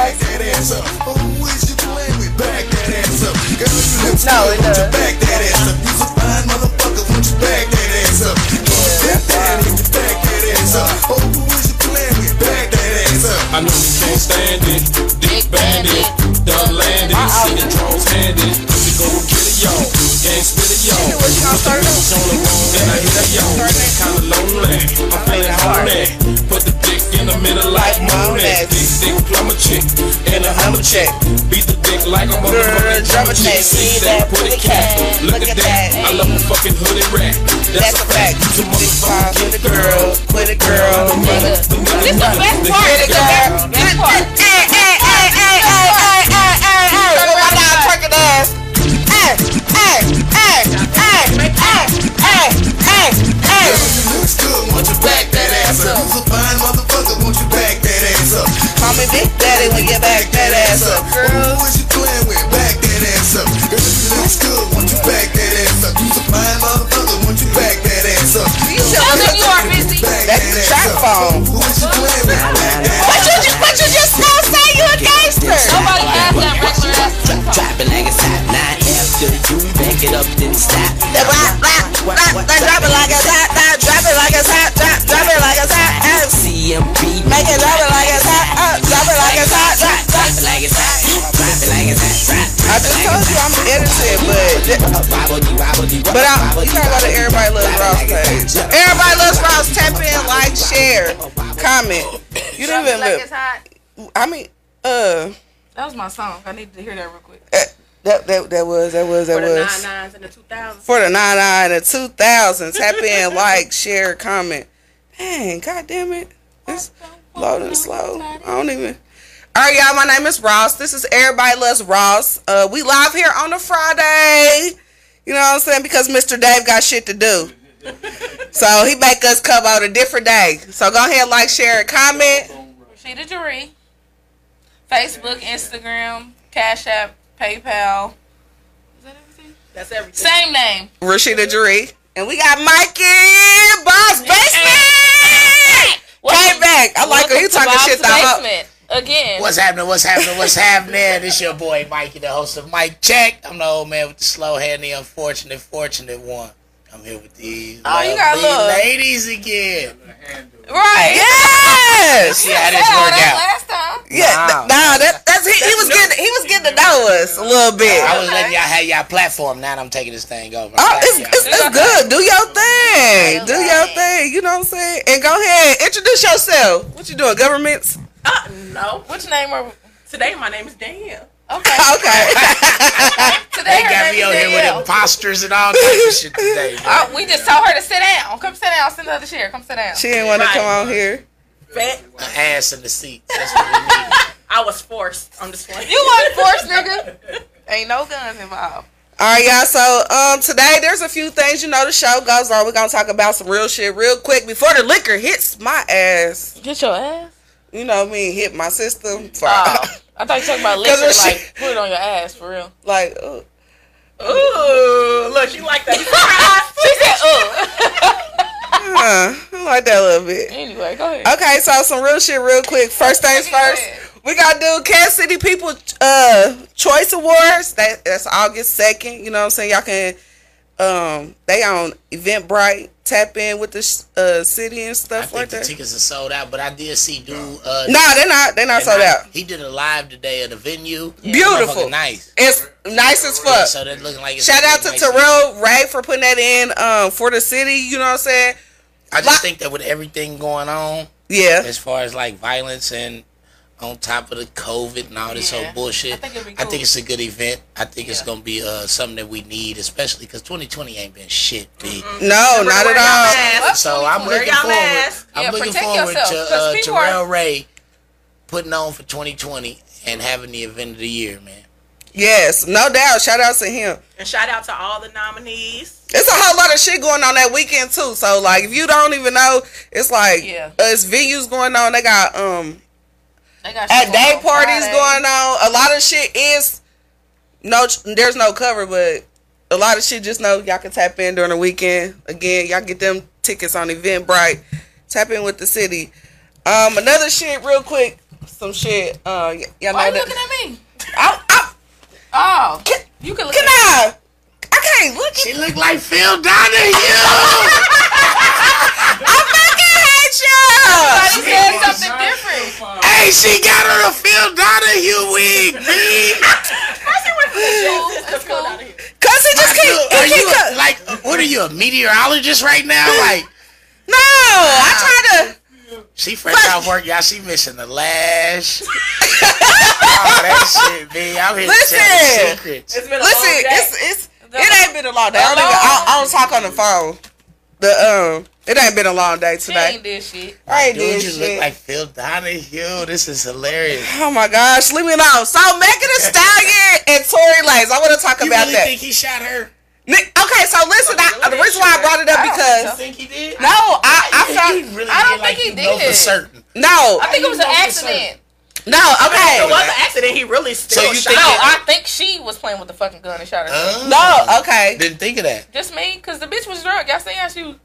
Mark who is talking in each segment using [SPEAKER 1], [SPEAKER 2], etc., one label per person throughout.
[SPEAKER 1] ass up. Who is you playing with? Back that ass up. Girl, you look
[SPEAKER 2] No,
[SPEAKER 1] good.
[SPEAKER 2] it
[SPEAKER 1] Won't you
[SPEAKER 2] does.
[SPEAKER 1] back that ass up? You's a fine motherfucker. Won't you back that ass up? Back that ass, back that ass up. Oh, who is you playing with? Back that ass up.
[SPEAKER 3] I know you can't stand it. Dick bandit, done landed.
[SPEAKER 2] Uh-oh.
[SPEAKER 3] See the drones handed. We gon' kill it, y'all. Gang spit it, y'all.
[SPEAKER 2] What you gonna start
[SPEAKER 3] Push on the wall, then I hit it, y'all. Kinda lonely. I'm playing horny. Put the dick in the middle like Monet. Dick, dick, plumber chick. And a hummer check. Beat the dick like a motherfucking drummer check. See that, put it cat. Look at that. I love a fucking hooded rat. That's a fact. You motherfucking
[SPEAKER 2] With a girl, with a girl,
[SPEAKER 3] mother.
[SPEAKER 2] with a
[SPEAKER 4] This the best part.
[SPEAKER 2] Get it,
[SPEAKER 4] This
[SPEAKER 2] girl.
[SPEAKER 4] the best part.
[SPEAKER 2] Hey, hey, hey, hey, hey, hey, hey, hey, hey. Turn around now, twerking ass. Hey, hey, hey, hey, hey, hey, hey, hey.
[SPEAKER 1] Looks good, won't you back that ass up? Who's a fine motherfucker, won't you back that ass up?
[SPEAKER 2] Call me Big Daddy when you back that ass up, girl.
[SPEAKER 1] Who is you playing with? Back that ass up. Girl, you looks good, won't you back that ass up? You's a fine motherfucker, won't you back that ass up?
[SPEAKER 2] You should-
[SPEAKER 4] Tell them you are busy.
[SPEAKER 1] Back that
[SPEAKER 2] That's the
[SPEAKER 1] ass
[SPEAKER 2] track
[SPEAKER 1] up.
[SPEAKER 2] phone.
[SPEAKER 1] Who is you playing with? Back that
[SPEAKER 2] What you just, what you just now say? You a gangster.
[SPEAKER 4] Nobody asked that regular ass
[SPEAKER 5] Drop, drop it like a top nine after you back it up then stop.
[SPEAKER 2] Drop it like it's hot, hot, drop it like it's hot, drop, drop it like it's hot, hot.
[SPEAKER 5] CMB.
[SPEAKER 2] Make it drop it like it's hot, up, drop it like it's hot, drop, drop.
[SPEAKER 5] Drop it like it's hot. Drop it like it's hot. Drop,
[SPEAKER 2] I
[SPEAKER 5] drop it
[SPEAKER 2] just
[SPEAKER 5] like
[SPEAKER 2] told
[SPEAKER 5] it's
[SPEAKER 2] you I'm edited, but
[SPEAKER 5] hot. Wobbly, wobbly,
[SPEAKER 2] but I,
[SPEAKER 5] wobbly,
[SPEAKER 2] you gotta go to Everybody Loves Ross page. Everybody Loves Ross. Tap in, like, share, comment. You didn't even
[SPEAKER 4] like it's
[SPEAKER 2] look.
[SPEAKER 4] hot.
[SPEAKER 2] I mean, uh, eh,
[SPEAKER 4] That was my song. I needed to hear that real quick.
[SPEAKER 2] that that that was that was that
[SPEAKER 4] For the
[SPEAKER 2] was
[SPEAKER 4] nine nines and the two thousands.
[SPEAKER 2] for the nine nine and two thousand. Tap in, like, share, comment. Dang, god damn it, it's loading slow. I don't even. All right, y'all. My name is Ross. This is Everybody Loves Ross. Uh, we live here on a Friday. You know what I'm saying? Because Mr. Dave got shit to do. so he make us come out a different day. So go ahead, like, share, and comment.
[SPEAKER 4] Rashida Jaree. Facebook, Instagram, Cash App, PayPal. Is that everything?
[SPEAKER 6] That's everything.
[SPEAKER 4] Same name.
[SPEAKER 2] Rashida Jaree. And we got Mikey Boss Basement. Came back. I like her. He
[SPEAKER 4] Welcome to
[SPEAKER 2] talking
[SPEAKER 4] Bob's
[SPEAKER 2] shit the whole.
[SPEAKER 4] basement. Again.
[SPEAKER 6] What's happening? What's happening? What's happening? This your boy Mikey, the host of Mike Check. I'm the old man with the slow hair and the unfortunate, fortunate one. I'm here with these
[SPEAKER 4] Oh, you got
[SPEAKER 6] lovely
[SPEAKER 4] love.
[SPEAKER 6] ladies again.
[SPEAKER 4] Right.
[SPEAKER 2] Yes.
[SPEAKER 6] See how
[SPEAKER 4] Yeah,
[SPEAKER 6] this work out.
[SPEAKER 4] that last time.
[SPEAKER 2] Yeah. th- Nah. That, that's he, he was getting he was getting to know us a little bit.
[SPEAKER 6] I was letting y'all have y'all platform. Now that I'm taking this thing over.
[SPEAKER 2] Oh, it's,
[SPEAKER 6] Y'all.
[SPEAKER 2] it's, it's good. Do your thing. Do your thing. You know what I'm saying? And go ahead. Introduce yourself. What you doing? Governments?
[SPEAKER 7] Uh, no.
[SPEAKER 4] What's your name? Or,
[SPEAKER 7] Today my name is Danielle.
[SPEAKER 4] okay.
[SPEAKER 2] Okay.
[SPEAKER 4] Today
[SPEAKER 6] they
[SPEAKER 4] her name
[SPEAKER 6] got me
[SPEAKER 4] is
[SPEAKER 6] out here with
[SPEAKER 4] Danielle.
[SPEAKER 6] imposters and all types of shit today. man.
[SPEAKER 4] Oh, we just told her to sit down. Come sit down. Sit another chair. Come sit down.
[SPEAKER 2] she didn't want to come on here.
[SPEAKER 7] Fat.
[SPEAKER 6] An ass in the seat. That's what we need.
[SPEAKER 7] I was forced. I'm just playing.
[SPEAKER 4] You want force, nigga? Ain't no guns involved.
[SPEAKER 2] All right, y'all. So um, today there's a few things. You know, the show goes on. We're gonna talk about some real shit real quick before the liquor hits my ass.
[SPEAKER 4] Get your ass.
[SPEAKER 2] You know me, hit my system. For,
[SPEAKER 4] Oh, I thought you talking about liquor.
[SPEAKER 2] 'Cause her
[SPEAKER 4] Like put it on your ass for real.
[SPEAKER 2] like, uh, ooh.
[SPEAKER 7] Ooh, look, you like that.
[SPEAKER 4] she said, "Oh."
[SPEAKER 2] huh, I like that a little bit.
[SPEAKER 4] anyway, go ahead.
[SPEAKER 2] Okay, so some real shit real quick. First things
[SPEAKER 4] Go ahead.
[SPEAKER 2] first. We gotta do Kansas City People uh Choice Awards. That that's August second. You know what I'm saying? Y'all can um they on Eventbrite. Tap in with the sh- uh city and
[SPEAKER 6] I
[SPEAKER 2] stuff
[SPEAKER 6] think
[SPEAKER 2] like
[SPEAKER 6] the
[SPEAKER 2] that.
[SPEAKER 6] tickets are sold out, but I did see dude. Uh,
[SPEAKER 2] nah, they're not. They're not
[SPEAKER 6] and
[SPEAKER 2] sold
[SPEAKER 6] I-
[SPEAKER 2] out.
[SPEAKER 6] He did a live today at the venue.
[SPEAKER 2] Beautiful.
[SPEAKER 6] Motherfucking nice.
[SPEAKER 2] It's nice as fuck.
[SPEAKER 6] So that looking like it's
[SPEAKER 2] Shout
[SPEAKER 6] gonna
[SPEAKER 2] out
[SPEAKER 6] be
[SPEAKER 2] to
[SPEAKER 6] nice.
[SPEAKER 2] Terrell Ray for putting that in um for the city. You know what I'm saying?
[SPEAKER 6] I
[SPEAKER 2] Lot-
[SPEAKER 6] just think that with everything going on,
[SPEAKER 2] Yeah.
[SPEAKER 6] as far as like violence and on top of the COVID and all this
[SPEAKER 4] Yeah.
[SPEAKER 6] whole bullshit,
[SPEAKER 4] I think it'd be
[SPEAKER 6] I
[SPEAKER 4] cool.
[SPEAKER 6] think it's a good event. I think it's
[SPEAKER 4] Yeah.
[SPEAKER 6] gonna be uh, something that we need, especially because 2020 ain't been shit, B.
[SPEAKER 2] No, not
[SPEAKER 7] Wear
[SPEAKER 2] at
[SPEAKER 7] y'all
[SPEAKER 2] all.
[SPEAKER 7] mask.
[SPEAKER 4] What?
[SPEAKER 6] So I'm
[SPEAKER 7] Wear
[SPEAKER 6] looking
[SPEAKER 7] y'all
[SPEAKER 6] forward.
[SPEAKER 7] mask.
[SPEAKER 6] I'm
[SPEAKER 4] Yeah,
[SPEAKER 6] looking
[SPEAKER 4] protect
[SPEAKER 6] forward
[SPEAKER 4] yourself,
[SPEAKER 6] to
[SPEAKER 4] 'cause
[SPEAKER 6] uh,
[SPEAKER 4] people
[SPEAKER 6] Terrell
[SPEAKER 4] are-
[SPEAKER 6] Ray putting on for 2020 and having the event of the year, man.
[SPEAKER 2] Yes, no doubt. Shout out to him.
[SPEAKER 7] And shout out to all the nominees.
[SPEAKER 2] It's a whole lot of shit going on that weekend too. So like, if you don't even know, it's like
[SPEAKER 4] Yeah.
[SPEAKER 2] uh, it's venues going on. They got um
[SPEAKER 4] They got
[SPEAKER 2] at
[SPEAKER 4] shit
[SPEAKER 2] day
[SPEAKER 4] on
[SPEAKER 2] parties
[SPEAKER 4] Friday.
[SPEAKER 2] going on. A lot of shit is no, there's no cover, but a lot of shit. Just know y'all can tap in during the weekend. Again, y'all get them tickets on Eventbrite. Tap in with the city. Um, another shit, real quick. some shit. Uh, y- y'all
[SPEAKER 4] Why
[SPEAKER 2] know
[SPEAKER 4] you looking
[SPEAKER 2] that.
[SPEAKER 4] at me?
[SPEAKER 2] I, I,
[SPEAKER 4] Oh,
[SPEAKER 2] Can-
[SPEAKER 4] you can look
[SPEAKER 2] can
[SPEAKER 4] at me.
[SPEAKER 2] I? I can't look at
[SPEAKER 6] She look like Phil Donahue.
[SPEAKER 4] I
[SPEAKER 2] I fucking hate y'all.
[SPEAKER 4] said something different.
[SPEAKER 6] hey, she got her a Phil Donahue wig. B.
[SPEAKER 4] It's cool.
[SPEAKER 2] Cause it just
[SPEAKER 6] Dude,
[SPEAKER 2] keep,
[SPEAKER 6] are
[SPEAKER 2] it
[SPEAKER 6] you
[SPEAKER 2] keep
[SPEAKER 6] a,
[SPEAKER 2] co-
[SPEAKER 6] like? What are you a meteorologist right now?
[SPEAKER 2] Hmm.
[SPEAKER 6] Like
[SPEAKER 2] No, I try to.
[SPEAKER 6] she fresh off work, y'all. She missing the lash. oh, that shit, man. I'm here telling
[SPEAKER 2] Listen.
[SPEAKER 6] secrets.
[SPEAKER 7] It's been a
[SPEAKER 2] Listen,
[SPEAKER 7] long day.
[SPEAKER 2] it's it's it ain't been a long day. I don't,
[SPEAKER 4] A
[SPEAKER 2] even, I,
[SPEAKER 4] long-
[SPEAKER 2] I don't talk on the phone. The um, it ain't been a long day
[SPEAKER 4] She ain't
[SPEAKER 2] today.
[SPEAKER 4] did shit.
[SPEAKER 2] I ain't
[SPEAKER 6] Dude,
[SPEAKER 2] did
[SPEAKER 6] you
[SPEAKER 2] shit.
[SPEAKER 6] look like Phil Donahue. This is hilarious.
[SPEAKER 2] oh my gosh, leave me alone. So Megan Thee Stallion and Tory Lanez, I want to talk
[SPEAKER 6] You
[SPEAKER 2] about
[SPEAKER 6] really
[SPEAKER 2] that.
[SPEAKER 6] think he shot her?
[SPEAKER 2] Ni- okay, so listen, I, the reason why I brought it up
[SPEAKER 6] You
[SPEAKER 2] because
[SPEAKER 6] think he did?
[SPEAKER 2] no, I I
[SPEAKER 6] He-
[SPEAKER 2] found
[SPEAKER 6] he really
[SPEAKER 4] I don't
[SPEAKER 6] did, like,
[SPEAKER 4] think he
[SPEAKER 6] you know for
[SPEAKER 4] did.
[SPEAKER 6] certain.
[SPEAKER 2] no,
[SPEAKER 4] I think it was an
[SPEAKER 6] You know for
[SPEAKER 4] accident.
[SPEAKER 2] no.
[SPEAKER 7] If it
[SPEAKER 2] Okay,
[SPEAKER 7] was an accident. He really still
[SPEAKER 6] you
[SPEAKER 7] shot
[SPEAKER 4] No,
[SPEAKER 6] think
[SPEAKER 7] her.
[SPEAKER 4] I think she was playing with the fucking gun and shot her.
[SPEAKER 6] Oh,
[SPEAKER 2] no, okay.
[SPEAKER 6] Didn't think of that.
[SPEAKER 4] Just me, cause the bitch was drunk. Y'all seen how she was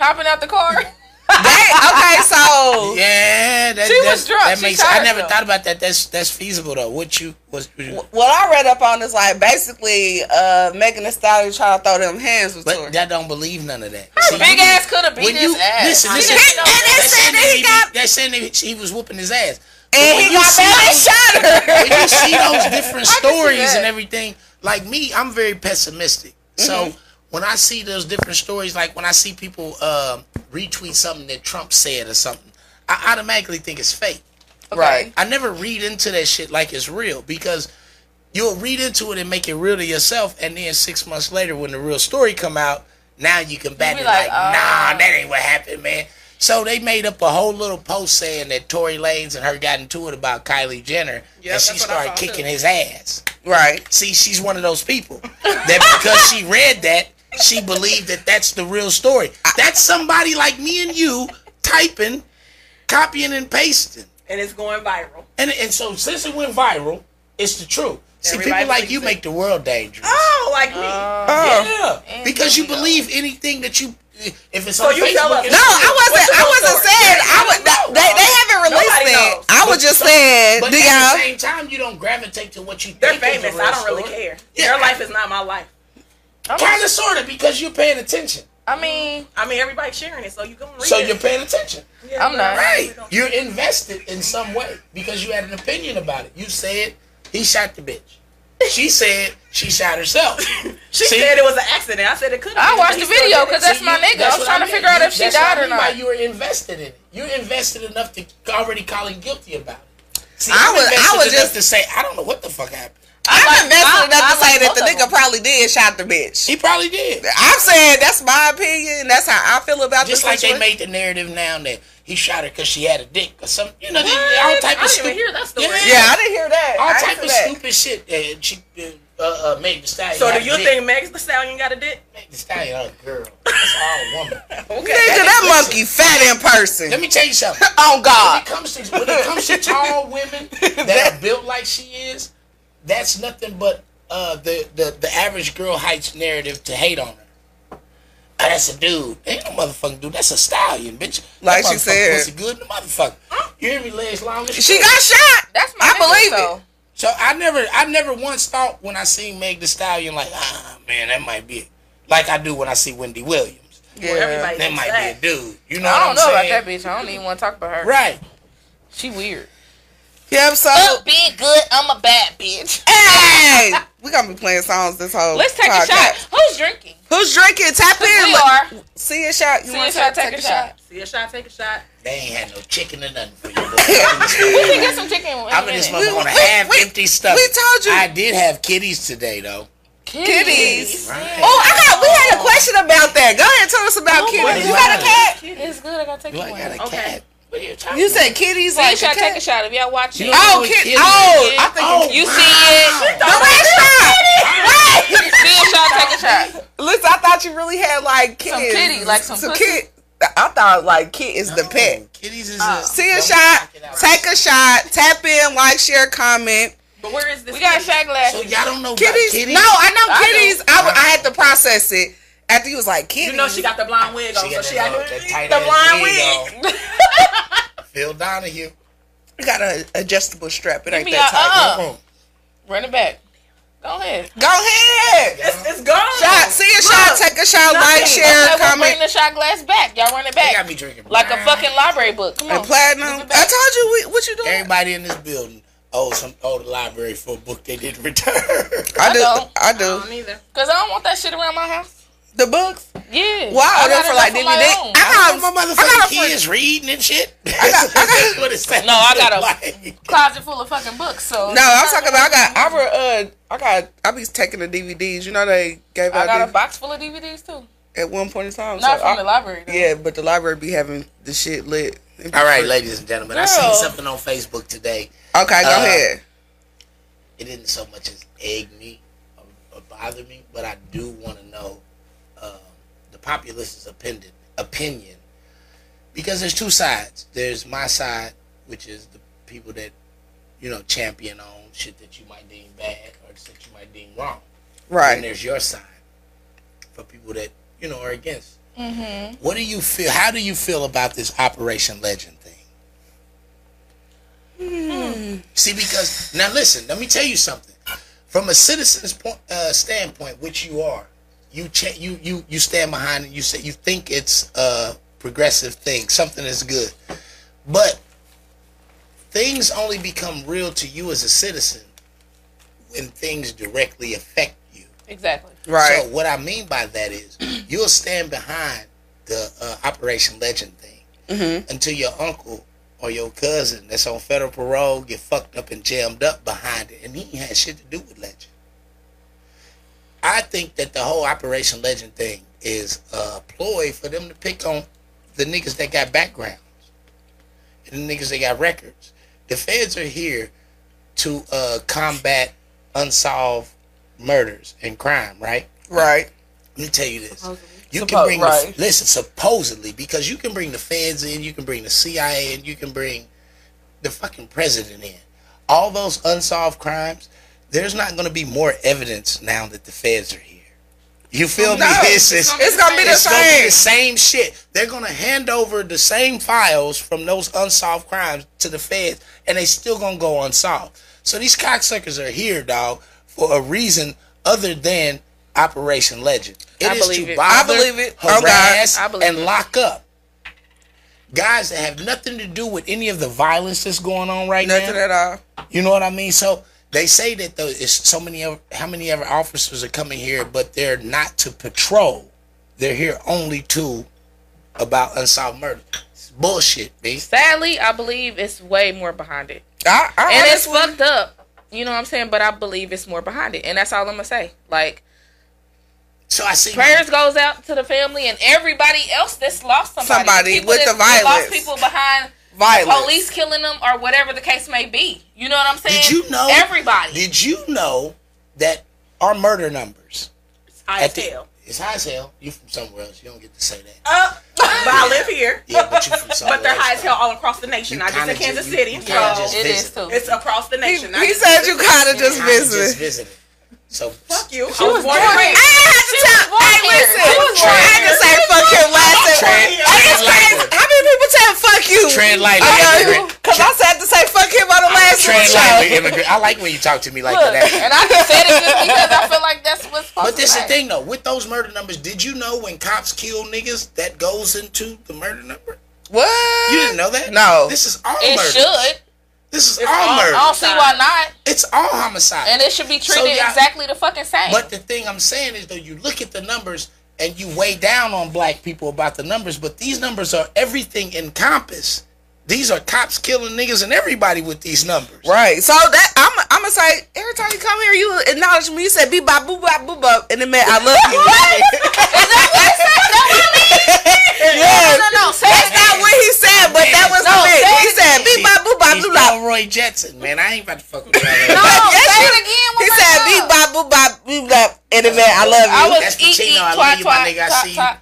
[SPEAKER 4] hopping out the car?
[SPEAKER 2] That, okay, so
[SPEAKER 6] Yeah, that,
[SPEAKER 4] She
[SPEAKER 6] that,
[SPEAKER 4] was drunk.
[SPEAKER 6] That
[SPEAKER 4] She
[SPEAKER 6] makes.
[SPEAKER 4] shot
[SPEAKER 6] I never
[SPEAKER 4] herself.
[SPEAKER 6] thought about that. That's that's feasible though. What you was?
[SPEAKER 2] wh- what I read up on is like basically uh Megan Thee Stallion trying to throw them hands with Tory.
[SPEAKER 6] But I don't believe none of that. See,
[SPEAKER 4] Big
[SPEAKER 6] you-
[SPEAKER 4] ass could have beat
[SPEAKER 6] When
[SPEAKER 4] his
[SPEAKER 6] you
[SPEAKER 4] ass.
[SPEAKER 6] listen,
[SPEAKER 4] She
[SPEAKER 6] listen,
[SPEAKER 4] didn't know
[SPEAKER 2] And
[SPEAKER 4] that.
[SPEAKER 2] they said that he got
[SPEAKER 6] That's saying that he was whooping his ass.
[SPEAKER 2] and he
[SPEAKER 6] When you
[SPEAKER 2] got
[SPEAKER 6] see
[SPEAKER 2] mad and
[SPEAKER 6] those-
[SPEAKER 2] shot her.
[SPEAKER 6] When you see those different
[SPEAKER 4] I can see
[SPEAKER 6] stories
[SPEAKER 4] that. Mm-hmm.
[SPEAKER 6] and everything, like me, I'm very pessimistic. So when I see those different stories, like when I see people um, retweet something that Trump said or something, I automatically think it's fake.
[SPEAKER 2] Right.
[SPEAKER 6] I never read into that shit like it's real because you'll read into it and make it real to yourself, and then six months later, when the real story come out, now you can back
[SPEAKER 4] be
[SPEAKER 6] it
[SPEAKER 4] like,
[SPEAKER 6] like,
[SPEAKER 4] "Oh."
[SPEAKER 6] nah, that ain't what happened, man. So they made up a whole little post saying that Tory Lanez and her got into it about Kylie Jenner, and she
[SPEAKER 7] that's what I
[SPEAKER 6] started
[SPEAKER 7] saw,
[SPEAKER 6] kicking
[SPEAKER 7] too.
[SPEAKER 6] his ass.
[SPEAKER 2] Right.
[SPEAKER 6] See, she's one of those people that because she read that, she believed that that's the real story. That's somebody like me and you typing, copying and pasting.
[SPEAKER 7] and it's going viral.
[SPEAKER 6] And and so since it went viral, it's the truth. See,
[SPEAKER 7] Everybody
[SPEAKER 6] people like
[SPEAKER 7] believes
[SPEAKER 6] you
[SPEAKER 7] it.
[SPEAKER 6] make the world dangerous.
[SPEAKER 7] Oh, like me.
[SPEAKER 2] Uh,
[SPEAKER 7] Oh.
[SPEAKER 6] yeah,
[SPEAKER 4] And
[SPEAKER 6] because you
[SPEAKER 4] here we go.
[SPEAKER 6] believe anything that you if it's
[SPEAKER 7] So
[SPEAKER 6] on
[SPEAKER 7] you
[SPEAKER 6] Facebook.
[SPEAKER 7] tell us-
[SPEAKER 6] it's
[SPEAKER 2] No,
[SPEAKER 6] real.
[SPEAKER 2] I wasn't. I wasn't saying. I would. They, they haven't released
[SPEAKER 7] Nobody
[SPEAKER 2] it.
[SPEAKER 7] knows.
[SPEAKER 2] I was just saying.
[SPEAKER 6] But
[SPEAKER 2] Do
[SPEAKER 6] at the
[SPEAKER 2] y'all?
[SPEAKER 6] same time, you don't gravitate to what you
[SPEAKER 7] They're
[SPEAKER 6] think is the
[SPEAKER 7] famous.
[SPEAKER 6] real
[SPEAKER 7] I don't really
[SPEAKER 6] story.
[SPEAKER 7] care.
[SPEAKER 6] Yeah.
[SPEAKER 7] Their life is not my life.
[SPEAKER 6] Kind of, sort of, because you're paying attention.
[SPEAKER 4] I mean,
[SPEAKER 7] I mean, everybody's sharing it, so you gonna read
[SPEAKER 6] So
[SPEAKER 7] it.
[SPEAKER 6] you're paying attention.
[SPEAKER 7] Yeah,
[SPEAKER 4] I'm
[SPEAKER 7] we
[SPEAKER 4] not.
[SPEAKER 7] don't-
[SPEAKER 6] Right.
[SPEAKER 7] we don't-
[SPEAKER 6] You're invested in some way because you had an opinion about it. You said he shot the bitch. She said she shot herself.
[SPEAKER 7] She
[SPEAKER 6] See?
[SPEAKER 7] said it was an accident. I said it could.
[SPEAKER 4] I watched the video because that's my nigga. I
[SPEAKER 6] That's
[SPEAKER 4] was
[SPEAKER 6] what
[SPEAKER 4] trying to
[SPEAKER 6] mean.
[SPEAKER 4] figure out if she
[SPEAKER 6] That's what I
[SPEAKER 4] died or
[SPEAKER 6] mean by
[SPEAKER 4] not.
[SPEAKER 6] You were invested in it. You're invested enough to already calling guilty about it. See,
[SPEAKER 2] I
[SPEAKER 6] I'm
[SPEAKER 2] was- I
[SPEAKER 6] invested
[SPEAKER 2] was
[SPEAKER 6] enough
[SPEAKER 2] just-
[SPEAKER 6] to say I don't know what the fuck happened.
[SPEAKER 2] I'm
[SPEAKER 4] I-
[SPEAKER 2] invested enough
[SPEAKER 4] I
[SPEAKER 2] to say
[SPEAKER 4] like
[SPEAKER 2] that
[SPEAKER 4] both
[SPEAKER 2] the
[SPEAKER 4] of
[SPEAKER 2] nigga
[SPEAKER 4] them.
[SPEAKER 2] probably did shot the bitch.
[SPEAKER 6] He probably did.
[SPEAKER 2] I'm saying that's my opinion. That's how I feel about
[SPEAKER 6] Just
[SPEAKER 2] this.
[SPEAKER 6] like they
[SPEAKER 2] situation.
[SPEAKER 6] made the narrative now that he shot her because she had a dick or some, you know, they- all type
[SPEAKER 7] I
[SPEAKER 6] of
[SPEAKER 7] didn't even
[SPEAKER 6] stupid,
[SPEAKER 7] hear that story.
[SPEAKER 6] Yeah.
[SPEAKER 2] Yeah, I didn't hear that.
[SPEAKER 6] all
[SPEAKER 2] I
[SPEAKER 6] type
[SPEAKER 2] didn't
[SPEAKER 6] of
[SPEAKER 2] hear that.
[SPEAKER 6] stupid shit that she uh, uh, made the stallion.
[SPEAKER 7] So
[SPEAKER 6] had
[SPEAKER 7] do
[SPEAKER 6] a
[SPEAKER 7] you
[SPEAKER 6] dick.
[SPEAKER 7] think Megan Thee Stallion got a dick?
[SPEAKER 6] Meg Thee Stallion, oh, girl, that's all woman.
[SPEAKER 2] Nigga, that monkey fat in person.
[SPEAKER 6] Let me Oh, tell you something.
[SPEAKER 2] On
[SPEAKER 6] when
[SPEAKER 2] God.
[SPEAKER 6] it comes to when it comes to tall women that are built like she is, that's nothing but uh, the, the the average girl heights narrative to hate on her. Oh, that's a dude. Ain't no motherfucking dude. That's a stallion, bitch. That
[SPEAKER 2] Like she
[SPEAKER 6] motherfucker
[SPEAKER 2] said.
[SPEAKER 6] pussy good in the motherfucker. You hear me? Legs long. as
[SPEAKER 2] She
[SPEAKER 6] shit.
[SPEAKER 2] got shot.
[SPEAKER 4] That's my
[SPEAKER 2] I
[SPEAKER 4] nigga,
[SPEAKER 2] believe
[SPEAKER 4] so.
[SPEAKER 2] it.
[SPEAKER 6] So I never, I never once thought when I seen Meg the Stallion like, ah man, that might be it. Like I do when I see Wendy Williams.
[SPEAKER 2] Yeah.
[SPEAKER 7] Well, everybody
[SPEAKER 6] That
[SPEAKER 7] thinks
[SPEAKER 6] might
[SPEAKER 7] that.
[SPEAKER 6] be a dude. You know
[SPEAKER 4] I don't
[SPEAKER 6] what
[SPEAKER 4] know
[SPEAKER 6] I'm
[SPEAKER 4] about
[SPEAKER 6] saying?
[SPEAKER 4] that bitch. I don't even want to talk about her.
[SPEAKER 6] Right.
[SPEAKER 4] She weird.
[SPEAKER 2] Yep. So
[SPEAKER 4] being good, I'm a bad bitch.
[SPEAKER 2] hey, we gonna be playing songs this whole.
[SPEAKER 4] Let's take a
[SPEAKER 2] podcast.
[SPEAKER 4] shot. Who's drinking?
[SPEAKER 2] Who's drinking? Tap in.
[SPEAKER 4] We
[SPEAKER 2] Look-
[SPEAKER 4] are.
[SPEAKER 2] See a shot. You
[SPEAKER 4] See
[SPEAKER 2] want
[SPEAKER 4] a
[SPEAKER 2] to
[SPEAKER 4] shot, take a shot.
[SPEAKER 7] See a shot, take a shot.
[SPEAKER 6] They ain't had no chicken or nothing for you. boy.
[SPEAKER 4] We can get some chicken. in a
[SPEAKER 6] I'm in this
[SPEAKER 4] minute.
[SPEAKER 6] motherfucker on a
[SPEAKER 2] We- we-
[SPEAKER 6] half empty stomach.
[SPEAKER 2] we told you.
[SPEAKER 6] I did have kitties today though.
[SPEAKER 2] Kitties.
[SPEAKER 6] Right.
[SPEAKER 2] Oh, I got. We had a question about that. Go ahead, tell us about
[SPEAKER 4] Oh,
[SPEAKER 2] kitties.
[SPEAKER 4] boy.
[SPEAKER 2] You got a cat?
[SPEAKER 4] It's good. I gotta take
[SPEAKER 6] You
[SPEAKER 4] one.
[SPEAKER 6] ain't got a
[SPEAKER 7] Okay.
[SPEAKER 6] cat. What are you talking
[SPEAKER 2] You
[SPEAKER 6] about?
[SPEAKER 2] said kitties
[SPEAKER 4] See a
[SPEAKER 2] like a
[SPEAKER 4] shot, take a
[SPEAKER 2] cat.
[SPEAKER 4] shot. If y'all watching,
[SPEAKER 6] You
[SPEAKER 2] Oh,
[SPEAKER 6] Kitty.
[SPEAKER 2] kid. Oh, I think.
[SPEAKER 6] Oh,
[SPEAKER 4] you
[SPEAKER 6] wow.
[SPEAKER 4] see it.
[SPEAKER 2] No, that's not. Wait.
[SPEAKER 4] See a shot, take a shot.
[SPEAKER 2] Listen, I thought you really had like kids.
[SPEAKER 4] Some kitty, like some pussy.
[SPEAKER 2] kid. I thought like kid is the
[SPEAKER 6] No,
[SPEAKER 2] pet.
[SPEAKER 6] Oh,
[SPEAKER 2] Uh,
[SPEAKER 6] Kitties is a
[SPEAKER 2] See a
[SPEAKER 6] Don't
[SPEAKER 2] shot.
[SPEAKER 6] knock it out.
[SPEAKER 2] Take a shot. Tap in. Like, share, comment.
[SPEAKER 7] But where is this?
[SPEAKER 4] We got a shot glass.
[SPEAKER 6] So y'all don't know
[SPEAKER 2] Kitties.
[SPEAKER 6] about kitties.
[SPEAKER 2] No, I know
[SPEAKER 4] I
[SPEAKER 2] kitties. I, w- I had to process it after you was like kitties.
[SPEAKER 7] You know she got the blonde wig on,
[SPEAKER 6] She
[SPEAKER 7] so
[SPEAKER 6] got
[SPEAKER 7] she
[SPEAKER 6] that,
[SPEAKER 7] got
[SPEAKER 6] uh, that tight
[SPEAKER 7] the
[SPEAKER 6] ass
[SPEAKER 7] blonde
[SPEAKER 6] wig
[SPEAKER 7] wig.
[SPEAKER 6] on. Phil Donahue.
[SPEAKER 8] I got an adjustable strap. It ain't
[SPEAKER 4] me
[SPEAKER 8] that
[SPEAKER 4] a
[SPEAKER 2] Uh,
[SPEAKER 8] tight.
[SPEAKER 4] uh-uh. Run it back. Go ahead.
[SPEAKER 2] Go ahead.
[SPEAKER 7] It's, it's gone.
[SPEAKER 2] Shot, see a shot, take a shot, like, share,
[SPEAKER 4] Okay, we'll bring
[SPEAKER 2] comment,
[SPEAKER 4] the shot glass back. Y'all run it
[SPEAKER 6] They got
[SPEAKER 4] back
[SPEAKER 6] me drinking.
[SPEAKER 4] like a fucking library book. Come
[SPEAKER 2] and
[SPEAKER 4] on.
[SPEAKER 2] platinum. I told you we, what you doing.
[SPEAKER 6] Everybody in this building owes some owe the library for a book they didn't return.
[SPEAKER 2] I do.
[SPEAKER 4] don't. Um,
[SPEAKER 2] I do.
[SPEAKER 7] neither.
[SPEAKER 4] Cause I don't want that shit around my house.
[SPEAKER 2] The books.
[SPEAKER 4] Yeah.
[SPEAKER 2] Well, I order
[SPEAKER 4] got
[SPEAKER 2] for,
[SPEAKER 4] enough
[SPEAKER 2] like,
[SPEAKER 4] of my
[SPEAKER 2] DVD.
[SPEAKER 4] own.
[SPEAKER 2] I got
[SPEAKER 6] my
[SPEAKER 2] I
[SPEAKER 6] motherfucking
[SPEAKER 2] got a friend-
[SPEAKER 6] kids reading and shit. That's what it sounds
[SPEAKER 4] No, I got a-
[SPEAKER 6] like.
[SPEAKER 4] closet full of fucking books. So
[SPEAKER 2] No, I'm talking about. I got. I re, uh. I got. I be taking the DVDs. You know they gave
[SPEAKER 4] I
[SPEAKER 2] out
[SPEAKER 4] got a
[SPEAKER 2] DV-
[SPEAKER 4] box full of DVDs too.
[SPEAKER 2] at one point in time.
[SPEAKER 4] Not
[SPEAKER 2] so
[SPEAKER 4] from
[SPEAKER 2] I-
[SPEAKER 4] the library. Though.
[SPEAKER 2] Yeah, but the library be having the shit lit. It be
[SPEAKER 6] All right,
[SPEAKER 2] free.
[SPEAKER 6] ladies and gentlemen, I
[SPEAKER 4] Girl.
[SPEAKER 6] seen something on Facebook today.
[SPEAKER 2] Okay, go
[SPEAKER 6] Uh,
[SPEAKER 2] ahead.
[SPEAKER 6] It didn't so much as egg me or, or bother me, but I do want to know um, the populace's opinion. Opinion, because there's two sides. There's my side, which is the people that you know champion on shit that you might deem bad or that you might deem wrong. and
[SPEAKER 2] Right.
[SPEAKER 6] there's your side for people that you know are against. What do you feel? How do you feel about this Operation Legend thing? See, because now listen, let me tell you something. From a citizen's point, uh, standpoint, which you are, you cha- you you you stand behind it. You say you think it's a progressive thing, something that's good, but things only become real to you as a citizen when things directly affect you.
[SPEAKER 4] Exactly.
[SPEAKER 2] Right.
[SPEAKER 6] So what I mean by that is you'll stand behind the uh, Operation Legend thing until your uncle or your cousin that's on federal parole get fucked up and jammed up behind it, and he ain't had shit to do with Legend. I think that the whole Operation Legend thing is a ploy for them to pick on the niggas that got backgrounds and the niggas that got records. The feds are here to uh, combat unsolved murders and crime, right?
[SPEAKER 2] right.
[SPEAKER 6] Let me tell you this. You
[SPEAKER 2] Suppo-
[SPEAKER 6] can bring the,
[SPEAKER 2] right.
[SPEAKER 6] listen supposedly because you can bring the feds in, you can bring the CIA in, you can bring the fucking president in. All those unsolved crimes, there's not going to be more evidence now that the feds are here. You feel me?
[SPEAKER 2] No,
[SPEAKER 6] This is
[SPEAKER 2] It's gonna be the
[SPEAKER 6] it's gonna be the
[SPEAKER 2] same.
[SPEAKER 6] same shit. They're gonna hand over the same files from those unsolved crimes to the feds, and they still gonna go unsolved. So these cocksuckers are here, dog, for a reason other than Operation Legend. It is
[SPEAKER 4] I believe
[SPEAKER 6] to
[SPEAKER 4] it.
[SPEAKER 6] bother,
[SPEAKER 2] I believe it. Oh, God.
[SPEAKER 6] harass,
[SPEAKER 4] I believe
[SPEAKER 6] and
[SPEAKER 4] it.
[SPEAKER 6] lock up guys that have nothing to do with any of the violence that's going on right
[SPEAKER 2] Nothing
[SPEAKER 6] now.
[SPEAKER 2] at all.
[SPEAKER 6] You know what I mean? So they say that though it's so many of how many ever officers are coming here, but they're not to patrol. They're here only to about unsolved murder. It's bullshit, B.
[SPEAKER 4] Sadly, I believe it's way more behind it,
[SPEAKER 2] I, I
[SPEAKER 4] and it's
[SPEAKER 2] honestly-
[SPEAKER 4] fucked up. You know what I'm saying? But I believe it's more behind it, and that's all I'm gonna say. Like
[SPEAKER 6] So I see
[SPEAKER 4] prayers goes out to the family and everybody else that's lost somebody.
[SPEAKER 2] Somebody
[SPEAKER 4] People
[SPEAKER 2] with
[SPEAKER 4] that-
[SPEAKER 2] the
[SPEAKER 4] that
[SPEAKER 2] violence.
[SPEAKER 4] Lost people behind
[SPEAKER 2] violence.
[SPEAKER 4] police killing them or whatever the case may be. You know what I'm saying?
[SPEAKER 6] Did you know
[SPEAKER 4] everybody?
[SPEAKER 6] Did you know that our murder numbers
[SPEAKER 7] I
[SPEAKER 6] the-
[SPEAKER 7] tell.
[SPEAKER 6] it's high as hell. You from somewhere else. You don't get to say that.
[SPEAKER 7] Uh, but I live here.
[SPEAKER 6] Yeah, but you from somewhere
[SPEAKER 7] But they're
[SPEAKER 6] else,
[SPEAKER 7] high as
[SPEAKER 6] though.
[SPEAKER 7] hell all across the nation,
[SPEAKER 6] You
[SPEAKER 7] not just in
[SPEAKER 6] kinda
[SPEAKER 7] Kansas
[SPEAKER 6] ju- you
[SPEAKER 7] City.
[SPEAKER 6] kinda
[SPEAKER 7] So
[SPEAKER 6] just-
[SPEAKER 4] it is too.
[SPEAKER 7] it's across the
[SPEAKER 2] He,
[SPEAKER 7] nation. I
[SPEAKER 2] he
[SPEAKER 7] just-
[SPEAKER 2] said you kind of just
[SPEAKER 6] I Just
[SPEAKER 2] visited.
[SPEAKER 6] visited. So
[SPEAKER 7] Fuck you. I was born and
[SPEAKER 4] born-
[SPEAKER 7] raised.
[SPEAKER 2] Hey, listen. I had to say fuck your last
[SPEAKER 6] Tread-
[SPEAKER 2] name. Hey, it's
[SPEAKER 6] tread
[SPEAKER 2] crazy.
[SPEAKER 6] lightly.
[SPEAKER 2] How many people said fuck you?
[SPEAKER 6] Tread lightly.
[SPEAKER 2] Because I said to say fuck him on the last
[SPEAKER 6] Tread
[SPEAKER 2] show.
[SPEAKER 6] lightly, immigrant. I like when you talk to me like
[SPEAKER 4] Look,
[SPEAKER 6] that.
[SPEAKER 4] and I just said it just because I feel like that's what's supposed
[SPEAKER 6] But this
[SPEAKER 4] to
[SPEAKER 6] is the thing though, with those murder numbers, did you know when cops kill niggas, that goes into the murder number?
[SPEAKER 2] What?
[SPEAKER 6] You didn't know that?
[SPEAKER 2] No.
[SPEAKER 6] This is all
[SPEAKER 4] It
[SPEAKER 6] murder.
[SPEAKER 4] should.
[SPEAKER 6] This is all, murder.
[SPEAKER 4] I don't see why not.
[SPEAKER 6] It's all homicide.
[SPEAKER 4] And it should be treated
[SPEAKER 6] y'all-
[SPEAKER 4] exactly the fucking same.
[SPEAKER 6] but the thing I'm saying is though, you look at the numbers and you weigh down on black people about the numbers, but these numbers are everything encompassed. These are cops killing niggas and everybody with these numbers.
[SPEAKER 2] Right. So that I'm I'm gonna say every time you come here, you acknowledge me. You said be bop boo bop boo bop, and it meant I love you.
[SPEAKER 4] no,
[SPEAKER 2] yes.
[SPEAKER 4] no, no. Say
[SPEAKER 2] That's
[SPEAKER 4] it.
[SPEAKER 2] not what he said, but that was the thing. He said beep bop boo bop
[SPEAKER 6] He's
[SPEAKER 2] boo bop.
[SPEAKER 6] Roy Jetson, man. I ain't about to fuck with y'all.
[SPEAKER 4] No,
[SPEAKER 2] Yes,
[SPEAKER 4] say
[SPEAKER 2] you-
[SPEAKER 4] it again.
[SPEAKER 2] He
[SPEAKER 4] one more
[SPEAKER 2] said
[SPEAKER 4] time.
[SPEAKER 2] beep bop boo bop boo bop, and it meant I love
[SPEAKER 4] I
[SPEAKER 2] you.
[SPEAKER 4] was
[SPEAKER 6] That's
[SPEAKER 4] eat,
[SPEAKER 6] Pacino.
[SPEAKER 4] eat,
[SPEAKER 6] I love
[SPEAKER 4] twat,
[SPEAKER 6] you, my
[SPEAKER 4] twat,
[SPEAKER 6] nigga. I
[SPEAKER 4] twat,
[SPEAKER 6] see you.
[SPEAKER 4] twat.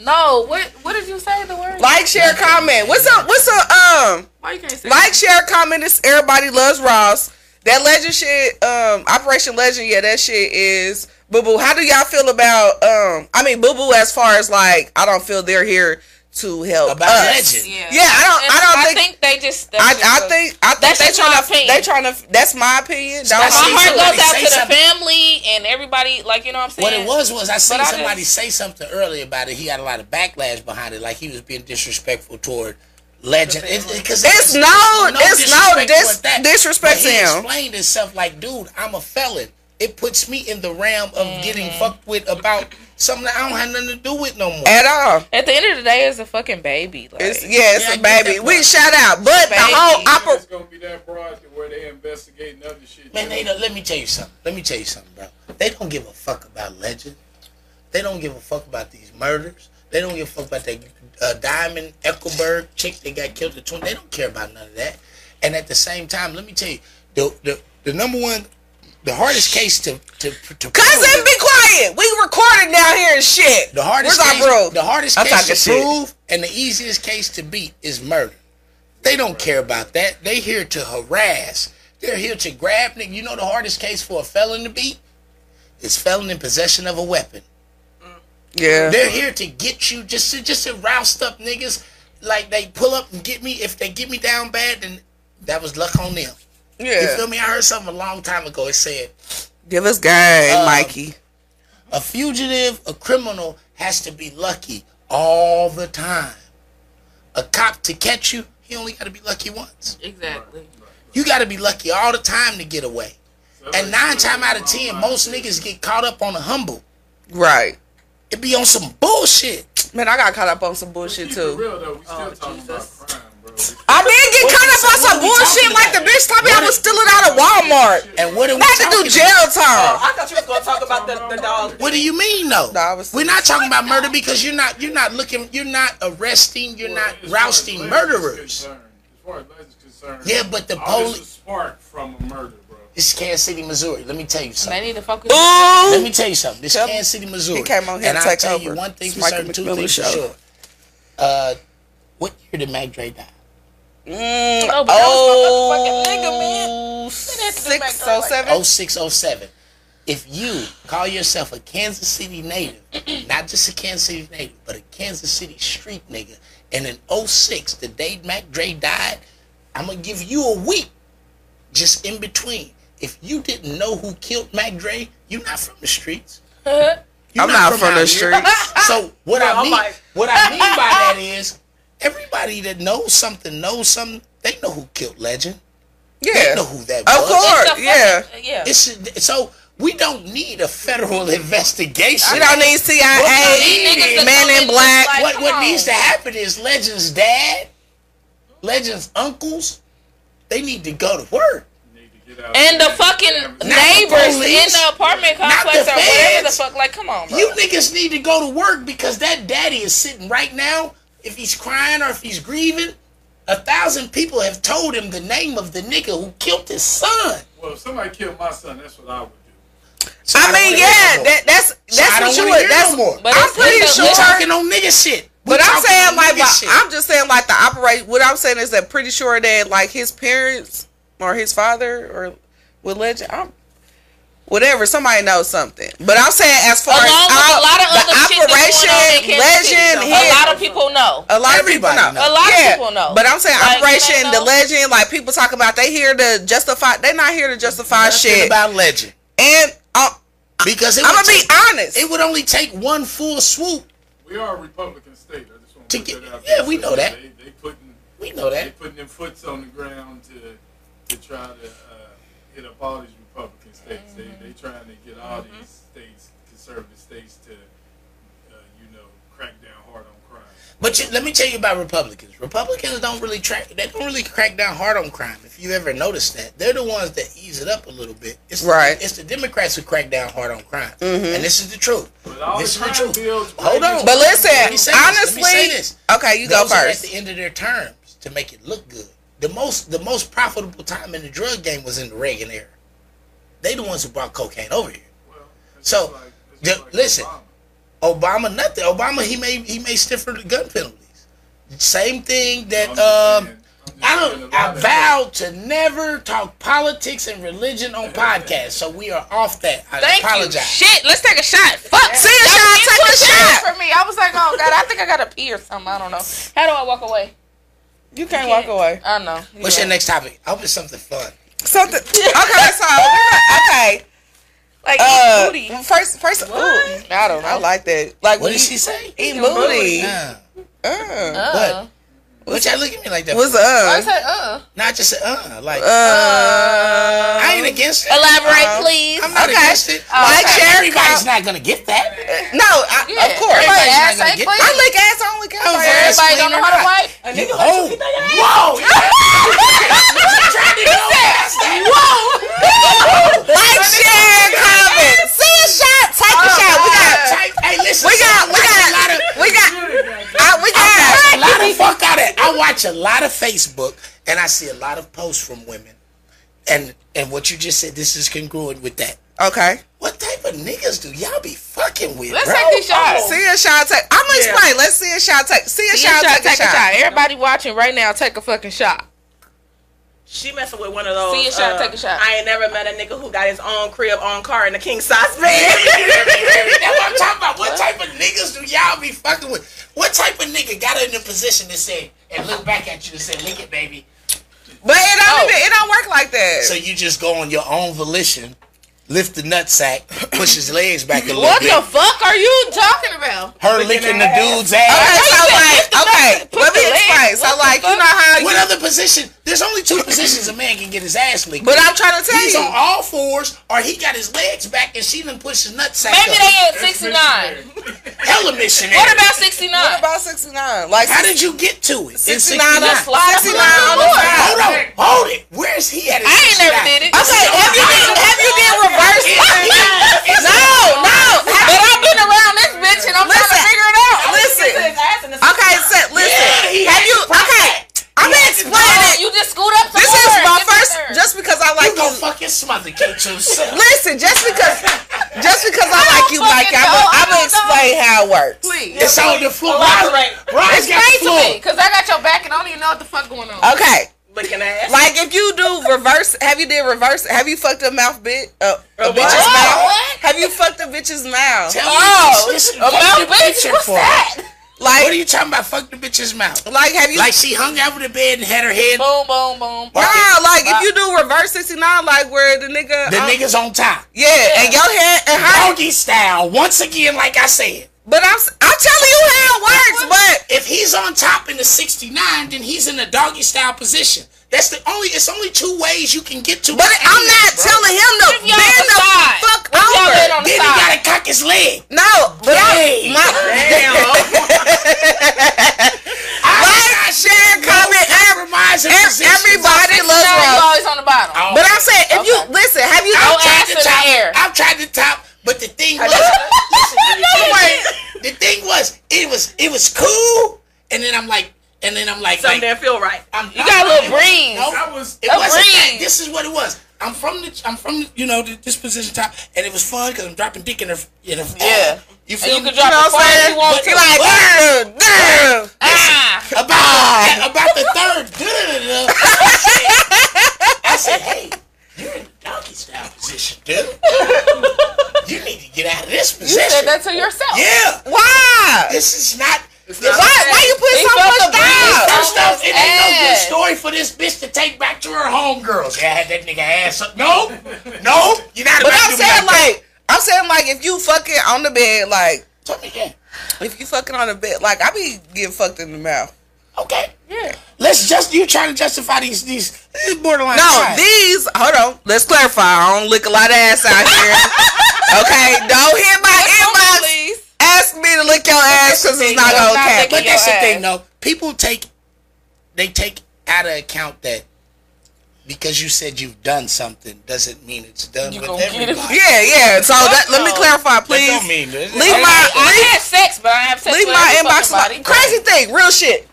[SPEAKER 4] No, what what did you say the word?
[SPEAKER 2] Like, share, comment. What's up? What's up? Um,
[SPEAKER 4] Why you can't say
[SPEAKER 2] like, share, comment. This everybody loves Ross. That legend shit, um, Operation Legend, yeah, that shit is boo boo. How do y'all feel about um? I mean, boo boo as far as like, I don't feel they're here to help
[SPEAKER 6] About
[SPEAKER 2] us.
[SPEAKER 6] legend.
[SPEAKER 4] Yeah.
[SPEAKER 2] Yeah, I don't.
[SPEAKER 4] And
[SPEAKER 2] I don't think.
[SPEAKER 4] they just. that's just
[SPEAKER 2] I, I
[SPEAKER 4] a-
[SPEAKER 2] think. I think
[SPEAKER 4] That's
[SPEAKER 2] they
[SPEAKER 4] just my
[SPEAKER 2] trying to.
[SPEAKER 4] opinion.
[SPEAKER 2] They trying to. That's my opinion. Don't
[SPEAKER 4] My
[SPEAKER 6] I see
[SPEAKER 4] heart
[SPEAKER 6] somebody
[SPEAKER 4] goes out
[SPEAKER 6] say
[SPEAKER 4] to the
[SPEAKER 6] something.
[SPEAKER 4] family and everybody. Like you know what I'm saying.
[SPEAKER 6] What it was was I seen
[SPEAKER 4] But I
[SPEAKER 6] somebody
[SPEAKER 4] just-
[SPEAKER 6] say something earlier about it. He got a lot of backlash behind it, like he was being disrespectful toward legend. It, it- 'cause
[SPEAKER 2] It's
[SPEAKER 6] there's
[SPEAKER 2] no- it's no
[SPEAKER 6] disrespect
[SPEAKER 2] dis-
[SPEAKER 6] toward that.
[SPEAKER 2] disrespect
[SPEAKER 6] But
[SPEAKER 2] to
[SPEAKER 6] he
[SPEAKER 2] him.
[SPEAKER 6] Explained himself like, dude, I'm a felon. It puts me in the realm of getting
[SPEAKER 4] Mm-hmm.
[SPEAKER 6] fucked with about something that I don't have nothing to do with no more.
[SPEAKER 2] at all.
[SPEAKER 4] At the end of the day, it's a fucking baby. Like,
[SPEAKER 2] It's, yeah, it's
[SPEAKER 6] Yeah, I
[SPEAKER 2] a
[SPEAKER 6] get
[SPEAKER 2] baby.
[SPEAKER 6] that
[SPEAKER 2] We
[SPEAKER 6] part.
[SPEAKER 2] shout out, but the
[SPEAKER 4] Baby.
[SPEAKER 2] whole
[SPEAKER 9] It's
[SPEAKER 2] opera.
[SPEAKER 9] gonna be that broad to where they investigating other shit.
[SPEAKER 6] Man, they don't, let me tell you something. Let me tell you something, bro. They don't give a fuck about legend. They don't give a fuck about these murders. They don't give a fuck about that uh, Diamond Eckelberg chick that got killed at 20. They don't care about none of that. And at the same time, let me tell you, the the, the number one, the hardest case to to, to
[SPEAKER 2] Cousin, be quiet. We recording down here and shit.
[SPEAKER 6] the hardest
[SPEAKER 2] Where's
[SPEAKER 6] case,
[SPEAKER 2] our bro?
[SPEAKER 6] the hardest
[SPEAKER 2] I'm talking
[SPEAKER 6] case to
[SPEAKER 2] shit.
[SPEAKER 6] prove and the easiest case to beat is murder. They don't care about that. They here to harass. They're here to grab nigga. You know the hardest case for a felon to beat is felon in possession of a weapon.
[SPEAKER 2] Yeah.
[SPEAKER 6] They're here to get you just to just to roust up niggas. Like they pull up and get me. If they get me down bad, then that was luck on them. You
[SPEAKER 2] Yeah.
[SPEAKER 6] feel me? I heard something a long time ago. It said
[SPEAKER 2] Give us game,
[SPEAKER 6] Uh,
[SPEAKER 2] Mikey.
[SPEAKER 6] A fugitive, a criminal has to be lucky all the time. A cop to catch you, he only got to be lucky once.
[SPEAKER 4] exactly.
[SPEAKER 6] You got to be lucky all the time to get away. And nine times out of ten, most niggas get caught up on the humble.
[SPEAKER 2] Right.
[SPEAKER 6] It be on some bullshit.
[SPEAKER 2] Man, I got caught up on some bullshit
[SPEAKER 9] Keep it
[SPEAKER 2] too.
[SPEAKER 9] real though. We
[SPEAKER 6] Oh,
[SPEAKER 9] still talking about crime, bro.
[SPEAKER 2] I did get
[SPEAKER 6] What
[SPEAKER 2] caught up
[SPEAKER 6] is-
[SPEAKER 2] on
[SPEAKER 6] what
[SPEAKER 2] some
[SPEAKER 6] are we
[SPEAKER 2] bullshit
[SPEAKER 6] talking
[SPEAKER 2] like the
[SPEAKER 6] about?
[SPEAKER 2] bitch told me I
[SPEAKER 6] What
[SPEAKER 2] was
[SPEAKER 6] is-
[SPEAKER 2] stealing out of Walmart.
[SPEAKER 6] And what are we
[SPEAKER 2] I had to
[SPEAKER 6] talking
[SPEAKER 2] do jail time.
[SPEAKER 7] I thought you was gonna talk about the, the dog.
[SPEAKER 6] What do you mean though?
[SPEAKER 2] No, I was-
[SPEAKER 6] We're not talking about murder because you're not you're not looking you're not arresting you're not
[SPEAKER 9] As far as
[SPEAKER 6] rousting
[SPEAKER 9] Blaze is concerned,
[SPEAKER 6] murderers.
[SPEAKER 9] As far as Blaze is concerned,
[SPEAKER 6] Yeah, but the
[SPEAKER 9] all this
[SPEAKER 6] police.
[SPEAKER 9] is spark from a murder, bro.
[SPEAKER 6] This is Kansas City, Missouri. Let me tell you something.
[SPEAKER 4] They need to focus.
[SPEAKER 6] Let me tell you something. This
[SPEAKER 2] Tell me.
[SPEAKER 6] Kansas City, Missouri.
[SPEAKER 2] He came on here
[SPEAKER 6] and
[SPEAKER 2] to
[SPEAKER 6] I'll
[SPEAKER 2] take
[SPEAKER 6] tell
[SPEAKER 2] over.
[SPEAKER 6] you one thing
[SPEAKER 2] It's
[SPEAKER 6] for
[SPEAKER 2] Michael
[SPEAKER 6] certain, two
[SPEAKER 2] McMillan
[SPEAKER 6] things for
[SPEAKER 2] show.
[SPEAKER 6] sure. Uh, what year did Mac Dre die?
[SPEAKER 4] No, but
[SPEAKER 2] Oh,
[SPEAKER 4] that was my motherfucking nigga, man.
[SPEAKER 2] six oh seven.
[SPEAKER 6] 06, 07. If you call yourself a Kansas City native, not just a Kansas City native, but a Kansas City street nigga, and in 06, the day Mac Dre died, I'm going to give you a week just in between. If you didn't know who killed Mac Dre, you're not from the streets. You're
[SPEAKER 2] I'm not from the
[SPEAKER 6] out here.
[SPEAKER 2] streets.
[SPEAKER 6] So what I
[SPEAKER 7] I'm
[SPEAKER 6] mean,
[SPEAKER 7] like-
[SPEAKER 6] what I mean by that is, everybody that knows something knows something. They know who killed Legend. They know
[SPEAKER 2] Yeah.
[SPEAKER 6] who that
[SPEAKER 2] Of
[SPEAKER 6] was.
[SPEAKER 2] course. yeah.
[SPEAKER 4] Yeah.
[SPEAKER 6] It's, so we don't need a federal investigation.
[SPEAKER 2] We don't need CIA,
[SPEAKER 4] Niggas that come
[SPEAKER 2] Men in
[SPEAKER 4] look
[SPEAKER 2] Black.
[SPEAKER 4] like-
[SPEAKER 6] what what
[SPEAKER 4] come
[SPEAKER 6] needs to
[SPEAKER 4] on.
[SPEAKER 6] happen is Legend's dad, Legend's uncles, they need to go to work.
[SPEAKER 9] Need to get out.
[SPEAKER 4] And the
[SPEAKER 9] there.
[SPEAKER 4] fucking
[SPEAKER 9] Not the
[SPEAKER 4] neighbors in
[SPEAKER 6] police.
[SPEAKER 4] the apartment
[SPEAKER 6] Not the
[SPEAKER 4] complex or whatever the
[SPEAKER 6] feds.
[SPEAKER 4] fuck. Like, come on, bro.
[SPEAKER 6] You niggas need to go to work because that daddy is sitting right now. If he's crying or if he's grieving, a thousand people have told him the name of the nigga who killed his son.
[SPEAKER 9] Well, if somebody killed my son, that's what I would do.
[SPEAKER 6] So
[SPEAKER 2] I
[SPEAKER 6] don't
[SPEAKER 2] mean,
[SPEAKER 6] wanna
[SPEAKER 2] yeah,
[SPEAKER 6] hear no more.
[SPEAKER 2] that, that's
[SPEAKER 6] So
[SPEAKER 2] that's
[SPEAKER 6] I don't
[SPEAKER 2] what you
[SPEAKER 6] wanna
[SPEAKER 2] would.
[SPEAKER 6] hear
[SPEAKER 2] that's
[SPEAKER 6] no more.
[SPEAKER 4] But
[SPEAKER 2] I'm
[SPEAKER 4] it's-
[SPEAKER 2] pretty
[SPEAKER 4] it's a-
[SPEAKER 2] sure.
[SPEAKER 6] we talking on nigga shit. We
[SPEAKER 2] But I'm
[SPEAKER 6] talking
[SPEAKER 2] saying
[SPEAKER 6] on
[SPEAKER 2] like,
[SPEAKER 6] nigga
[SPEAKER 2] but
[SPEAKER 6] shit.
[SPEAKER 2] I'm just saying like the operate. What I'm saying is that pretty sure that like his parents or his father or with legend, I'm, whatever. Somebody knows something. But I'm saying as far
[SPEAKER 4] Along
[SPEAKER 2] as
[SPEAKER 4] with a
[SPEAKER 2] out-
[SPEAKER 4] lot of
[SPEAKER 2] the
[SPEAKER 4] other shit that's going on in
[SPEAKER 2] operation,
[SPEAKER 4] Kansas City,
[SPEAKER 2] legend,
[SPEAKER 4] though.
[SPEAKER 2] him,
[SPEAKER 4] A lot of people know.
[SPEAKER 2] a lot of people
[SPEAKER 6] Everybody
[SPEAKER 2] know.
[SPEAKER 6] knows.
[SPEAKER 4] A lot of people know.
[SPEAKER 2] But I'm saying
[SPEAKER 4] Like, you
[SPEAKER 2] operation,
[SPEAKER 4] don't
[SPEAKER 2] the
[SPEAKER 4] know?
[SPEAKER 2] legend, like people talk about, they here to justify. They not here to justify
[SPEAKER 6] Nothing
[SPEAKER 2] shit.
[SPEAKER 6] about legend
[SPEAKER 2] and uh,
[SPEAKER 6] because it
[SPEAKER 2] I'm
[SPEAKER 6] would
[SPEAKER 2] gonna be
[SPEAKER 6] take-
[SPEAKER 2] honest.
[SPEAKER 6] It would only take one full swoop.
[SPEAKER 9] We are a Republican state. I just want
[SPEAKER 6] To
[SPEAKER 9] to, put
[SPEAKER 6] get-
[SPEAKER 9] that out
[SPEAKER 6] yeah,
[SPEAKER 9] there.
[SPEAKER 6] we know that.
[SPEAKER 9] They, they putting
[SPEAKER 6] We know
[SPEAKER 9] they
[SPEAKER 6] that.
[SPEAKER 9] putting their foots on the ground to to try to uh, hit up all these Republican states.
[SPEAKER 6] Mm-hmm.
[SPEAKER 9] They they trying to get all these states, conservative states, to uh, you know crack down hard on crime.
[SPEAKER 6] But you, let me tell you about Republicans. Republicans don't really track. They don't really crack down hard on crime. If you ever noticed that, they're the ones that ease it up a little bit. It's the,
[SPEAKER 2] Right. Mm-hmm.
[SPEAKER 6] It's the Democrats who crack down hard on crime, and this is the truth.
[SPEAKER 9] But all
[SPEAKER 6] This
[SPEAKER 9] the
[SPEAKER 6] is the
[SPEAKER 9] crime
[SPEAKER 6] truth.
[SPEAKER 9] bills.
[SPEAKER 6] Hold on.
[SPEAKER 2] But listen,
[SPEAKER 6] Oh, Let me say this, let
[SPEAKER 2] honestly,
[SPEAKER 6] me say this.
[SPEAKER 2] okay, you go
[SPEAKER 6] Those are at
[SPEAKER 2] first.
[SPEAKER 6] the end of their terms to make it look good. The most the most profitable time in the drug game was in the Reagan era. They the ones who brought cocaine over here.
[SPEAKER 9] Well, it's
[SPEAKER 6] So,
[SPEAKER 9] just like- it's
[SPEAKER 6] the-
[SPEAKER 9] just like
[SPEAKER 6] listen.
[SPEAKER 9] Obama.
[SPEAKER 6] Obama nothing. Obama he made he made stiffer gun penalties. Same thing that
[SPEAKER 9] I'm just
[SPEAKER 6] um
[SPEAKER 9] saying-
[SPEAKER 6] I don't. I vow to never talk politics and religion on podcasts, so we are off that. I
[SPEAKER 4] Thank you.
[SPEAKER 6] apologize.
[SPEAKER 4] Shit, let's take a shot. Fuck, see a shot.
[SPEAKER 2] Sean, take a shot.
[SPEAKER 4] for me. I was like, oh god, I think I gotta pee or something. I don't know. How do I walk away?
[SPEAKER 2] You can't walk away.
[SPEAKER 4] I know.
[SPEAKER 6] What's your next topic? I hope it's something fun.
[SPEAKER 2] Something. Okay, so okay.
[SPEAKER 4] Like eat
[SPEAKER 2] Uh,
[SPEAKER 4] booty.
[SPEAKER 2] first, first. Ooh, I don't. know. I like that. Like
[SPEAKER 6] What
[SPEAKER 2] we
[SPEAKER 6] did she say?
[SPEAKER 2] Eat booty.
[SPEAKER 6] Uh,
[SPEAKER 2] Uh,
[SPEAKER 4] Uh.
[SPEAKER 6] what y'all look at me like that?
[SPEAKER 2] what's
[SPEAKER 6] What's
[SPEAKER 4] I
[SPEAKER 2] up?
[SPEAKER 4] said, uh.
[SPEAKER 6] Not just uh, like
[SPEAKER 2] Uh,
[SPEAKER 6] I ain't against it.
[SPEAKER 4] Elaborate,
[SPEAKER 2] Uh,
[SPEAKER 4] please.
[SPEAKER 6] I'm not
[SPEAKER 2] okay. Uh,
[SPEAKER 6] against it.
[SPEAKER 2] like share.
[SPEAKER 6] Everybody's not gonna get that.
[SPEAKER 2] No, I,
[SPEAKER 4] Yeah,
[SPEAKER 2] of course.
[SPEAKER 4] Everybody,
[SPEAKER 6] Everybody's
[SPEAKER 4] ass
[SPEAKER 6] not gonna
[SPEAKER 4] ain't
[SPEAKER 6] get-
[SPEAKER 4] clean.
[SPEAKER 2] I lick ass. I don't lick
[SPEAKER 6] Oh,
[SPEAKER 2] ass.
[SPEAKER 6] ass.
[SPEAKER 4] Everybody don't know how to wipe.
[SPEAKER 6] You- oh, whoa!
[SPEAKER 2] Like, share, comment. See a shot. Take a shot. We got.
[SPEAKER 6] Oh, Hey, listen.
[SPEAKER 2] We got.
[SPEAKER 6] son,
[SPEAKER 2] We
[SPEAKER 6] I watch
[SPEAKER 2] got.
[SPEAKER 6] A lot of,
[SPEAKER 2] We got. I- We
[SPEAKER 6] I
[SPEAKER 2] got.
[SPEAKER 6] watch a lot of fuck out of. I watch a lot of Facebook, and I see a lot of posts from women, and and what you just said. This is congruent with that.
[SPEAKER 2] Okay.
[SPEAKER 6] What type of niggas do y'all be fucking with,
[SPEAKER 4] Let's
[SPEAKER 6] bro?
[SPEAKER 4] take these shots.
[SPEAKER 2] See a shot. Take. I'm gonna explain. Let's see a shot. Take. See a
[SPEAKER 4] Take
[SPEAKER 2] shot. Take a shot.
[SPEAKER 4] Everybody watching right now, take a fucking shot.
[SPEAKER 7] She messing with one of those.
[SPEAKER 4] See a shot,
[SPEAKER 7] uh,
[SPEAKER 4] take a shot.
[SPEAKER 7] I ain't never met a nigga who got his own crib, own car, and a king size bed.
[SPEAKER 6] That's what I'm talking about. What type of niggas do y'all be fucking with? What type of nigga got in a position to say and look back at you and say, "Look it, baby."
[SPEAKER 2] But it don't. Even, it don't work like that.
[SPEAKER 6] So you just go on your own volition, lift the nutsack, push his legs back a little
[SPEAKER 4] What
[SPEAKER 6] bit.
[SPEAKER 4] the fuck are you talking about?
[SPEAKER 6] her licking the dude's ass.
[SPEAKER 2] Okay, so like, okay,
[SPEAKER 4] put
[SPEAKER 2] let me
[SPEAKER 4] the leg-
[SPEAKER 2] explain. So like, you know how
[SPEAKER 6] What
[SPEAKER 2] you,
[SPEAKER 6] other position? There's only two positions a man can get his ass licked.
[SPEAKER 2] but I'm trying to tell
[SPEAKER 6] he's on
[SPEAKER 2] you,
[SPEAKER 6] all fours, or he got his legs back and she done pushed his nutsack.
[SPEAKER 4] Maybe
[SPEAKER 6] up.
[SPEAKER 4] they at 69.
[SPEAKER 6] hella missionary.
[SPEAKER 4] What about 69?
[SPEAKER 2] what about 69? Like,
[SPEAKER 6] How did you get to it? It's
[SPEAKER 2] 69 that's
[SPEAKER 4] Slide up a
[SPEAKER 2] 69
[SPEAKER 4] little
[SPEAKER 2] on the
[SPEAKER 4] more.
[SPEAKER 2] side.
[SPEAKER 6] Hold on, hold it. Where is he at?
[SPEAKER 4] I ain't never did it.
[SPEAKER 2] Okay, have you been, have you been reversed? No, no.
[SPEAKER 4] But I've been around this bitch and I'm trying
[SPEAKER 2] Listen.
[SPEAKER 4] to figure it out.
[SPEAKER 2] Listen. Okay, so, listen.
[SPEAKER 6] Yeah, he
[SPEAKER 2] Have
[SPEAKER 6] had
[SPEAKER 2] you,
[SPEAKER 6] to press
[SPEAKER 2] okay, I'm gonna explain
[SPEAKER 4] Oh,
[SPEAKER 2] it.
[SPEAKER 4] you just scoot up some
[SPEAKER 2] This is
[SPEAKER 4] more.
[SPEAKER 2] my
[SPEAKER 4] Get some
[SPEAKER 2] first,
[SPEAKER 4] dirt.
[SPEAKER 2] just because I
[SPEAKER 6] You
[SPEAKER 2] like
[SPEAKER 6] gonna
[SPEAKER 2] you.
[SPEAKER 6] fucking smother K2 yourself.
[SPEAKER 2] Listen, just because, just because I like you,
[SPEAKER 4] fucking
[SPEAKER 2] like I'm
[SPEAKER 4] know.
[SPEAKER 2] gonna, I'm
[SPEAKER 4] I
[SPEAKER 2] gonna
[SPEAKER 4] don't know.
[SPEAKER 2] explain how it works.
[SPEAKER 4] Please.
[SPEAKER 6] It's on the floor.
[SPEAKER 7] Elaborate.
[SPEAKER 6] Ryan's got the
[SPEAKER 4] Explain to me,
[SPEAKER 6] floor.
[SPEAKER 4] because I got your back and I don't even know what the fuck going on.
[SPEAKER 2] Okay.
[SPEAKER 7] Licking ass.
[SPEAKER 2] Like if you do reverse, have you did reverse? Have you fucked a mouth bit? Uh, a
[SPEAKER 7] what?
[SPEAKER 2] bitch's
[SPEAKER 7] Oh,
[SPEAKER 2] mouth?
[SPEAKER 4] what?
[SPEAKER 2] Have you fucked a bitch's mouth?
[SPEAKER 6] Tell me
[SPEAKER 4] Oh,
[SPEAKER 6] this- this is
[SPEAKER 4] a
[SPEAKER 6] what
[SPEAKER 4] mouth
[SPEAKER 6] the
[SPEAKER 4] bitch?
[SPEAKER 6] picture
[SPEAKER 4] What's
[SPEAKER 6] for.
[SPEAKER 4] that?
[SPEAKER 6] What are
[SPEAKER 2] Like,
[SPEAKER 6] you talking about? Fuck the bitch's mouth.
[SPEAKER 2] like have you?
[SPEAKER 6] Like she hung out with the bed and had her head.
[SPEAKER 4] Boom, boom, boom.
[SPEAKER 2] nah, like if you do reverse sixty nine, like where the nigga,
[SPEAKER 6] The
[SPEAKER 2] um,
[SPEAKER 6] niggas on top.
[SPEAKER 2] yeah, and your head and her.
[SPEAKER 6] Doggy style. Once again, like I said,
[SPEAKER 2] But I'm, s- I'm telling you how it works. But
[SPEAKER 6] if he's on top in the 69, then he's in a doggy style position. That's the only. It's only two ways you can get to.
[SPEAKER 2] but
[SPEAKER 6] it.
[SPEAKER 2] I'm not telling him to
[SPEAKER 4] y'all
[SPEAKER 2] bend the
[SPEAKER 4] decide?
[SPEAKER 2] fuck
[SPEAKER 4] Y'all been
[SPEAKER 2] over.
[SPEAKER 4] on the
[SPEAKER 6] Then he
[SPEAKER 4] side.
[SPEAKER 6] gotta cock his leg.
[SPEAKER 2] No, but I'm
[SPEAKER 6] Hey.
[SPEAKER 2] my like, share, comment, every,
[SPEAKER 6] Compromise and position.
[SPEAKER 2] everybody
[SPEAKER 4] Now
[SPEAKER 2] loves
[SPEAKER 4] you
[SPEAKER 2] Ross.
[SPEAKER 4] always on the bottom.
[SPEAKER 6] Oh.
[SPEAKER 2] But I'm saying, if you
[SPEAKER 4] Okay.
[SPEAKER 2] listen, have you?
[SPEAKER 6] I've
[SPEAKER 4] ass
[SPEAKER 6] tried
[SPEAKER 4] in
[SPEAKER 6] to
[SPEAKER 4] the
[SPEAKER 6] top.
[SPEAKER 4] air.
[SPEAKER 6] I've tried to top, but the thing was, listen,
[SPEAKER 4] Another way.
[SPEAKER 6] the thing was, it was it was cool, and then I'm like, and then I'm like,
[SPEAKER 7] Something
[SPEAKER 6] like,
[SPEAKER 7] didn't feel right.
[SPEAKER 6] I'm,
[SPEAKER 4] You got a little breeze.
[SPEAKER 9] I was
[SPEAKER 6] It wasn't that.
[SPEAKER 4] breeze.
[SPEAKER 6] This is what it was. I'm from the, I'm from you know the, this position top, and it was fun because I'm dropping dick in her, in her.
[SPEAKER 4] Yeah.
[SPEAKER 6] you feel
[SPEAKER 4] And you
[SPEAKER 6] me?
[SPEAKER 4] can drop
[SPEAKER 2] know
[SPEAKER 4] as
[SPEAKER 2] what I'm
[SPEAKER 4] far as
[SPEAKER 2] saying?
[SPEAKER 4] you want
[SPEAKER 6] But-
[SPEAKER 4] to.
[SPEAKER 2] like, damn,
[SPEAKER 6] What?
[SPEAKER 2] damn.
[SPEAKER 4] Ah,
[SPEAKER 6] about the, about the third. duh-duh-duh-duh, I said- I said, hey, you're in the doggy style position, dude. You need to get out of this
[SPEAKER 4] you said
[SPEAKER 6] position.
[SPEAKER 4] that to yourself.
[SPEAKER 6] yeah,
[SPEAKER 2] Why?
[SPEAKER 6] this is not. This,
[SPEAKER 2] Why? Why you put
[SPEAKER 4] He
[SPEAKER 2] so
[SPEAKER 4] felt
[SPEAKER 2] much
[SPEAKER 4] the breeze.
[SPEAKER 2] down?
[SPEAKER 6] First off, it ain't no good
[SPEAKER 4] Ass.
[SPEAKER 6] story for this bitch to take back to her homegirls. Yeah, I had that nigga ass up. No, no, you're not.
[SPEAKER 2] But
[SPEAKER 6] about
[SPEAKER 2] I'm
[SPEAKER 6] to do
[SPEAKER 2] saying
[SPEAKER 6] that.
[SPEAKER 2] like, I'm saying like, if you fucking on the bed, like,
[SPEAKER 6] Tell me again.
[SPEAKER 2] if you fucking on the bed, like, I be getting fucked in the mouth.
[SPEAKER 6] Okay. Yeah. Let's just you trying to justify these these this is borderline.
[SPEAKER 2] No,
[SPEAKER 6] crime.
[SPEAKER 2] these. Hold on. Let's clarify. I don't lick a lot of ass out here. okay, don't hit my inbox.
[SPEAKER 4] Please.
[SPEAKER 2] Ask me to lick your ass because it's not
[SPEAKER 4] I'm not
[SPEAKER 2] okay.
[SPEAKER 4] licking
[SPEAKER 6] but
[SPEAKER 4] your
[SPEAKER 6] that's the
[SPEAKER 4] ass.
[SPEAKER 6] thing though. People take they take out of account that because you said you've done something doesn't mean it's done
[SPEAKER 4] You
[SPEAKER 6] with
[SPEAKER 4] gonna get it.
[SPEAKER 6] everybody.
[SPEAKER 2] Yeah, yeah. So that, let me
[SPEAKER 4] no.
[SPEAKER 2] clarify,
[SPEAKER 6] That
[SPEAKER 2] please.
[SPEAKER 6] don't mean this.
[SPEAKER 2] Leave
[SPEAKER 6] Hey,
[SPEAKER 2] my-
[SPEAKER 4] I had sex, but I have sex
[SPEAKER 2] Leave
[SPEAKER 4] with
[SPEAKER 2] my
[SPEAKER 4] every
[SPEAKER 2] inbox
[SPEAKER 4] fucking
[SPEAKER 2] alone.
[SPEAKER 4] body.
[SPEAKER 2] Crazy thing, real shit.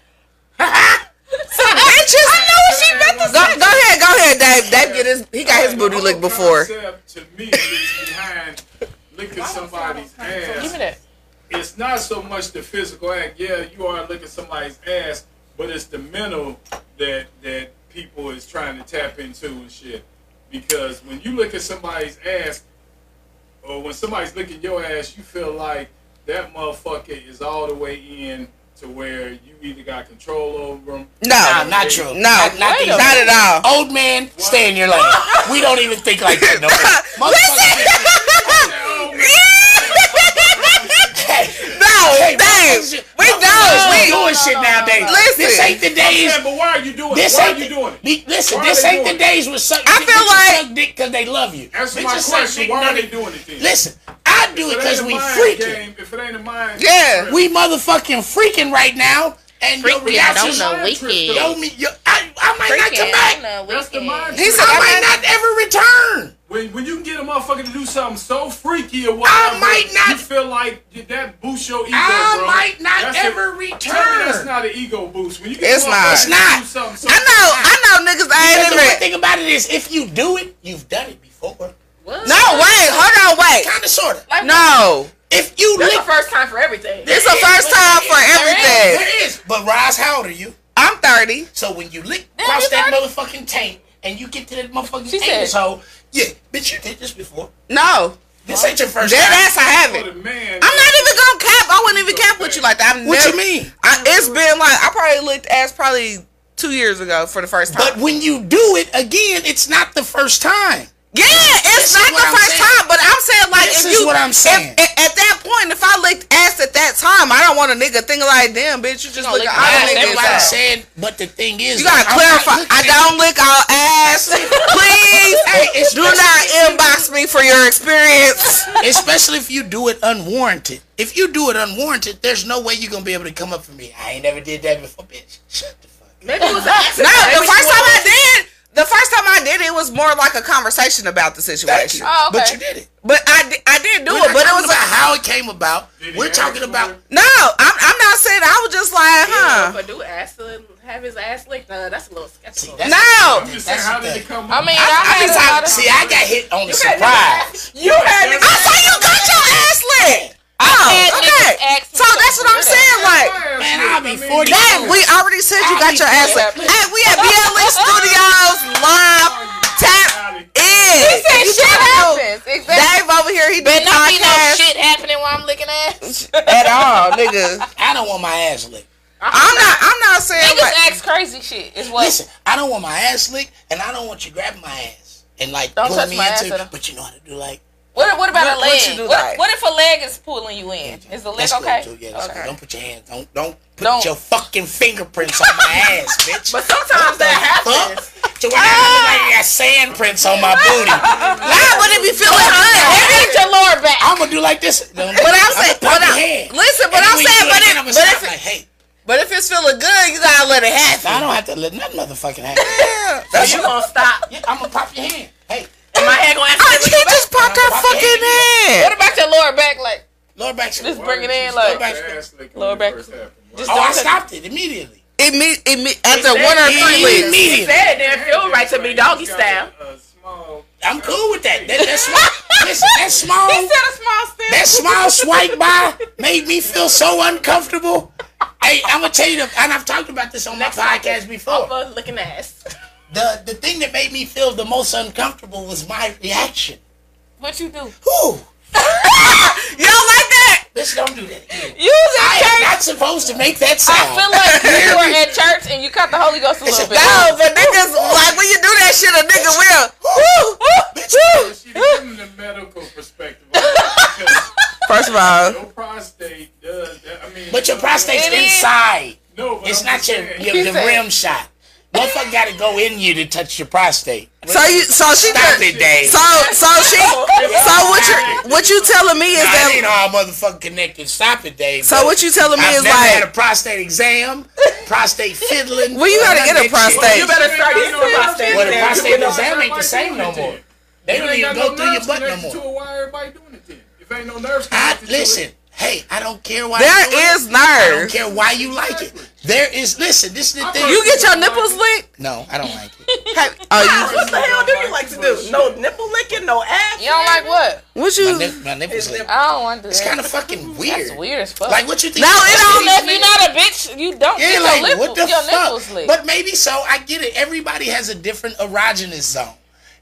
[SPEAKER 2] Some bitches. I know what she meant to say. Go, go ahead, go ahead, Dave. Dave get his. He got his booty licked before.
[SPEAKER 9] Concept, to me, is behind licking somebody's ass.
[SPEAKER 4] Give me that.
[SPEAKER 9] It's not so much the physical act. Yeah, you are licking somebody's ass, but it's the mental that that people is trying to tap into and shit. Because when you look at somebody's ass, or when somebody's licking your ass, you feel like that motherfucker is all the way in to where you either got control over them.
[SPEAKER 2] No,
[SPEAKER 6] Nah, not true.
[SPEAKER 2] no, not,
[SPEAKER 6] Not- not these-
[SPEAKER 2] at all.
[SPEAKER 6] Old man, stay in your lane. We don't even think like that no more. Motherfuckers.
[SPEAKER 2] No, damn.
[SPEAKER 6] motherfuckers-
[SPEAKER 2] We
[SPEAKER 6] motherfuckers
[SPEAKER 2] don't. We-
[SPEAKER 6] doing shit nowadays.
[SPEAKER 2] Listen.
[SPEAKER 6] This ain't the days.
[SPEAKER 9] Yeah, but why are you doing it?
[SPEAKER 6] This
[SPEAKER 9] Why
[SPEAKER 6] ain't
[SPEAKER 9] are you
[SPEAKER 6] the-
[SPEAKER 9] doing it?
[SPEAKER 6] be- Listen,
[SPEAKER 9] Why are
[SPEAKER 6] this
[SPEAKER 9] they
[SPEAKER 6] ain't the
[SPEAKER 9] doing it?
[SPEAKER 6] days when suck.
[SPEAKER 2] I
[SPEAKER 6] bitches
[SPEAKER 2] feel like-
[SPEAKER 6] suck dick because they love you.
[SPEAKER 9] Answer
[SPEAKER 6] Bitches
[SPEAKER 9] my
[SPEAKER 6] suck
[SPEAKER 9] question.
[SPEAKER 6] dick
[SPEAKER 9] Why are
[SPEAKER 6] none-
[SPEAKER 9] they doing it then?
[SPEAKER 6] Listen, I do it
[SPEAKER 9] If it
[SPEAKER 6] because
[SPEAKER 9] ain't a
[SPEAKER 6] we
[SPEAKER 9] mind
[SPEAKER 6] freaking.
[SPEAKER 9] game, If it ain't a mind,
[SPEAKER 2] Yeah.
[SPEAKER 9] trip,
[SPEAKER 6] We motherfucking freaking right now, and your
[SPEAKER 4] Freaking, I
[SPEAKER 6] reactions.
[SPEAKER 4] don't know.
[SPEAKER 9] That's your
[SPEAKER 4] Wicked.
[SPEAKER 6] Yo, me, yo, I, I might not come
[SPEAKER 4] Freaking, I
[SPEAKER 6] back.
[SPEAKER 4] don't know.
[SPEAKER 9] That's the mind
[SPEAKER 4] Wicked.
[SPEAKER 9] trip.
[SPEAKER 2] He said,
[SPEAKER 6] I might not ever return.
[SPEAKER 9] When, when you can get a motherfucker to do something so freaky or whatever,
[SPEAKER 6] might not-
[SPEAKER 9] You feel like you- that boosts your ego,
[SPEAKER 6] I
[SPEAKER 9] bro.
[SPEAKER 6] might not
[SPEAKER 9] That's
[SPEAKER 6] ever
[SPEAKER 9] a,
[SPEAKER 6] return.
[SPEAKER 9] Tell me that's not an ego boost. When you get
[SPEAKER 2] It's
[SPEAKER 9] a
[SPEAKER 2] not.
[SPEAKER 9] motherfucker
[SPEAKER 2] It's
[SPEAKER 9] to
[SPEAKER 6] not.
[SPEAKER 9] Do something so
[SPEAKER 2] I know, I know niggas I
[SPEAKER 6] Because
[SPEAKER 2] ain't
[SPEAKER 6] the one
[SPEAKER 2] even.
[SPEAKER 6] thing about it is, if you do it, you've done it before.
[SPEAKER 4] What?
[SPEAKER 2] No, wait, hold on, wait.
[SPEAKER 6] Kind of, sort of.
[SPEAKER 4] Like,
[SPEAKER 2] No,
[SPEAKER 6] If you
[SPEAKER 7] This is the
[SPEAKER 6] lick,
[SPEAKER 7] first time for everything.
[SPEAKER 2] it's a first time for everything.
[SPEAKER 6] there is. But Roz, how old are you?
[SPEAKER 2] I'm 30.
[SPEAKER 6] So when you lick
[SPEAKER 4] Damn,
[SPEAKER 6] across
[SPEAKER 4] you
[SPEAKER 6] that
[SPEAKER 4] thirty.
[SPEAKER 6] motherfucking tank and you get to that motherfucking
[SPEAKER 4] She
[SPEAKER 6] anus
[SPEAKER 4] said-
[SPEAKER 6] hole, yeah, bitch, you did this before.
[SPEAKER 2] No,
[SPEAKER 6] This ain't your first
[SPEAKER 2] that
[SPEAKER 6] time.
[SPEAKER 2] ass I
[SPEAKER 9] for
[SPEAKER 2] haven't.
[SPEAKER 9] the man.
[SPEAKER 2] I'm not even gonna cap. I wouldn't even cap with you like that. I've
[SPEAKER 6] What
[SPEAKER 2] never,
[SPEAKER 6] you mean?
[SPEAKER 2] I, it's been like I probably looked ass probably two years ago for the first time.
[SPEAKER 6] But when you do it again, it's not the first time.
[SPEAKER 2] Yeah,
[SPEAKER 6] This
[SPEAKER 2] it's
[SPEAKER 6] is
[SPEAKER 2] not
[SPEAKER 6] what
[SPEAKER 2] the
[SPEAKER 6] I'm
[SPEAKER 2] first
[SPEAKER 6] saying.
[SPEAKER 2] time, but I'm saying like
[SPEAKER 6] This
[SPEAKER 2] if
[SPEAKER 6] is
[SPEAKER 2] you
[SPEAKER 6] what I'm
[SPEAKER 2] if-
[SPEAKER 6] saying.
[SPEAKER 2] at, at that point, if I licked ass at that time, I don't want a nigga thinking like, damn, bitch, you just
[SPEAKER 4] gonna
[SPEAKER 2] lick
[SPEAKER 4] lick
[SPEAKER 2] all
[SPEAKER 4] my ass.
[SPEAKER 6] That's
[SPEAKER 2] niggas
[SPEAKER 6] what I
[SPEAKER 2] ass.
[SPEAKER 6] said. But the thing is,
[SPEAKER 2] You gotta
[SPEAKER 6] I'm not
[SPEAKER 2] clarify. I
[SPEAKER 6] looking at-
[SPEAKER 2] don't lick all ass. Please,
[SPEAKER 6] Hey, it's
[SPEAKER 2] do not inbox me for your experience.
[SPEAKER 6] especially if you do it unwarranted. If you do it unwarranted, there's no way you're gonna be able to come up for me. I ain't never did that before, bitch. Shut the fuck. up.
[SPEAKER 7] Maybe it was an accident.
[SPEAKER 2] No, the
[SPEAKER 7] Maybe she
[SPEAKER 2] first time
[SPEAKER 7] wanted-
[SPEAKER 2] I did, the first time I did, it was more like a conversation about the
[SPEAKER 6] Thank you.
[SPEAKER 2] situation.
[SPEAKER 4] Oh, okay.
[SPEAKER 6] But you did it.
[SPEAKER 2] But I, di- I did do
[SPEAKER 6] We're
[SPEAKER 2] it,
[SPEAKER 6] not
[SPEAKER 2] but it
[SPEAKER 6] talking
[SPEAKER 2] was
[SPEAKER 6] about
[SPEAKER 2] like,
[SPEAKER 6] how it came about.
[SPEAKER 9] Did he
[SPEAKER 6] We're
[SPEAKER 9] ask
[SPEAKER 6] talking
[SPEAKER 9] for
[SPEAKER 6] about
[SPEAKER 9] it?
[SPEAKER 2] no, I'm, I'm not saying. I was just like, huh.
[SPEAKER 7] If a dude asked to have his ass licked, uh, that's a little sketchy.
[SPEAKER 6] that's-
[SPEAKER 2] No,
[SPEAKER 9] I'm just saying,
[SPEAKER 6] That's
[SPEAKER 9] how
[SPEAKER 6] the
[SPEAKER 9] did it
[SPEAKER 6] thing.
[SPEAKER 9] come
[SPEAKER 4] I
[SPEAKER 9] up?
[SPEAKER 4] mean, I, had a lot of.
[SPEAKER 6] See, I got hit on the
[SPEAKER 7] had
[SPEAKER 6] surprise.
[SPEAKER 7] You had
[SPEAKER 2] I saw you got your ass licked.
[SPEAKER 4] had
[SPEAKER 2] Oh,
[SPEAKER 4] niggas
[SPEAKER 2] okay.
[SPEAKER 4] ask me
[SPEAKER 2] So that's what I'm
[SPEAKER 4] something.
[SPEAKER 2] saying. Like,
[SPEAKER 6] Man, I'll be 40.
[SPEAKER 2] hey, we already said you got your ass licked. Hey, we at BLE Studios live. Tap in.
[SPEAKER 4] He said
[SPEAKER 2] You
[SPEAKER 4] shit
[SPEAKER 2] gotta know.
[SPEAKER 4] happens. Exactly.
[SPEAKER 2] Dave over here, he did
[SPEAKER 4] Better not be no
[SPEAKER 2] podcast
[SPEAKER 4] shit happening while I'm licking ass.
[SPEAKER 2] at all, nigga.
[SPEAKER 6] I don't want my ass licked.
[SPEAKER 2] I'm not. I'm not saying like.
[SPEAKER 4] Niggas ask crazy shit. Is what.
[SPEAKER 6] Listen, I don't want my ass licked, and I don't want you grabbing my ass and like
[SPEAKER 4] Don't
[SPEAKER 6] pulling
[SPEAKER 4] touch
[SPEAKER 6] me
[SPEAKER 4] my ass
[SPEAKER 6] into.
[SPEAKER 4] at all.
[SPEAKER 6] but you know how to do like.
[SPEAKER 4] What, what about
[SPEAKER 2] What- what
[SPEAKER 4] a leg?
[SPEAKER 2] you do
[SPEAKER 4] What,
[SPEAKER 2] like?
[SPEAKER 4] what if a leg is pulling you in? Is the leg
[SPEAKER 6] That's cool,
[SPEAKER 4] okay?
[SPEAKER 6] too. Yeah, that's
[SPEAKER 4] okay.
[SPEAKER 6] cool. Don't put your hands. Don't don't put
[SPEAKER 4] Don't.
[SPEAKER 6] your fucking fingerprints on my ass, bitch.
[SPEAKER 7] But sometimes that
[SPEAKER 6] Huh?
[SPEAKER 7] happens.
[SPEAKER 6] So when I look like I got sand prints on my booty,
[SPEAKER 2] Nah, but it be feeling good.
[SPEAKER 4] Get your lower back.
[SPEAKER 6] I'm gonna do like this. But
[SPEAKER 2] But I'm saying, but I,
[SPEAKER 6] your head.
[SPEAKER 2] listen, but I'm saying, but it,
[SPEAKER 6] I'm gonna
[SPEAKER 2] but if,
[SPEAKER 6] stop like, hey,
[SPEAKER 2] but if it's feeling good, you gotta let it happen.
[SPEAKER 6] I don't have to let nothing motherfucking happen.
[SPEAKER 2] That's
[SPEAKER 7] You gonna stop.
[SPEAKER 6] Yeah, I'm gonna pop your hand. Hey,
[SPEAKER 7] And my head gonna
[SPEAKER 2] I
[SPEAKER 7] accidentally
[SPEAKER 2] can't just pop that fucking
[SPEAKER 4] What
[SPEAKER 2] head.
[SPEAKER 4] about your lower back? Like,
[SPEAKER 6] Lord back.
[SPEAKER 4] Just
[SPEAKER 9] Why
[SPEAKER 4] bring it
[SPEAKER 9] did
[SPEAKER 4] in,
[SPEAKER 9] you
[SPEAKER 4] like-
[SPEAKER 9] stop the ass lick when
[SPEAKER 4] Lower
[SPEAKER 9] it
[SPEAKER 4] back.
[SPEAKER 9] first happened? Why-
[SPEAKER 7] Just
[SPEAKER 6] Oh, I
[SPEAKER 7] don't touch-
[SPEAKER 6] stopped it immediately.
[SPEAKER 2] It me, it me, after one or three weeks.
[SPEAKER 7] He
[SPEAKER 6] Immediately.
[SPEAKER 7] said it didn't feel right to me, doggy style.
[SPEAKER 6] I'm cool with that. that that's small. Listen, that small.
[SPEAKER 4] he said a small step.
[SPEAKER 6] That small swipe by made me feel so uncomfortable. Hey, I'm gonna tell you, the, and I've talked about this on my podcast before.
[SPEAKER 4] Uh-huh.
[SPEAKER 7] Upper looking ass.
[SPEAKER 6] The the thing that made me feel the most uncomfortable was my reaction.
[SPEAKER 4] What you do?
[SPEAKER 6] Whew,
[SPEAKER 2] You don't like that?
[SPEAKER 6] bitch, don't do that. again.
[SPEAKER 4] You was
[SPEAKER 6] I
[SPEAKER 4] at
[SPEAKER 6] am
[SPEAKER 4] church.
[SPEAKER 6] not supposed to make that sound.
[SPEAKER 4] I feel like you were at church and you caught the Holy Ghost a little bit.
[SPEAKER 2] No, but niggas like when you do that shit, a nigga will. Woo, woo,
[SPEAKER 9] She didn't give him the medical perspective. on it
[SPEAKER 2] First of all,
[SPEAKER 9] because Your prostate does. That, I mean,
[SPEAKER 6] but your prostate's
[SPEAKER 4] It is.
[SPEAKER 6] inside.
[SPEAKER 9] No, but
[SPEAKER 6] It's
[SPEAKER 9] I'm
[SPEAKER 6] not
[SPEAKER 9] just
[SPEAKER 6] your
[SPEAKER 9] saying,
[SPEAKER 6] your,
[SPEAKER 4] He
[SPEAKER 6] your
[SPEAKER 4] said-
[SPEAKER 6] rim shot. Motherfucker gotta go in you to touch your prostate.
[SPEAKER 2] so you, so she
[SPEAKER 6] Stop
[SPEAKER 2] just,
[SPEAKER 6] it, Dave.
[SPEAKER 2] so so she, so what you what you telling me is
[SPEAKER 6] I ain't
[SPEAKER 2] that?
[SPEAKER 6] all motherfucking connected. Stop it, Dave.
[SPEAKER 2] So what you telling me
[SPEAKER 6] I've
[SPEAKER 2] is
[SPEAKER 6] never had a
[SPEAKER 2] like?
[SPEAKER 6] prostate exam, prostate fiddling.
[SPEAKER 2] Well, you gotta
[SPEAKER 6] none
[SPEAKER 2] get
[SPEAKER 6] of
[SPEAKER 2] a
[SPEAKER 6] that shit.
[SPEAKER 2] prostate.
[SPEAKER 7] You better start getting your prostate
[SPEAKER 6] Well, the
[SPEAKER 7] exam.
[SPEAKER 6] prostate
[SPEAKER 9] Yeah.
[SPEAKER 6] exam ain't the same no more. They
[SPEAKER 9] You
[SPEAKER 6] don't
[SPEAKER 9] ain't
[SPEAKER 6] even
[SPEAKER 9] got
[SPEAKER 6] go
[SPEAKER 9] no
[SPEAKER 6] through your
[SPEAKER 9] nerves
[SPEAKER 6] butt no
[SPEAKER 9] connected To
[SPEAKER 6] more.
[SPEAKER 9] it, why everybody doing it then? If ain't no nerves
[SPEAKER 6] I,
[SPEAKER 9] connected
[SPEAKER 6] listen,
[SPEAKER 9] to it,
[SPEAKER 6] hey, I don't care why. you do it.
[SPEAKER 2] There is
[SPEAKER 6] I don't
[SPEAKER 2] nerves.
[SPEAKER 6] care why you like it. There is. Listen, this is the
[SPEAKER 9] I
[SPEAKER 6] thing.
[SPEAKER 2] You get your nipples licked?
[SPEAKER 6] no, I don't like it.
[SPEAKER 2] Have, oh, you,
[SPEAKER 7] What the hell do you like to do? No nipple licking, no ass.
[SPEAKER 4] You don't like what?
[SPEAKER 2] what
[SPEAKER 6] My,
[SPEAKER 2] you?
[SPEAKER 6] nip, my nipples look.
[SPEAKER 4] I don't want to do
[SPEAKER 6] It's
[SPEAKER 4] that.
[SPEAKER 6] kind of fucking weird.
[SPEAKER 4] That's weird as fuck.
[SPEAKER 6] Like what you think?
[SPEAKER 2] No, it don't-
[SPEAKER 4] if you're not a bitch, you don't
[SPEAKER 6] Yeah,
[SPEAKER 4] get
[SPEAKER 6] like
[SPEAKER 4] your, lip,
[SPEAKER 6] what the
[SPEAKER 4] your nipples
[SPEAKER 6] fuck?
[SPEAKER 4] licked.
[SPEAKER 6] But maybe so. I get it. Everybody has a different erogenous zone.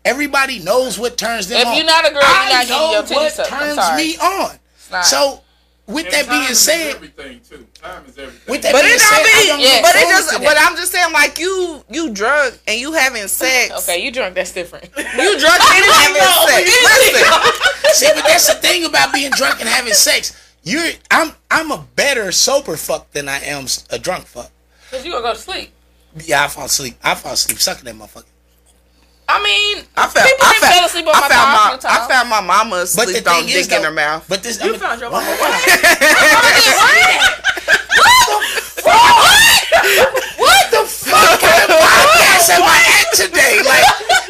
[SPEAKER 6] Everybody knows what turns them
[SPEAKER 4] If
[SPEAKER 6] on.
[SPEAKER 4] you're not a girl, you're
[SPEAKER 6] I
[SPEAKER 4] not getting
[SPEAKER 6] know
[SPEAKER 4] your titties
[SPEAKER 6] what
[SPEAKER 4] up. I'm
[SPEAKER 6] turns
[SPEAKER 4] sorry.
[SPEAKER 6] me on.
[SPEAKER 4] not.
[SPEAKER 6] So, with that
[SPEAKER 9] time
[SPEAKER 6] being
[SPEAKER 9] is
[SPEAKER 6] said,
[SPEAKER 9] everything too. Time is everything.
[SPEAKER 6] with that
[SPEAKER 2] But
[SPEAKER 6] being
[SPEAKER 2] it don't
[SPEAKER 6] said, I
[SPEAKER 2] be-
[SPEAKER 6] don't
[SPEAKER 4] yeah.
[SPEAKER 6] look
[SPEAKER 2] But it
[SPEAKER 6] forward to
[SPEAKER 2] just.
[SPEAKER 6] that.
[SPEAKER 2] But I'm just saying, like you, you drunk and you having sex.
[SPEAKER 4] okay, you drunk. That's different.
[SPEAKER 2] You drunk and having sex. Listen,
[SPEAKER 6] See, but that's the thing about being drunk and having sex. You're I'm I'm a better sober fuck than I am s- a drunk fuck.
[SPEAKER 4] Cause you gonna go to sleep.
[SPEAKER 6] Yeah, I fall asleep. I fall asleep sucking that motherfucker.
[SPEAKER 4] I mean,
[SPEAKER 2] I found.
[SPEAKER 4] people
[SPEAKER 2] I
[SPEAKER 4] didn't
[SPEAKER 2] found.
[SPEAKER 4] fell asleep on
[SPEAKER 2] I
[SPEAKER 4] my
[SPEAKER 2] found
[SPEAKER 4] dog
[SPEAKER 2] my.
[SPEAKER 4] all the
[SPEAKER 2] I
[SPEAKER 4] time.
[SPEAKER 2] found my mama
[SPEAKER 6] But the
[SPEAKER 2] asleep on
[SPEAKER 6] thing is,
[SPEAKER 2] dick
[SPEAKER 6] though,
[SPEAKER 2] in her mouth.
[SPEAKER 6] But this, I
[SPEAKER 7] You
[SPEAKER 6] mean,
[SPEAKER 7] found your
[SPEAKER 6] why-
[SPEAKER 7] mama.
[SPEAKER 6] why- What the fuck kind of podcast am I at today? Like,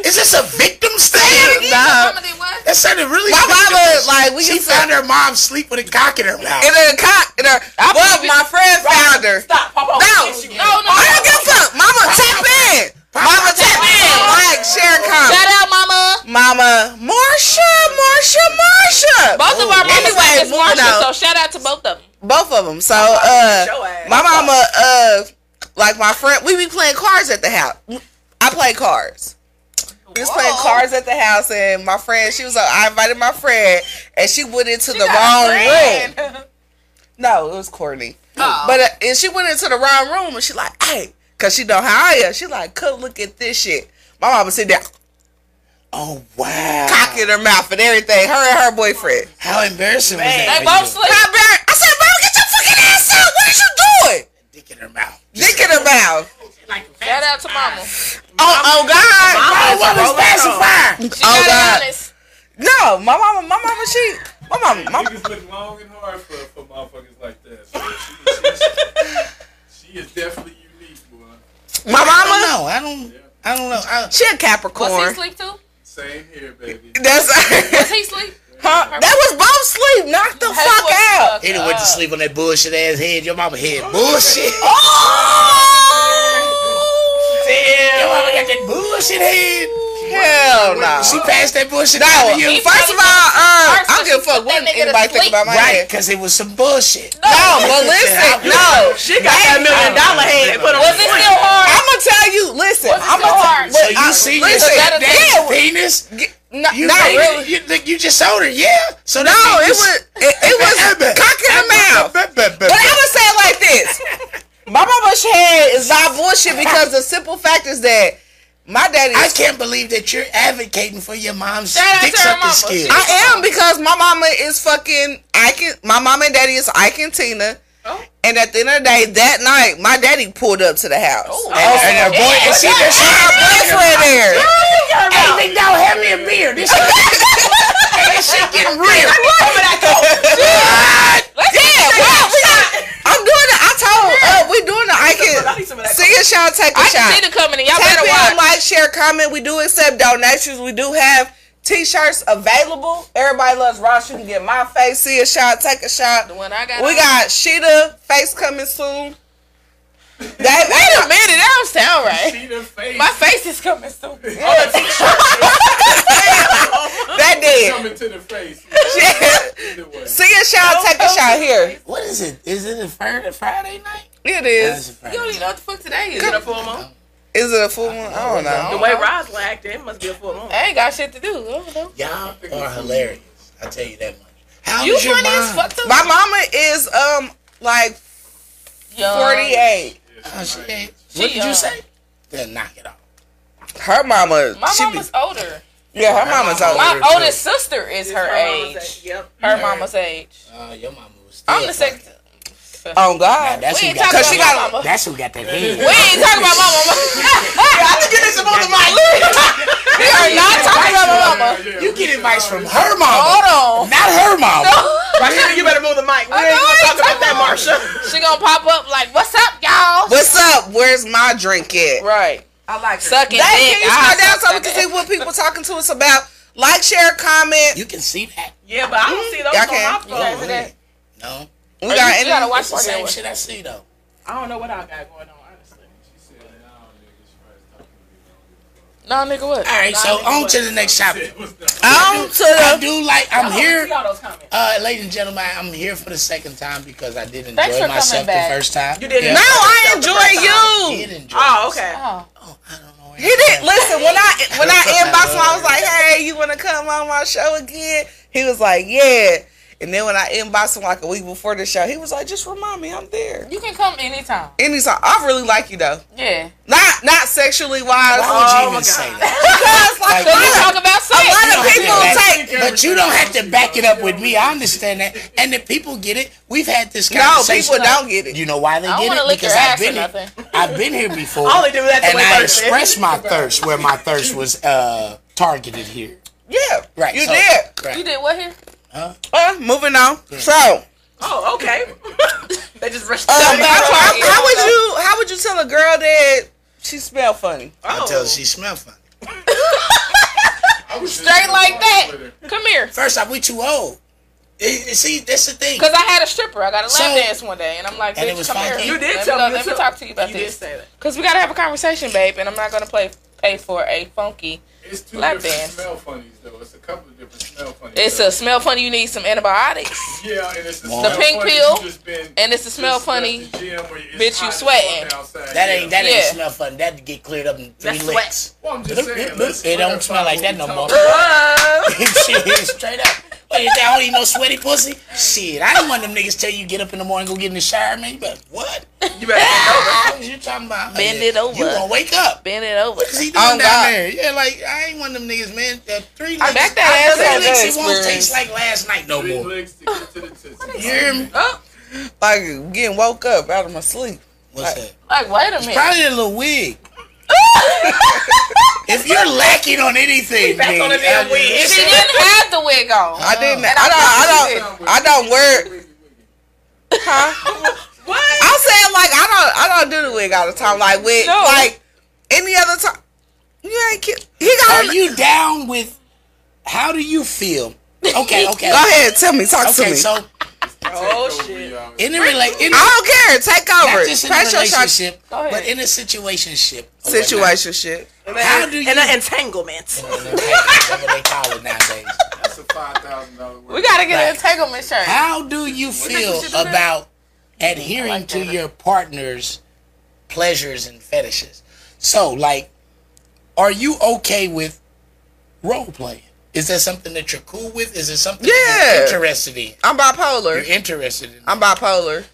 [SPEAKER 6] is this a victim's thing?
[SPEAKER 2] Nah.
[SPEAKER 6] That sounded really.
[SPEAKER 2] My mama,
[SPEAKER 6] victim's.
[SPEAKER 2] like we
[SPEAKER 6] she
[SPEAKER 2] can
[SPEAKER 6] found her mom sleep with a cock in her mouth.
[SPEAKER 2] in her cock. In her, well, my friend found her.
[SPEAKER 7] Stop, Papa.
[SPEAKER 2] No.
[SPEAKER 7] Hit you.
[SPEAKER 4] No, no,
[SPEAKER 2] I
[SPEAKER 4] no.
[SPEAKER 2] don't give a fuck. Mama, tap in. Mama, tap in. Like, share, comment.
[SPEAKER 4] Shout out, mama.
[SPEAKER 2] Mama, Marsha, Marsha, Marsha.
[SPEAKER 4] Both of our mamas
[SPEAKER 2] Oh, Anyway,
[SPEAKER 4] anyway, is
[SPEAKER 2] moving on.
[SPEAKER 4] Marsha, so shout out to both of them.
[SPEAKER 2] Both of them. So, uh,
[SPEAKER 7] Your ass.
[SPEAKER 2] my mama, uh, like my friend, we be playing cards at the house. I play cards. We was playing cards at the house, and my friend, she was like, I invited my friend, and she went into the wrong room. No, it was Courtney.
[SPEAKER 4] Oh.
[SPEAKER 2] But uh, and she went into the wrong room and she like, hey, cause she know how I am. She like, come look at this shit. My mama sit there,
[SPEAKER 6] Oh wow!
[SPEAKER 2] cock in her mouth and everything. Her and her boyfriend.
[SPEAKER 6] How embarrassing was that?
[SPEAKER 4] They
[SPEAKER 6] for
[SPEAKER 4] both
[SPEAKER 6] you?
[SPEAKER 4] sleep.
[SPEAKER 2] I, bar- I said, Mama, get your fucking ass out. What is you doing?
[SPEAKER 6] Dick in her mouth.
[SPEAKER 2] Dick in her mouth.
[SPEAKER 4] Shout out to mama.
[SPEAKER 2] Oh, oh God.
[SPEAKER 6] Oh, what was pacifier?
[SPEAKER 4] She gotta
[SPEAKER 2] God.
[SPEAKER 4] be honest.
[SPEAKER 2] No, my mama, my mama, she, my mama, my,
[SPEAKER 9] Niggas look long and hard for, for motherfuckers like that. So she, she, she is definitely unique, boy.
[SPEAKER 2] my
[SPEAKER 6] I don't
[SPEAKER 2] mama,
[SPEAKER 6] know. I don't. I don't know. I,
[SPEAKER 2] she a
[SPEAKER 4] Was he
[SPEAKER 2] Capricorn.
[SPEAKER 4] sleep too?
[SPEAKER 9] Same here, baby.
[SPEAKER 2] That's
[SPEAKER 4] Was he sleep?
[SPEAKER 2] huh? That was both sleep. Knock the
[SPEAKER 4] Hey,
[SPEAKER 2] fuck
[SPEAKER 4] what the
[SPEAKER 2] out.
[SPEAKER 4] fuck?
[SPEAKER 6] He done went to
[SPEAKER 4] Uh,
[SPEAKER 6] sleep on that bullshit ass head. Your mama
[SPEAKER 2] Oh,
[SPEAKER 6] head bullshit. Damn, your mama got that bullshit head.
[SPEAKER 2] Hell no.
[SPEAKER 6] She passed that bullshit
[SPEAKER 2] No,
[SPEAKER 6] out of
[SPEAKER 2] first
[SPEAKER 6] you.
[SPEAKER 2] of all, uh, I don't give a fuck
[SPEAKER 4] Put that
[SPEAKER 2] what
[SPEAKER 4] nigga to
[SPEAKER 2] anybody think
[SPEAKER 4] sleep.
[SPEAKER 2] about my
[SPEAKER 6] Right,
[SPEAKER 2] head.
[SPEAKER 6] because it was some bullshit.
[SPEAKER 2] No, but listen, no.
[SPEAKER 7] She got that million dollar head. Put
[SPEAKER 4] Was it still hard?
[SPEAKER 2] I'm gonna tell you. Listen,
[SPEAKER 4] Was it
[SPEAKER 2] I'm
[SPEAKER 4] still hard?
[SPEAKER 2] gonna.
[SPEAKER 6] So you see your
[SPEAKER 2] listen,
[SPEAKER 6] stepdad's
[SPEAKER 2] yeah,
[SPEAKER 6] penis?
[SPEAKER 2] Not,
[SPEAKER 6] You
[SPEAKER 2] not
[SPEAKER 6] made it.
[SPEAKER 2] really.
[SPEAKER 6] You, think you just told her, yeah. So
[SPEAKER 2] No, it was it, it was cock in the mouth. But I would say it like this: My mama's head is not bullshit because the simple fact is that my daddy.
[SPEAKER 6] I
[SPEAKER 2] Is,
[SPEAKER 6] can't believe that you're advocating for your mom's
[SPEAKER 4] Shout out
[SPEAKER 6] dick
[SPEAKER 4] to her
[SPEAKER 6] sucking
[SPEAKER 4] mama.
[SPEAKER 6] skills.
[SPEAKER 2] I am because my mama is fucking Ike. and- My mama and daddy is Ike and Tina.
[SPEAKER 7] Oh.
[SPEAKER 2] And at the end of the day, that night, my daddy pulled up to the house.
[SPEAKER 7] Oh,
[SPEAKER 6] and, and her boy, and she just
[SPEAKER 2] She had a boyfriend there.
[SPEAKER 6] hey, big dog, have me a beer. This shit, this shit getting real.
[SPEAKER 2] Yeah, well, we I'm doing it. I told uh, we doing it. I
[SPEAKER 7] I
[SPEAKER 2] can
[SPEAKER 7] need some of that.
[SPEAKER 2] sing a shot, take a
[SPEAKER 4] I can see
[SPEAKER 2] shot.
[SPEAKER 4] the company. Y'all
[SPEAKER 2] Tap
[SPEAKER 4] better
[SPEAKER 2] in,
[SPEAKER 4] watch.
[SPEAKER 2] like, share, comment. We do accept donations. We do have t-shirts available. Everybody loves Ross. You can get my face. See a shot, take a shot.
[SPEAKER 4] The one I got.
[SPEAKER 2] We
[SPEAKER 4] on.
[SPEAKER 2] got Sheeta face coming soon. That,
[SPEAKER 4] Wait a minute, that don't sound right.
[SPEAKER 9] See the face
[SPEAKER 4] My face is coming so big.
[SPEAKER 2] that did.
[SPEAKER 9] coming to the face.
[SPEAKER 2] Yeah.
[SPEAKER 9] Either way.
[SPEAKER 2] See a shot, take a shot here.
[SPEAKER 6] What is it? Is it a Friday, Friday night?
[SPEAKER 2] It
[SPEAKER 6] Yeah, it's
[SPEAKER 2] is.
[SPEAKER 6] a Friday
[SPEAKER 4] You don't even know what the fuck today is.
[SPEAKER 7] Get a
[SPEAKER 4] I
[SPEAKER 7] full moon.
[SPEAKER 2] Is it a full moon? I don't know.
[SPEAKER 7] The way Roslyn acted, it must be a full moon.
[SPEAKER 4] ain't got shit to do. I don't know.
[SPEAKER 6] Y'all are hilarious. I tell you that much. How
[SPEAKER 4] You
[SPEAKER 6] is your
[SPEAKER 4] funny as
[SPEAKER 6] mom?
[SPEAKER 4] fuck too.
[SPEAKER 2] My mama is um like
[SPEAKER 4] Young.
[SPEAKER 2] 48.
[SPEAKER 6] Oh, she ain't-
[SPEAKER 4] She
[SPEAKER 6] what did
[SPEAKER 4] young.
[SPEAKER 6] you say? Then knock it off.
[SPEAKER 2] Her mama,
[SPEAKER 4] My
[SPEAKER 2] she be,
[SPEAKER 4] mama's older.
[SPEAKER 2] yeah, her mama's old.
[SPEAKER 4] My
[SPEAKER 6] Older, too.
[SPEAKER 4] oldest sister is her age.
[SPEAKER 7] Yep.
[SPEAKER 4] Her mama's age.
[SPEAKER 6] Uh, your mama was.
[SPEAKER 4] I'm
[SPEAKER 6] dead,
[SPEAKER 4] the second.
[SPEAKER 6] fuck.
[SPEAKER 2] Oh God,
[SPEAKER 6] That's
[SPEAKER 4] We
[SPEAKER 6] who
[SPEAKER 4] ain't
[SPEAKER 6] got.
[SPEAKER 4] talking
[SPEAKER 6] Cause she
[SPEAKER 4] about
[SPEAKER 6] got.
[SPEAKER 4] my mama.
[SPEAKER 6] That's who got that head.
[SPEAKER 4] We ain't talking about my mama.
[SPEAKER 6] I think it is about the mic.
[SPEAKER 4] we are not talking about my mama.
[SPEAKER 9] Yeah,
[SPEAKER 6] You
[SPEAKER 9] we
[SPEAKER 6] get
[SPEAKER 9] should
[SPEAKER 6] advice
[SPEAKER 9] all-
[SPEAKER 6] from her mama,
[SPEAKER 4] Hold on.
[SPEAKER 6] not her mama.
[SPEAKER 7] Rashida, you better move the mic. We
[SPEAKER 4] I
[SPEAKER 7] ain't
[SPEAKER 4] know I
[SPEAKER 7] gonna talk
[SPEAKER 4] ain't
[SPEAKER 7] about that,
[SPEAKER 4] talking
[SPEAKER 7] Marsha.
[SPEAKER 4] She gonna pop up like, "What's up, y'all?"
[SPEAKER 2] what's up? Where's my drink at?
[SPEAKER 4] Right.
[SPEAKER 7] I like
[SPEAKER 4] Sucking
[SPEAKER 2] That can
[SPEAKER 4] dick.
[SPEAKER 2] you
[SPEAKER 4] I
[SPEAKER 2] scroll down
[SPEAKER 4] suck
[SPEAKER 2] so we
[SPEAKER 4] that
[SPEAKER 2] can see what people talking to us about? Like, share, comment.
[SPEAKER 6] You can see that.
[SPEAKER 7] Yeah, but I don't see those
[SPEAKER 2] Y'all
[SPEAKER 7] on
[SPEAKER 2] can.
[SPEAKER 7] my
[SPEAKER 4] dick.
[SPEAKER 7] phone.
[SPEAKER 4] Today.
[SPEAKER 6] No,
[SPEAKER 2] We
[SPEAKER 4] You
[SPEAKER 2] got
[SPEAKER 4] you gotta
[SPEAKER 2] any?
[SPEAKER 4] watch
[SPEAKER 6] it's the
[SPEAKER 4] for that
[SPEAKER 6] same
[SPEAKER 4] one.
[SPEAKER 6] shit I see though.
[SPEAKER 7] I don't know what I got going on, honestly.
[SPEAKER 9] She said, "Nah, nigga, she probably talking to me.
[SPEAKER 4] No, nigga, what?
[SPEAKER 6] All right, so on to the next topic.
[SPEAKER 4] Uh,
[SPEAKER 2] On to
[SPEAKER 6] I
[SPEAKER 2] the
[SPEAKER 6] do like. I'm here,
[SPEAKER 7] See all those comments.
[SPEAKER 6] uh, ladies and gentlemen. I'm here for the second time because I did enjoy
[SPEAKER 4] Thanks for
[SPEAKER 6] myself
[SPEAKER 4] coming
[SPEAKER 6] the
[SPEAKER 4] back.
[SPEAKER 6] first time.
[SPEAKER 7] You did
[SPEAKER 6] Yeah.
[SPEAKER 2] no, I enjoy
[SPEAKER 6] I
[SPEAKER 2] you.
[SPEAKER 6] did enjoy.
[SPEAKER 7] Oh,
[SPEAKER 6] myself.
[SPEAKER 7] okay.
[SPEAKER 4] Oh.
[SPEAKER 6] Oh, I don't know.
[SPEAKER 2] He did listen when I when I inboxed him. I was like, "Hey, you want to come on my show again?" He was like, "Yeah." And then when I inboxed him like a week before the show, he was like, "Just remind me, I'm there."
[SPEAKER 4] You can come anytime.
[SPEAKER 2] And he's like, "I really like you though,
[SPEAKER 4] Yeah.
[SPEAKER 2] not not sexually wise,
[SPEAKER 6] Why would you
[SPEAKER 7] Oh, my
[SPEAKER 6] even
[SPEAKER 7] God.
[SPEAKER 6] say that?
[SPEAKER 2] because like,
[SPEAKER 6] Like,
[SPEAKER 2] a
[SPEAKER 4] We
[SPEAKER 2] lot
[SPEAKER 4] talk about sex.
[SPEAKER 2] of- a lot of
[SPEAKER 6] You
[SPEAKER 2] people
[SPEAKER 6] don't have to
[SPEAKER 2] take
[SPEAKER 6] But you don't have to back it up with me. I understand that, and the people get it. We've had this
[SPEAKER 2] no
[SPEAKER 6] conversation.
[SPEAKER 2] people don't get it.
[SPEAKER 6] You know why they
[SPEAKER 4] I don't
[SPEAKER 6] get
[SPEAKER 4] wanna
[SPEAKER 6] it?
[SPEAKER 4] lick your
[SPEAKER 6] Because I've
[SPEAKER 4] ass or
[SPEAKER 6] been here.
[SPEAKER 4] nothing.
[SPEAKER 6] I've been here before.
[SPEAKER 7] I only do that to
[SPEAKER 6] and
[SPEAKER 7] wait
[SPEAKER 6] I
[SPEAKER 7] for it.
[SPEAKER 6] expressed my thirst where my thirst was uh, targeted here.
[SPEAKER 2] Yeah,
[SPEAKER 6] Right.
[SPEAKER 2] You
[SPEAKER 6] so-
[SPEAKER 2] did.
[SPEAKER 6] Right.
[SPEAKER 4] You did what here?
[SPEAKER 2] Uh, moving on.
[SPEAKER 6] Mm.
[SPEAKER 2] So,
[SPEAKER 7] Oh, okay. they just rushed.
[SPEAKER 2] uh,
[SPEAKER 7] it.
[SPEAKER 2] how, how would you how would you tell a girl that she smell funny?
[SPEAKER 7] Oh.
[SPEAKER 6] Until she smelled funny.
[SPEAKER 4] Straight like that. Come here.
[SPEAKER 6] First off, we too old. It- it- see, that's the thing.
[SPEAKER 4] Cause I had a stripper. I got a lap
[SPEAKER 6] So-
[SPEAKER 4] dance one day, and I'm like,
[SPEAKER 6] And it
[SPEAKER 4] bitch,
[SPEAKER 6] was
[SPEAKER 4] come
[SPEAKER 6] fine.
[SPEAKER 4] here.
[SPEAKER 6] You
[SPEAKER 7] did
[SPEAKER 4] let
[SPEAKER 7] tell
[SPEAKER 4] me,
[SPEAKER 7] me,
[SPEAKER 4] Let
[SPEAKER 7] you
[SPEAKER 4] me
[SPEAKER 7] tell-
[SPEAKER 4] talk to you about
[SPEAKER 7] You did
[SPEAKER 4] this.
[SPEAKER 7] say that.
[SPEAKER 4] Cause we gotta have a conversation, babe, and I'm not gonna play pay for a funky.
[SPEAKER 9] It's two
[SPEAKER 4] Lap
[SPEAKER 9] different
[SPEAKER 4] dance.
[SPEAKER 9] smell funnies though. It's a couple of different smell funnies.
[SPEAKER 4] It's a smell funny. You need some antibiotics,
[SPEAKER 9] yeah, and it's the,
[SPEAKER 6] The
[SPEAKER 4] pink pill and it's a smell funny. bitch, you sweating.
[SPEAKER 6] That ain't that ain't
[SPEAKER 4] Yeah.
[SPEAKER 6] smell funny. That get cleared up in three
[SPEAKER 7] That's sweat.
[SPEAKER 6] licks.
[SPEAKER 9] Well, I'm just
[SPEAKER 6] Look,
[SPEAKER 9] saying,
[SPEAKER 6] look,
[SPEAKER 9] let's
[SPEAKER 6] it don't
[SPEAKER 9] clarify
[SPEAKER 6] smell like
[SPEAKER 9] what
[SPEAKER 6] that
[SPEAKER 9] we
[SPEAKER 6] no
[SPEAKER 9] talking
[SPEAKER 6] more.
[SPEAKER 9] about.
[SPEAKER 6] shit, straight up. What is that? I don't eat no sweaty pussy. Shit, I don't want them niggas tell you get up in the morning, go get in the shower, man. You be like, what?
[SPEAKER 7] You better get over.
[SPEAKER 6] What you talking about? Uh,
[SPEAKER 4] Bend it over.
[SPEAKER 6] You gonna wake up?
[SPEAKER 4] bend it over.
[SPEAKER 6] Cause he doing
[SPEAKER 2] Oh,
[SPEAKER 6] down
[SPEAKER 2] God.
[SPEAKER 6] there. Yeah, like I ain't one of them niggas, man. That three
[SPEAKER 4] I
[SPEAKER 6] licks.
[SPEAKER 4] back that ass
[SPEAKER 6] three
[SPEAKER 4] up.
[SPEAKER 6] licks. It won't
[SPEAKER 2] experience.
[SPEAKER 6] taste like last night no
[SPEAKER 9] Three
[SPEAKER 6] more.
[SPEAKER 9] legs to get to the tits.
[SPEAKER 6] You hear me?
[SPEAKER 2] Like getting woke up out of my sleep.
[SPEAKER 6] What's that?
[SPEAKER 4] Like, wait a minute.
[SPEAKER 6] Probably a little wig. if you're lacking on anything,
[SPEAKER 7] back on the
[SPEAKER 6] nigga,
[SPEAKER 7] damn wig.
[SPEAKER 6] it's-
[SPEAKER 4] She didn't have the wig on.
[SPEAKER 2] I didn't. I don't. I don't. I don't wear.
[SPEAKER 7] What?
[SPEAKER 2] I'm saying like I don't. I don't do the wig all the time. Like with
[SPEAKER 4] No.
[SPEAKER 2] like any other time. You ain't kid. He got.
[SPEAKER 6] Are you down with? How do you feel? Okay, okay.
[SPEAKER 2] Go ahead. Tell me. Talk to
[SPEAKER 6] Okay,
[SPEAKER 2] me.
[SPEAKER 6] so
[SPEAKER 7] Oh shit.
[SPEAKER 6] in a rela- in a,
[SPEAKER 2] I don't care. Take
[SPEAKER 6] not
[SPEAKER 2] over.
[SPEAKER 6] just in a
[SPEAKER 2] Press your shot.
[SPEAKER 6] relationship,
[SPEAKER 4] Go ahead.
[SPEAKER 6] but in a situationship. or whatnot.
[SPEAKER 2] Situation shit.
[SPEAKER 6] How do you?
[SPEAKER 7] In an entanglement.
[SPEAKER 6] whatever they call it nowadays.
[SPEAKER 9] That's a five thousand dollar word.
[SPEAKER 4] We gotta get an
[SPEAKER 6] Right.
[SPEAKER 4] entanglement shirt.
[SPEAKER 6] How do you feel about adhering to your partner's pleasures and fetishes? So, like, are you okay with role playing? Is that something that you're cool with? Is it something that
[SPEAKER 2] Yeah.
[SPEAKER 6] you're interested in?
[SPEAKER 2] I'm
[SPEAKER 6] You're
[SPEAKER 2] bipolar.
[SPEAKER 6] interested in.
[SPEAKER 2] I'm bipolar.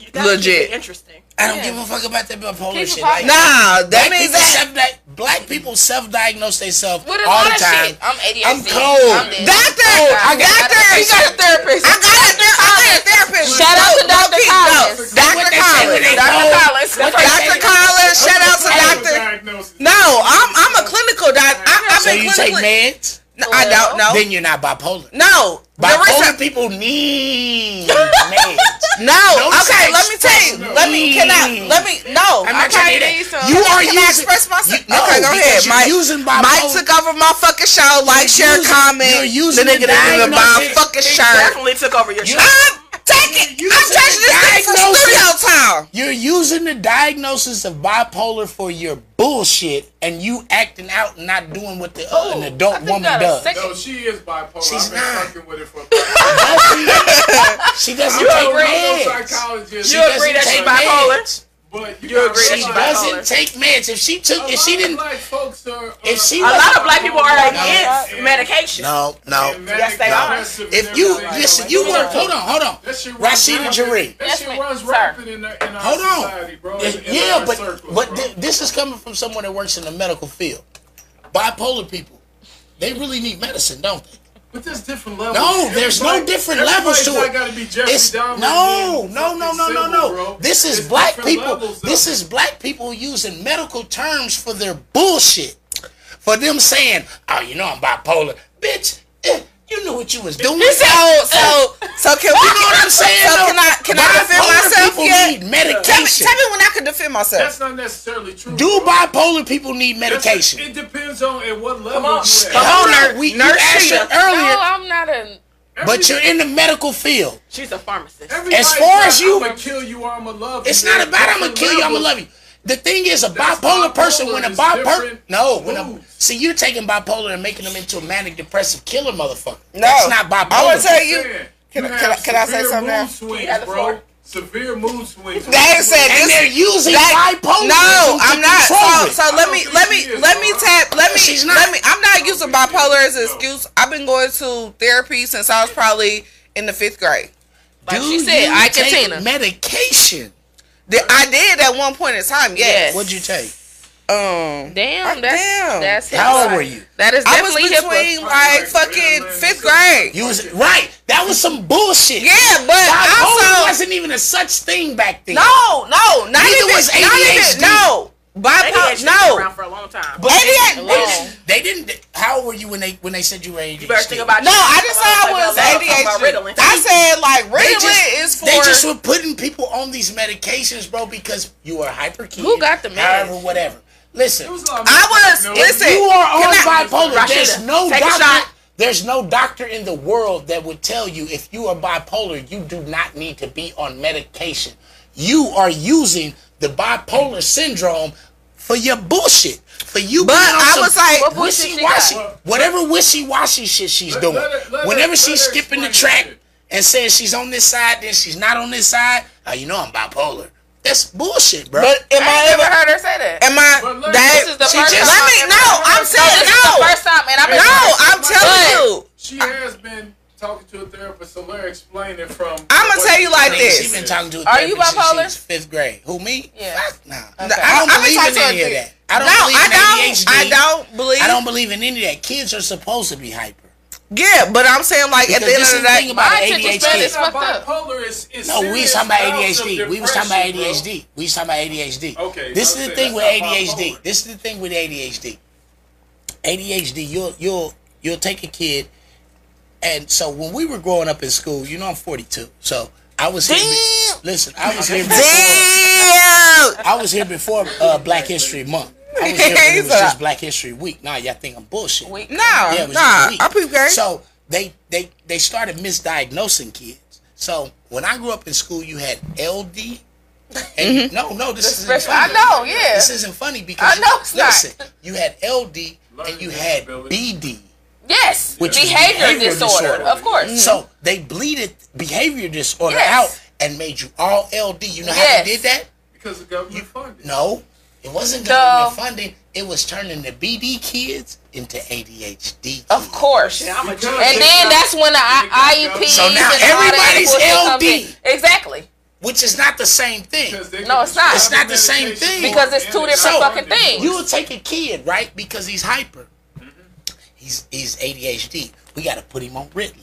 [SPEAKER 7] You gotta keep
[SPEAKER 2] Legit.
[SPEAKER 7] it Interesting.
[SPEAKER 6] I don't
[SPEAKER 4] Yeah.
[SPEAKER 6] give a fuck about that bipolar
[SPEAKER 4] Keep
[SPEAKER 6] shit.
[SPEAKER 4] it positive.
[SPEAKER 6] Like,
[SPEAKER 2] Nah, that
[SPEAKER 6] black,
[SPEAKER 2] means
[SPEAKER 6] people
[SPEAKER 2] that.
[SPEAKER 6] self black people self-diagnose themselves
[SPEAKER 4] With a
[SPEAKER 6] all
[SPEAKER 4] lot
[SPEAKER 6] the
[SPEAKER 4] of
[SPEAKER 6] time.
[SPEAKER 4] shit. I'm ADHD.
[SPEAKER 6] I'm cold.
[SPEAKER 4] this.
[SPEAKER 2] Doctor,
[SPEAKER 6] Oh,
[SPEAKER 4] I got-
[SPEAKER 2] doctor,
[SPEAKER 4] I got a therapist.
[SPEAKER 2] I got a ther- I got a therapist.
[SPEAKER 4] Shout out to Dr. Collins.
[SPEAKER 6] What
[SPEAKER 2] Doctor
[SPEAKER 6] they say when
[SPEAKER 2] Collins.
[SPEAKER 6] they
[SPEAKER 4] Dr.
[SPEAKER 6] cold.
[SPEAKER 4] Collins. That's what I'm
[SPEAKER 2] Dr.
[SPEAKER 4] saying.
[SPEAKER 2] Collins, shout out to Doctor.
[SPEAKER 9] Diagnosis.
[SPEAKER 2] No, I'm I'm a clinical doctor. I've
[SPEAKER 6] So
[SPEAKER 2] been
[SPEAKER 6] you take
[SPEAKER 2] clinically.
[SPEAKER 6] meds,
[SPEAKER 2] No, I don't know.
[SPEAKER 6] then you're not bipolar.
[SPEAKER 2] No, there is
[SPEAKER 6] Bipolar
[SPEAKER 2] a-
[SPEAKER 6] people need meds.
[SPEAKER 2] no.
[SPEAKER 6] No
[SPEAKER 2] Okay,
[SPEAKER 6] sex. Mm.
[SPEAKER 2] let me tell you. Let me can I? Let me no.
[SPEAKER 6] I'm not
[SPEAKER 4] probably
[SPEAKER 6] trying to hear
[SPEAKER 4] need
[SPEAKER 6] that.
[SPEAKER 4] some-
[SPEAKER 6] You are
[SPEAKER 2] Can
[SPEAKER 6] using.
[SPEAKER 2] I express myself?
[SPEAKER 6] You- no,
[SPEAKER 2] okay, go ahead.
[SPEAKER 6] because You're
[SPEAKER 2] Mike,
[SPEAKER 6] using bipolar.
[SPEAKER 2] Mike took over my fucking show. Like, share,
[SPEAKER 6] using-
[SPEAKER 2] comment.
[SPEAKER 6] you're using
[SPEAKER 2] the nigga
[SPEAKER 6] the
[SPEAKER 2] that didn't buy a
[SPEAKER 6] diagnosis.
[SPEAKER 2] fucking shirt.
[SPEAKER 7] Definitely took over your
[SPEAKER 6] You-
[SPEAKER 7] shit.
[SPEAKER 2] I'm taking.
[SPEAKER 6] You're
[SPEAKER 2] I'm
[SPEAKER 6] using
[SPEAKER 2] judging
[SPEAKER 6] the
[SPEAKER 2] this thing for
[SPEAKER 6] diagnosis.
[SPEAKER 2] studio time.
[SPEAKER 6] You're using the diagnosis of bipolar for your bullshit, and you acting out and not doing what the, uh, an
[SPEAKER 4] I
[SPEAKER 6] adult
[SPEAKER 4] think you
[SPEAKER 6] woman
[SPEAKER 4] got a
[SPEAKER 6] does.
[SPEAKER 4] second-
[SPEAKER 9] No, she is bipolar.
[SPEAKER 6] She's
[SPEAKER 9] I've been
[SPEAKER 6] not.
[SPEAKER 9] fucking with it for. a
[SPEAKER 6] she doesn't
[SPEAKER 7] You
[SPEAKER 6] take
[SPEAKER 7] agree.
[SPEAKER 6] meds.
[SPEAKER 9] Psychologist.
[SPEAKER 7] You agree that she's
[SPEAKER 6] take
[SPEAKER 7] bipolar?
[SPEAKER 6] meds.
[SPEAKER 9] But you,
[SPEAKER 7] You
[SPEAKER 9] gotta
[SPEAKER 7] agree that
[SPEAKER 6] She
[SPEAKER 7] she's
[SPEAKER 9] realize
[SPEAKER 6] doesn't take meds. If she took,
[SPEAKER 9] a
[SPEAKER 6] if
[SPEAKER 9] lot
[SPEAKER 2] Oh,
[SPEAKER 6] she
[SPEAKER 9] of
[SPEAKER 6] didn't,
[SPEAKER 9] Black folks are, are
[SPEAKER 6] if she
[SPEAKER 7] A
[SPEAKER 6] was-
[SPEAKER 7] lot of black people are
[SPEAKER 9] No.
[SPEAKER 7] against medication.
[SPEAKER 6] no, no.
[SPEAKER 7] Yes, they are.
[SPEAKER 6] If you listen, you were hold on, hold on.
[SPEAKER 9] That shit runs
[SPEAKER 6] Rashida
[SPEAKER 9] rapid-
[SPEAKER 6] Jaree.
[SPEAKER 9] That
[SPEAKER 4] Yes,
[SPEAKER 9] shit
[SPEAKER 4] ma'am.
[SPEAKER 9] runs
[SPEAKER 4] Sir.
[SPEAKER 9] rapid in, the, in our
[SPEAKER 6] Hold on.
[SPEAKER 9] society, bro.
[SPEAKER 6] Yeah,
[SPEAKER 9] in- in
[SPEAKER 6] yeah,
[SPEAKER 9] our
[SPEAKER 6] but
[SPEAKER 9] circles,
[SPEAKER 6] but
[SPEAKER 9] bro.
[SPEAKER 6] thi- this is coming from someone that works in the medical field. Bipolar people, they really need medicine, don't they?
[SPEAKER 9] But there's different levels.
[SPEAKER 6] No, there's no
[SPEAKER 9] Everybody-
[SPEAKER 6] different levels to
[SPEAKER 9] everybody's
[SPEAKER 6] it.
[SPEAKER 9] not gotta be Jeffrey
[SPEAKER 6] It's-
[SPEAKER 9] Dahmer
[SPEAKER 6] no,
[SPEAKER 9] being
[SPEAKER 6] no, no,
[SPEAKER 9] fucking
[SPEAKER 6] no, no,
[SPEAKER 9] civil,
[SPEAKER 6] no.
[SPEAKER 9] bro.
[SPEAKER 6] This is
[SPEAKER 9] There's
[SPEAKER 6] black
[SPEAKER 9] different
[SPEAKER 6] people.
[SPEAKER 9] levels of
[SPEAKER 6] This
[SPEAKER 9] it.
[SPEAKER 6] is black people using medical terms for their bullshit. For them saying, "Oh, you know I'm bipolar, bitch." eh, you knew what you was doing. Oh,
[SPEAKER 2] So, so, so can we?
[SPEAKER 6] You know what I'm saying?
[SPEAKER 2] So
[SPEAKER 6] though?
[SPEAKER 2] can I? Can I defend
[SPEAKER 6] Bipolar
[SPEAKER 2] myself
[SPEAKER 6] People
[SPEAKER 2] yet?
[SPEAKER 6] need
[SPEAKER 2] Tell me,
[SPEAKER 6] medication.
[SPEAKER 2] tell me when I can defend myself.
[SPEAKER 9] That's not necessarily true.
[SPEAKER 6] Do
[SPEAKER 9] bro.
[SPEAKER 6] bipolar people need
[SPEAKER 9] That's-
[SPEAKER 6] medication?
[SPEAKER 9] It depends on at what level
[SPEAKER 7] on.
[SPEAKER 9] you at.
[SPEAKER 6] Hold on, we you
[SPEAKER 2] Nurse
[SPEAKER 6] asked her
[SPEAKER 2] Sheila.
[SPEAKER 4] No,
[SPEAKER 6] earlier,
[SPEAKER 4] I'm not a.
[SPEAKER 6] but you're in the medical field.
[SPEAKER 7] She's a pharmacist.
[SPEAKER 9] Everybody's
[SPEAKER 6] as far
[SPEAKER 9] not,
[SPEAKER 6] as you-
[SPEAKER 9] I'ma kill you or I'ma love you.
[SPEAKER 6] It's not
[SPEAKER 9] There's
[SPEAKER 6] about I'm gonna
[SPEAKER 9] different
[SPEAKER 6] kill you, I'm gonna
[SPEAKER 9] levels.
[SPEAKER 6] love you. The thing is, a
[SPEAKER 9] That's
[SPEAKER 6] bipolar person
[SPEAKER 9] bipolar
[SPEAKER 6] when a
[SPEAKER 9] is
[SPEAKER 6] bipolar
[SPEAKER 9] different
[SPEAKER 6] no when a,
[SPEAKER 9] moods.
[SPEAKER 6] see you're taking bipolar and making them into a manic depressive killer motherfucker.
[SPEAKER 2] No.
[SPEAKER 6] that's not bipolar.
[SPEAKER 2] I wanna tell you.
[SPEAKER 9] Can,
[SPEAKER 2] Can I- can I- can I say something now?
[SPEAKER 9] Swings,
[SPEAKER 7] You got the
[SPEAKER 9] bro.
[SPEAKER 7] floor.
[SPEAKER 9] Severe mood swings.
[SPEAKER 2] They said
[SPEAKER 6] and they're
[SPEAKER 2] this.
[SPEAKER 6] using
[SPEAKER 2] That,
[SPEAKER 6] bipolar.
[SPEAKER 2] no, I'm not. So,
[SPEAKER 6] it.
[SPEAKER 2] so let me let
[SPEAKER 9] I don't think she
[SPEAKER 2] me
[SPEAKER 9] is,
[SPEAKER 2] let me
[SPEAKER 9] bro.
[SPEAKER 2] tap let me
[SPEAKER 6] She's
[SPEAKER 2] let
[SPEAKER 6] not.
[SPEAKER 2] me. I'm not using bipolar as an
[SPEAKER 9] No.
[SPEAKER 2] excuse. I've been going to therapy since I was probably in the fifth grade.
[SPEAKER 4] Like
[SPEAKER 6] Do
[SPEAKER 4] she said,
[SPEAKER 6] you
[SPEAKER 4] I
[SPEAKER 6] take
[SPEAKER 4] Katina.
[SPEAKER 6] medication.
[SPEAKER 2] Th- I did at one point in time. Yes.
[SPEAKER 4] Yes.
[SPEAKER 6] What'd you take?
[SPEAKER 2] Um.
[SPEAKER 4] Damn,
[SPEAKER 2] I-
[SPEAKER 4] that's
[SPEAKER 2] damn.
[SPEAKER 4] that's his
[SPEAKER 6] How old
[SPEAKER 4] life.
[SPEAKER 6] were you?
[SPEAKER 4] That is
[SPEAKER 2] I was
[SPEAKER 4] definitely
[SPEAKER 2] between
[SPEAKER 4] HIPAA.
[SPEAKER 2] like
[SPEAKER 9] Like,
[SPEAKER 2] fucking
[SPEAKER 9] really?
[SPEAKER 2] fifth grade.
[SPEAKER 6] You was right. That was some bullshit.
[SPEAKER 2] Yeah, but
[SPEAKER 6] bipolar
[SPEAKER 2] also
[SPEAKER 6] wasn't even a such thing back then.
[SPEAKER 2] no, no, not
[SPEAKER 6] Neither
[SPEAKER 2] even
[SPEAKER 6] was
[SPEAKER 2] not even
[SPEAKER 6] ADHD.
[SPEAKER 2] no bipolar.
[SPEAKER 7] ADHD been
[SPEAKER 2] No,
[SPEAKER 7] around for a long time.
[SPEAKER 6] but
[SPEAKER 2] ADHD
[SPEAKER 6] they didn't, they didn't. How old were you when they when they said you were ADHD?
[SPEAKER 7] You better think about
[SPEAKER 2] no, I just said I was
[SPEAKER 7] Ritalin.
[SPEAKER 2] ADHD. I said like Ritalin is
[SPEAKER 6] They just
[SPEAKER 2] for.
[SPEAKER 6] were putting people on these medications, bro, because you are hyperkinetic.
[SPEAKER 4] Who got the meds?
[SPEAKER 6] However, whatever. Listen,
[SPEAKER 9] It was like-
[SPEAKER 2] I was
[SPEAKER 9] No,
[SPEAKER 2] listen.
[SPEAKER 6] you are on
[SPEAKER 2] can I-
[SPEAKER 6] bipolar.
[SPEAKER 7] Rashida,
[SPEAKER 6] There's no
[SPEAKER 7] take a shot.
[SPEAKER 6] doctor. There's no doctor in the world that would tell you if you are bipolar, you do not need to be on medication. You are using the bipolar syndrome for your bullshit. For you,
[SPEAKER 2] But
[SPEAKER 6] being on
[SPEAKER 2] I
[SPEAKER 6] some
[SPEAKER 2] was like- What
[SPEAKER 4] bullshit she
[SPEAKER 6] wishy washy,
[SPEAKER 9] got?
[SPEAKER 6] whatever wishy washy shit she's
[SPEAKER 9] Let-
[SPEAKER 6] doing.
[SPEAKER 9] let her- let her-
[SPEAKER 6] Whenever
[SPEAKER 9] let
[SPEAKER 6] she's
[SPEAKER 9] her
[SPEAKER 6] skipping the
[SPEAKER 9] explain
[SPEAKER 6] track
[SPEAKER 9] that shit.
[SPEAKER 6] and saying she's on this side, then she's not on this side. Oh, you know I'm bipolar. That's bullshit, bro.
[SPEAKER 2] But am
[SPEAKER 4] I
[SPEAKER 2] I
[SPEAKER 4] never
[SPEAKER 2] ever?
[SPEAKER 4] heard her say that.
[SPEAKER 2] Am
[SPEAKER 9] But
[SPEAKER 2] I?
[SPEAKER 9] look,
[SPEAKER 2] That
[SPEAKER 4] This is the
[SPEAKER 6] She
[SPEAKER 4] first
[SPEAKER 6] just-
[SPEAKER 4] time.
[SPEAKER 2] let me
[SPEAKER 4] I've ever
[SPEAKER 2] no.
[SPEAKER 4] heard her
[SPEAKER 2] I'm
[SPEAKER 4] say
[SPEAKER 2] saying
[SPEAKER 4] that. This is
[SPEAKER 2] no.
[SPEAKER 4] the first time, and I've been
[SPEAKER 2] No,
[SPEAKER 4] heard her
[SPEAKER 2] I'm
[SPEAKER 4] say
[SPEAKER 2] telling
[SPEAKER 4] that.
[SPEAKER 2] you.
[SPEAKER 9] She has been talking to a therapist, so let her explain it from.
[SPEAKER 2] I'ma tell you like this.
[SPEAKER 6] She's been talking to a
[SPEAKER 4] Are you
[SPEAKER 6] therapist since
[SPEAKER 4] bipolar?
[SPEAKER 6] she's fifth grade. Who me?
[SPEAKER 4] Yeah.
[SPEAKER 6] Fuck nah. I
[SPEAKER 2] I've
[SPEAKER 6] don't
[SPEAKER 2] been
[SPEAKER 6] believe
[SPEAKER 2] talking
[SPEAKER 6] in
[SPEAKER 2] to
[SPEAKER 6] any
[SPEAKER 2] a
[SPEAKER 6] of that. I don't
[SPEAKER 2] no,
[SPEAKER 6] believe
[SPEAKER 2] I
[SPEAKER 6] in
[SPEAKER 2] don't.
[SPEAKER 6] ADHD.
[SPEAKER 2] I don't believe.
[SPEAKER 6] I don't believe in any of that. Kids are supposed to be hyper.
[SPEAKER 2] Yeah, but I'm saying like at
[SPEAKER 6] Because
[SPEAKER 2] the end
[SPEAKER 6] this
[SPEAKER 2] of
[SPEAKER 6] is
[SPEAKER 2] the
[SPEAKER 6] the thing
[SPEAKER 2] day,
[SPEAKER 6] about
[SPEAKER 4] my attention
[SPEAKER 6] ADHD.
[SPEAKER 4] span
[SPEAKER 9] It's
[SPEAKER 4] is-
[SPEAKER 9] not
[SPEAKER 4] fucked up.
[SPEAKER 9] bipolar. It's, it's
[SPEAKER 6] No, we
[SPEAKER 9] serious
[SPEAKER 6] was talking about
[SPEAKER 9] bouts of
[SPEAKER 6] ADHD. We was talking about
[SPEAKER 9] depression, bro.
[SPEAKER 6] ADHD. We was talking about ADHD.
[SPEAKER 9] Okay,
[SPEAKER 6] This
[SPEAKER 9] I
[SPEAKER 6] is the
[SPEAKER 9] said
[SPEAKER 6] thing with
[SPEAKER 9] that's not bipolar.
[SPEAKER 6] ADHD. This is the thing with ADHD. ADHD, you'll you'll you'll take a kid, and so when we were growing up in school, you know I'm 42, so I was here. be- listen, I was here before.
[SPEAKER 2] damn.
[SPEAKER 6] I was here before uh, Black History Month. I was here when it was just Black History Week. Now y'all think I'm bullshit.
[SPEAKER 4] Week.
[SPEAKER 2] No,
[SPEAKER 6] Yeah, it was just a week.
[SPEAKER 2] nah, I peep game.
[SPEAKER 6] So they they they started misdiagnosing kids. So when I grew up in school, you had LD. And no, no, this isn't
[SPEAKER 4] Especially-
[SPEAKER 6] funny.
[SPEAKER 4] Mm-hmm. I know, yeah.
[SPEAKER 6] This isn't funny because
[SPEAKER 4] I know it's not.
[SPEAKER 6] listen, you had LD and
[SPEAKER 9] Learning
[SPEAKER 6] you had
[SPEAKER 9] disability.
[SPEAKER 6] BD.
[SPEAKER 4] Yes,
[SPEAKER 6] Which is
[SPEAKER 4] behavior,
[SPEAKER 6] behavior
[SPEAKER 4] disorder,
[SPEAKER 6] disorder. Mm.
[SPEAKER 4] of course.
[SPEAKER 6] So they bleeded behavior disorder
[SPEAKER 4] Mm-hmm. Yes.
[SPEAKER 6] out and made you all LD. You know how
[SPEAKER 4] Yes.
[SPEAKER 6] they did that?
[SPEAKER 9] Because of government funding.
[SPEAKER 6] No, it wasn't
[SPEAKER 4] No.
[SPEAKER 6] government funding. It was turning the BD kids into ADHD. Kids.
[SPEAKER 4] Of course.
[SPEAKER 7] Yeah, I'm a
[SPEAKER 9] Because-
[SPEAKER 7] jerk.
[SPEAKER 4] And then that's when the I- IEPs
[SPEAKER 9] So
[SPEAKER 6] now
[SPEAKER 4] and all that
[SPEAKER 6] everybody's
[SPEAKER 4] bullshit come
[SPEAKER 6] LD.
[SPEAKER 4] in. Exactly.
[SPEAKER 6] which is not the same thing.
[SPEAKER 9] Because they
[SPEAKER 4] No,
[SPEAKER 9] could
[SPEAKER 4] it's not.
[SPEAKER 9] prescribe
[SPEAKER 4] It's
[SPEAKER 6] not the same
[SPEAKER 9] medication
[SPEAKER 6] thing.
[SPEAKER 9] for
[SPEAKER 4] Because it's two
[SPEAKER 9] it, and
[SPEAKER 4] different
[SPEAKER 9] it's not
[SPEAKER 4] fucking
[SPEAKER 9] funded for it.
[SPEAKER 4] things.
[SPEAKER 6] You will take a kid, right? Because he's hyper. He's he's ADHD. We got to put him on Ritalin.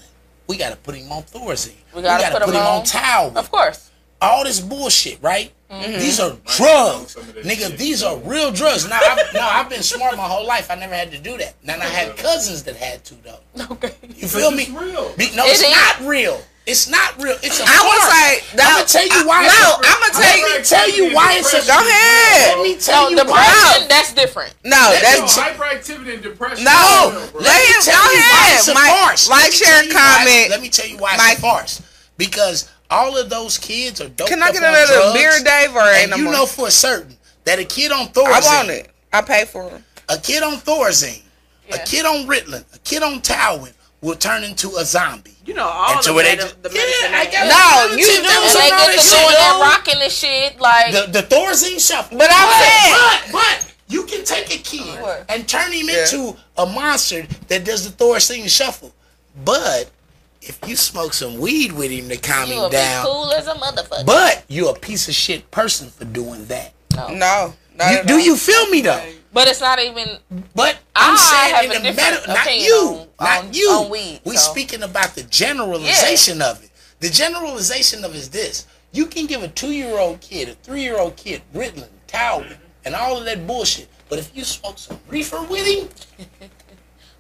[SPEAKER 6] We got to put him on Thorazine.
[SPEAKER 4] We gotta
[SPEAKER 6] gotta
[SPEAKER 4] put him on-
[SPEAKER 6] Towel.
[SPEAKER 4] Of Mm-hmm. course.
[SPEAKER 6] All this bullshit, right? These are drugs,
[SPEAKER 9] some of that
[SPEAKER 6] nigga.
[SPEAKER 9] shit,
[SPEAKER 6] These are real drugs. Now, I've, no, I've been smart my whole life. I never had to do that. Now, I had cousins that had to though.
[SPEAKER 4] Okay.
[SPEAKER 6] You feel me?
[SPEAKER 9] It's real.
[SPEAKER 6] Be- no,
[SPEAKER 4] It
[SPEAKER 6] it's
[SPEAKER 4] is.
[SPEAKER 6] not real. It's not real. It's a
[SPEAKER 2] I was
[SPEAKER 6] farce.
[SPEAKER 2] like,
[SPEAKER 6] I'ma tell you why it's
[SPEAKER 2] No,
[SPEAKER 6] a-
[SPEAKER 2] I'm gonna tell you.
[SPEAKER 6] Let me tell you why it's a.
[SPEAKER 2] Go ahead.
[SPEAKER 6] Let me tell
[SPEAKER 4] So
[SPEAKER 6] you why.
[SPEAKER 4] depression, that's different.
[SPEAKER 2] No,
[SPEAKER 9] No,
[SPEAKER 2] that's
[SPEAKER 9] hyperactivity and depression.
[SPEAKER 2] No,
[SPEAKER 9] is real, bro.
[SPEAKER 2] let him
[SPEAKER 6] tell
[SPEAKER 2] go
[SPEAKER 6] you why
[SPEAKER 2] ahead.
[SPEAKER 6] it's a
[SPEAKER 2] Mike-
[SPEAKER 6] farce.
[SPEAKER 2] like,
[SPEAKER 6] Let me
[SPEAKER 2] share,
[SPEAKER 6] tell you why-
[SPEAKER 2] comment.
[SPEAKER 6] Let me tell you why
[SPEAKER 2] Mike-
[SPEAKER 6] it's a farce. Because all of those kids are dope.
[SPEAKER 2] Can I get another beer, Dave, or ain't
[SPEAKER 6] And
[SPEAKER 2] no
[SPEAKER 6] you
[SPEAKER 2] more?
[SPEAKER 6] know for certain that a kid on Thorazine,
[SPEAKER 2] I want it. I pay for it.
[SPEAKER 6] a kid on Thorazine,
[SPEAKER 4] Yeah.
[SPEAKER 6] a kid on Ritalin, a kid on Towin will turn into a zombie.
[SPEAKER 7] You know all
[SPEAKER 6] And
[SPEAKER 7] Oh, the,
[SPEAKER 6] to it,
[SPEAKER 7] med-
[SPEAKER 6] they-
[SPEAKER 7] the medicine.
[SPEAKER 6] Yeah, I
[SPEAKER 7] that-
[SPEAKER 6] got-
[SPEAKER 2] No, you do.
[SPEAKER 6] And
[SPEAKER 4] And they get to doing that rocking and shit. Like,
[SPEAKER 6] The the Thorazine shuffle.
[SPEAKER 2] But I'm saying,
[SPEAKER 6] But but you can take a kid
[SPEAKER 4] What?
[SPEAKER 6] and turn him into a monster that does the Thor singing shuffle. But if you smoke some weed with him to calm
[SPEAKER 4] you
[SPEAKER 6] him
[SPEAKER 4] will be
[SPEAKER 6] down,
[SPEAKER 4] cool as a motherfucker.
[SPEAKER 6] but you're a piece of shit person for doing that.
[SPEAKER 2] no, not
[SPEAKER 6] You,
[SPEAKER 2] at
[SPEAKER 6] do
[SPEAKER 2] all.
[SPEAKER 6] you feel me though?
[SPEAKER 4] But it's not even.
[SPEAKER 6] But I'm
[SPEAKER 4] I have
[SPEAKER 6] saying
[SPEAKER 4] a
[SPEAKER 6] in the
[SPEAKER 4] different
[SPEAKER 6] matter, not
[SPEAKER 4] opinion
[SPEAKER 6] you,
[SPEAKER 4] on-
[SPEAKER 6] not
[SPEAKER 4] on-
[SPEAKER 6] you.
[SPEAKER 4] on weed,
[SPEAKER 6] we
[SPEAKER 4] so.
[SPEAKER 6] speaking about the generalization of it. The generalization of it is this: you can give a two-year-old kid, a three-year-old kid, Ritalin, Towel, and all of that bullshit. But if you smoke some reefer with him,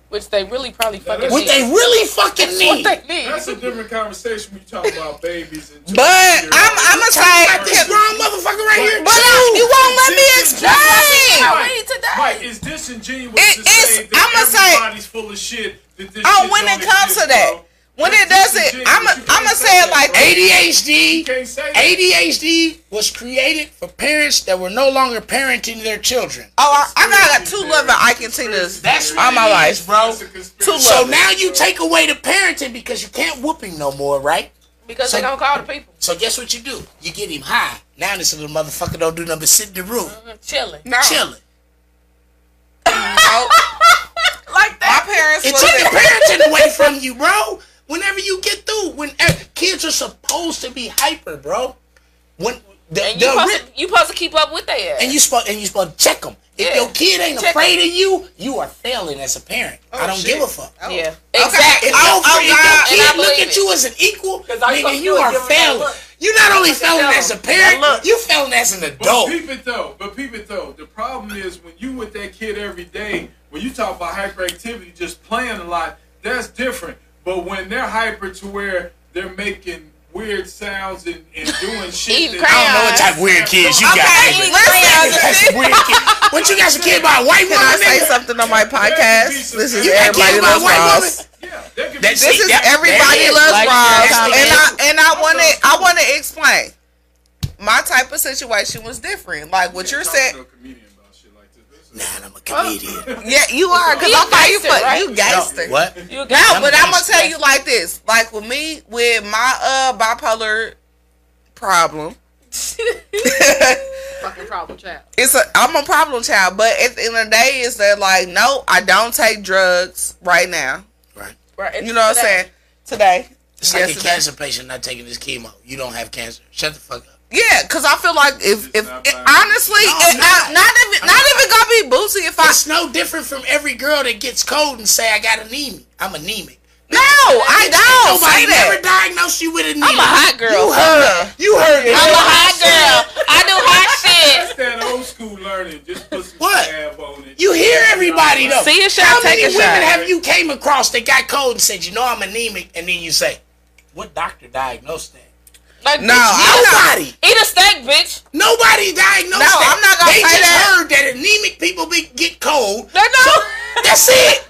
[SPEAKER 4] Which they really probably fucking
[SPEAKER 6] what
[SPEAKER 4] need.
[SPEAKER 6] they really fucking need.
[SPEAKER 4] what they need.
[SPEAKER 9] That's a different conversation when you talk about babies and
[SPEAKER 2] But I'm, I'm gonna
[SPEAKER 6] Got this
[SPEAKER 2] say.
[SPEAKER 6] wrong motherfucker right here.
[SPEAKER 2] But I- you won't let me
[SPEAKER 4] I
[SPEAKER 2] explain.
[SPEAKER 9] Mike,
[SPEAKER 4] read today.
[SPEAKER 9] Mike, it's disingenuous
[SPEAKER 2] It
[SPEAKER 9] to say
[SPEAKER 2] is-
[SPEAKER 9] that
[SPEAKER 2] I'ma say-
[SPEAKER 9] everybody's full of shit. That this
[SPEAKER 2] Oh,
[SPEAKER 9] shit
[SPEAKER 2] when
[SPEAKER 9] don't
[SPEAKER 2] it comes
[SPEAKER 9] exist,
[SPEAKER 2] to that.
[SPEAKER 9] bro.
[SPEAKER 2] When it doesn't, I'm i I'm gonna say it like this.
[SPEAKER 9] You
[SPEAKER 6] ADHD.
[SPEAKER 9] can't say that.
[SPEAKER 6] ADHD was created for parents that were no longer parenting their children.
[SPEAKER 2] Oh, I, I got two loving Ike and Tina's
[SPEAKER 6] That's
[SPEAKER 2] all
[SPEAKER 6] what
[SPEAKER 2] my
[SPEAKER 6] it
[SPEAKER 2] life,
[SPEAKER 6] is, bro.
[SPEAKER 9] It's a conspiracy.
[SPEAKER 2] Two loving.
[SPEAKER 6] So now you take away the parenting because you can't whoop him no more, right?
[SPEAKER 4] Because
[SPEAKER 6] So-
[SPEAKER 4] they don't call the people.
[SPEAKER 6] So guess what you do? You get him high. Now this little motherfucker don't do nothing but sit in the room,
[SPEAKER 4] Chilling.
[SPEAKER 2] no,
[SPEAKER 6] chilling.
[SPEAKER 2] no.
[SPEAKER 7] Like
[SPEAKER 2] my
[SPEAKER 7] that.
[SPEAKER 2] parents
[SPEAKER 6] It
[SPEAKER 2] was
[SPEAKER 6] took the parenting away from you, bro. Whenever you get through, when eh, kids are supposed to be hyper, bro. When the,
[SPEAKER 4] And you
[SPEAKER 6] the
[SPEAKER 4] supposed,
[SPEAKER 6] ri-
[SPEAKER 4] to, you supposed to keep up with that.
[SPEAKER 6] and you supposed and you supposed to check them. If
[SPEAKER 4] Yeah.
[SPEAKER 6] your kid ain't
[SPEAKER 4] Check 'em.
[SPEAKER 6] afraid of you, you are failing as a parent. I don't give a fuck.
[SPEAKER 4] yeah.
[SPEAKER 2] Okay.
[SPEAKER 4] Exactly.
[SPEAKER 6] If your,
[SPEAKER 2] Oh, oh,
[SPEAKER 6] if your
[SPEAKER 2] God.
[SPEAKER 4] And I
[SPEAKER 6] kid look
[SPEAKER 4] believe
[SPEAKER 6] at
[SPEAKER 4] it.
[SPEAKER 6] you as an equal,
[SPEAKER 7] all you
[SPEAKER 6] nigga,
[SPEAKER 7] supposed to
[SPEAKER 6] you
[SPEAKER 7] do is
[SPEAKER 6] are
[SPEAKER 7] give 'em that
[SPEAKER 6] failing.
[SPEAKER 7] look.
[SPEAKER 6] You not only failing
[SPEAKER 7] look.
[SPEAKER 6] as a parent,
[SPEAKER 7] look.
[SPEAKER 6] you failing as an
[SPEAKER 9] But
[SPEAKER 6] adult.
[SPEAKER 9] peep it though. But peep it though. The problem is when you with that kid every day, when you talk about hyperactivity, just playing a lot, that's different. But when they're hyper to where they're making weird sounds and, and doing shit.
[SPEAKER 4] Eating
[SPEAKER 6] I
[SPEAKER 9] that-
[SPEAKER 6] don't know what type of weird kids you got.
[SPEAKER 2] Okay,
[SPEAKER 6] nigga. You got
[SPEAKER 2] listen.
[SPEAKER 6] some weird kid. What you got some kid by a white
[SPEAKER 2] Can I
[SPEAKER 6] woman?
[SPEAKER 2] say
[SPEAKER 6] nigga?
[SPEAKER 2] something on my podcast? This is
[SPEAKER 9] You
[SPEAKER 6] got
[SPEAKER 2] everybody
[SPEAKER 6] kids by
[SPEAKER 2] loves
[SPEAKER 6] white women?
[SPEAKER 2] Ross.
[SPEAKER 9] Yeah, that could
[SPEAKER 6] That's
[SPEAKER 2] This
[SPEAKER 9] be
[SPEAKER 6] See,
[SPEAKER 2] is
[SPEAKER 6] that- there it
[SPEAKER 2] everybody
[SPEAKER 6] is.
[SPEAKER 2] loves
[SPEAKER 6] Like,
[SPEAKER 2] Ross,
[SPEAKER 6] that's the
[SPEAKER 2] and I
[SPEAKER 6] issue.
[SPEAKER 2] and I want to I want to explain. My type of situation was different. Like what you're
[SPEAKER 9] Talk
[SPEAKER 2] saying,
[SPEAKER 9] to a comedian about shit like this. This is-
[SPEAKER 6] Man, I'm a comedian.
[SPEAKER 2] yeah, you are because
[SPEAKER 4] You
[SPEAKER 2] I thought you
[SPEAKER 4] gangster,
[SPEAKER 2] fuck
[SPEAKER 4] right?
[SPEAKER 2] you gangster.
[SPEAKER 6] No, what?
[SPEAKER 4] You
[SPEAKER 2] No,
[SPEAKER 4] got
[SPEAKER 2] but I'm gonna
[SPEAKER 6] gangster.
[SPEAKER 2] tell you like this. Like with me, with my uh bipolar problem,
[SPEAKER 4] fucking problem child.
[SPEAKER 2] it's a I'm a problem child. But at the end of the day, is that like no, I don't take drugs right now.
[SPEAKER 6] Right.
[SPEAKER 4] Right.
[SPEAKER 2] You know what I'm saying? Today,
[SPEAKER 6] It's like a
[SPEAKER 2] yesterday.
[SPEAKER 6] cancer patient not taking this chemo. You don't have cancer. Shut the fuck up.
[SPEAKER 2] Yeah, cause I feel like if if,
[SPEAKER 9] not
[SPEAKER 2] if-
[SPEAKER 9] bad.
[SPEAKER 2] honestly,
[SPEAKER 6] No,
[SPEAKER 2] if I,
[SPEAKER 6] no.
[SPEAKER 2] not even not even gonna be boozy if I
[SPEAKER 6] It's no different from every girl that gets cold and say I got anemia. I'm anemic.
[SPEAKER 2] no I don't say
[SPEAKER 6] Nobody never
[SPEAKER 2] that.
[SPEAKER 6] diagnosed you with
[SPEAKER 4] I'm
[SPEAKER 6] anemia.
[SPEAKER 4] a hot girl.
[SPEAKER 6] You heard. You heard.
[SPEAKER 4] I'm a hot girl. I do hot shit.
[SPEAKER 9] That's that old school learning. Just put some
[SPEAKER 6] What?
[SPEAKER 9] scab on it.
[SPEAKER 6] You hear everybody though.
[SPEAKER 4] See a shot,
[SPEAKER 6] How
[SPEAKER 4] take
[SPEAKER 6] many
[SPEAKER 4] a
[SPEAKER 6] women
[SPEAKER 4] shot.
[SPEAKER 6] have you came across that got cold and said, "You know, I'm anemic," and then you say, "What doctor diagnosed that?"
[SPEAKER 4] Like,
[SPEAKER 2] No,
[SPEAKER 4] bitch,
[SPEAKER 2] I'm not.
[SPEAKER 6] Nobody.
[SPEAKER 4] eat a steak, bitch.
[SPEAKER 6] Nobody diagnosed
[SPEAKER 2] No,
[SPEAKER 6] that.
[SPEAKER 2] I'm not gonna
[SPEAKER 6] They
[SPEAKER 2] say
[SPEAKER 6] just
[SPEAKER 2] that.
[SPEAKER 6] heard that anemic people be, get cold.
[SPEAKER 4] No, no.
[SPEAKER 6] That's it.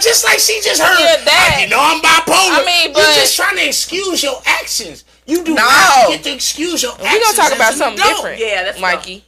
[SPEAKER 6] Just like she just heard.
[SPEAKER 4] Yeah, that.
[SPEAKER 6] You know I'm bipolar.
[SPEAKER 4] I mean,
[SPEAKER 6] You're
[SPEAKER 4] but-
[SPEAKER 6] just trying to excuse your actions. You do
[SPEAKER 2] No.
[SPEAKER 6] not get to excuse your actions.
[SPEAKER 4] We gonna
[SPEAKER 6] as
[SPEAKER 4] talk about
[SPEAKER 6] an
[SPEAKER 4] something
[SPEAKER 6] adult.
[SPEAKER 4] different.
[SPEAKER 7] Yeah, that's
[SPEAKER 4] Mikey.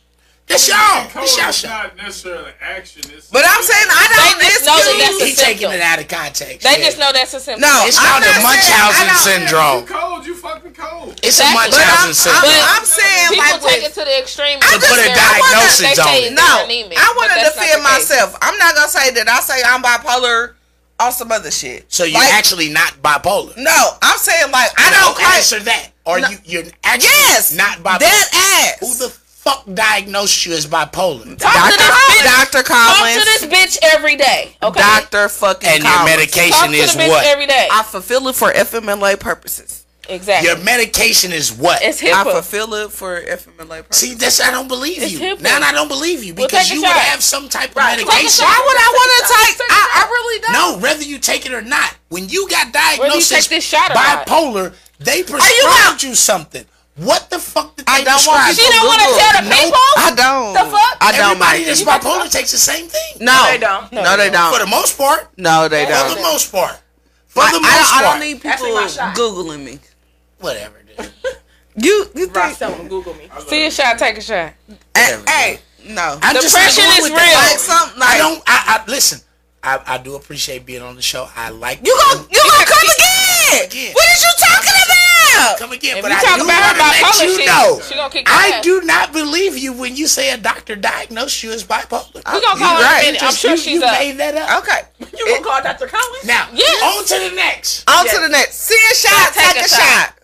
[SPEAKER 6] That's y'all.
[SPEAKER 9] Cold
[SPEAKER 6] That's y'all
[SPEAKER 9] is
[SPEAKER 6] shit.
[SPEAKER 9] not necessarily action. It's
[SPEAKER 2] But I'm saying I don't
[SPEAKER 4] They just know that
[SPEAKER 2] excuse.
[SPEAKER 4] that's a
[SPEAKER 6] He taking
[SPEAKER 4] symptom.
[SPEAKER 6] it out of context.
[SPEAKER 4] They
[SPEAKER 6] yeah.
[SPEAKER 4] just know that's a symptom.
[SPEAKER 2] No,
[SPEAKER 6] It's
[SPEAKER 2] I'm
[SPEAKER 6] called
[SPEAKER 2] not
[SPEAKER 6] the
[SPEAKER 2] saying I
[SPEAKER 6] Munchausen
[SPEAKER 2] don't-
[SPEAKER 9] You
[SPEAKER 6] syndrome.
[SPEAKER 9] cold. You fucking cold.
[SPEAKER 6] It's a
[SPEAKER 4] Exactly. But
[SPEAKER 2] But
[SPEAKER 6] Munchausen
[SPEAKER 2] I'm, I'm,
[SPEAKER 6] syndrome.
[SPEAKER 2] I'm saying
[SPEAKER 4] People
[SPEAKER 2] like
[SPEAKER 4] take
[SPEAKER 2] with,
[SPEAKER 4] it to the extreme.
[SPEAKER 2] To put a
[SPEAKER 6] diagnosis on it.
[SPEAKER 2] no, I want to defend myself. I'm not gonna say that I say I'm bipolar on some other shit.
[SPEAKER 6] So you're
[SPEAKER 2] Like,
[SPEAKER 6] actually not bipolar.
[SPEAKER 2] no, I'm saying like I don't
[SPEAKER 6] Don't
[SPEAKER 2] quite-
[SPEAKER 6] answer that. Or
[SPEAKER 2] No.
[SPEAKER 6] you, you're actually
[SPEAKER 2] Yes,
[SPEAKER 6] not bipolar.
[SPEAKER 2] That ass.
[SPEAKER 6] Who the fuck diagnosed you as bipolar?
[SPEAKER 4] Talk to this bitch.
[SPEAKER 2] Doctor
[SPEAKER 4] Talk to
[SPEAKER 2] Collins,
[SPEAKER 4] this bitch every day. Okay.
[SPEAKER 2] Doctor fucking
[SPEAKER 6] and your
[SPEAKER 2] Collins.
[SPEAKER 4] Talk to
[SPEAKER 6] medication
[SPEAKER 4] the
[SPEAKER 6] is
[SPEAKER 4] bitch
[SPEAKER 6] what?
[SPEAKER 4] every day.
[SPEAKER 2] I fulfill it for FMLA purposes.
[SPEAKER 4] exactly.
[SPEAKER 6] Your medication is what?
[SPEAKER 4] it's
[SPEAKER 2] I
[SPEAKER 4] HIPAA.
[SPEAKER 2] fulfill it for FMLA purposes.
[SPEAKER 6] See, this I don't believe
[SPEAKER 4] It's
[SPEAKER 6] you.
[SPEAKER 4] HIPAA.
[SPEAKER 6] Now I don't believe you
[SPEAKER 4] Well,
[SPEAKER 6] because
[SPEAKER 4] take a
[SPEAKER 6] you would
[SPEAKER 4] shot.
[SPEAKER 6] have some type of
[SPEAKER 7] Right. Take a
[SPEAKER 6] medication.
[SPEAKER 2] Why would I want to take? I, I really don't.
[SPEAKER 6] No, whether you take it or not, when you got
[SPEAKER 4] Whether you
[SPEAKER 6] diagnosed
[SPEAKER 4] take this shot or not.
[SPEAKER 6] bipolar, they
[SPEAKER 2] you
[SPEAKER 6] prescribed you, something. What the fuck did they
[SPEAKER 2] I don't want
[SPEAKER 6] prescribe?
[SPEAKER 2] to.
[SPEAKER 4] She don't wanna
[SPEAKER 2] Google.
[SPEAKER 4] tell the
[SPEAKER 2] Nope,
[SPEAKER 4] people?
[SPEAKER 2] I don't.
[SPEAKER 4] The fuck?
[SPEAKER 2] I don't.
[SPEAKER 6] Everybody
[SPEAKER 2] Mike.
[SPEAKER 6] that's bipolar takes the same thing.
[SPEAKER 2] No,
[SPEAKER 7] they don't.
[SPEAKER 2] No, they
[SPEAKER 6] For
[SPEAKER 2] don't.
[SPEAKER 6] the most part.
[SPEAKER 2] No, they
[SPEAKER 6] For the
[SPEAKER 2] don't.
[SPEAKER 6] most part. For
[SPEAKER 2] I,
[SPEAKER 6] the
[SPEAKER 2] I,
[SPEAKER 6] most part.
[SPEAKER 2] don't- I don't need
[SPEAKER 7] That's in my shot.
[SPEAKER 2] people googling me.
[SPEAKER 6] Whatever. dude.
[SPEAKER 2] You, you
[SPEAKER 7] Ross
[SPEAKER 2] think?
[SPEAKER 7] tell them Google me.
[SPEAKER 4] See a shot, take a shot.
[SPEAKER 2] Hey, hey, no.
[SPEAKER 6] I'm just not
[SPEAKER 4] Depression
[SPEAKER 6] going
[SPEAKER 4] is
[SPEAKER 6] with
[SPEAKER 4] real.
[SPEAKER 6] that.
[SPEAKER 2] Like something like
[SPEAKER 6] I don't. I, I listen. I, I do appreciate being on the show. I like
[SPEAKER 2] you gonna you gonna come again?
[SPEAKER 6] again.
[SPEAKER 2] What is you talking about?
[SPEAKER 6] come again,
[SPEAKER 4] If
[SPEAKER 6] but
[SPEAKER 4] you
[SPEAKER 6] I
[SPEAKER 4] talk
[SPEAKER 6] do
[SPEAKER 4] about her
[SPEAKER 6] wanna let
[SPEAKER 4] bipolar
[SPEAKER 6] you
[SPEAKER 4] shit,
[SPEAKER 6] know.
[SPEAKER 4] she gonna kick your
[SPEAKER 6] I
[SPEAKER 4] ass.
[SPEAKER 6] do not believe you when you say a doctor diagnosed you as bipolar.
[SPEAKER 4] We gonna call
[SPEAKER 2] Uh, You right.
[SPEAKER 4] her
[SPEAKER 2] Oh.
[SPEAKER 4] in a minute. I'm
[SPEAKER 6] Just-
[SPEAKER 4] sure
[SPEAKER 6] you,
[SPEAKER 4] she's
[SPEAKER 6] you
[SPEAKER 4] up.
[SPEAKER 6] made that up.
[SPEAKER 2] Okay,
[SPEAKER 7] You gonna call Dr. Collins?
[SPEAKER 6] Now,
[SPEAKER 4] Yes.
[SPEAKER 6] on to the next.
[SPEAKER 2] on to the next. See a shot,
[SPEAKER 4] Take
[SPEAKER 2] take,
[SPEAKER 4] a
[SPEAKER 2] a,
[SPEAKER 4] shot.
[SPEAKER 2] shot.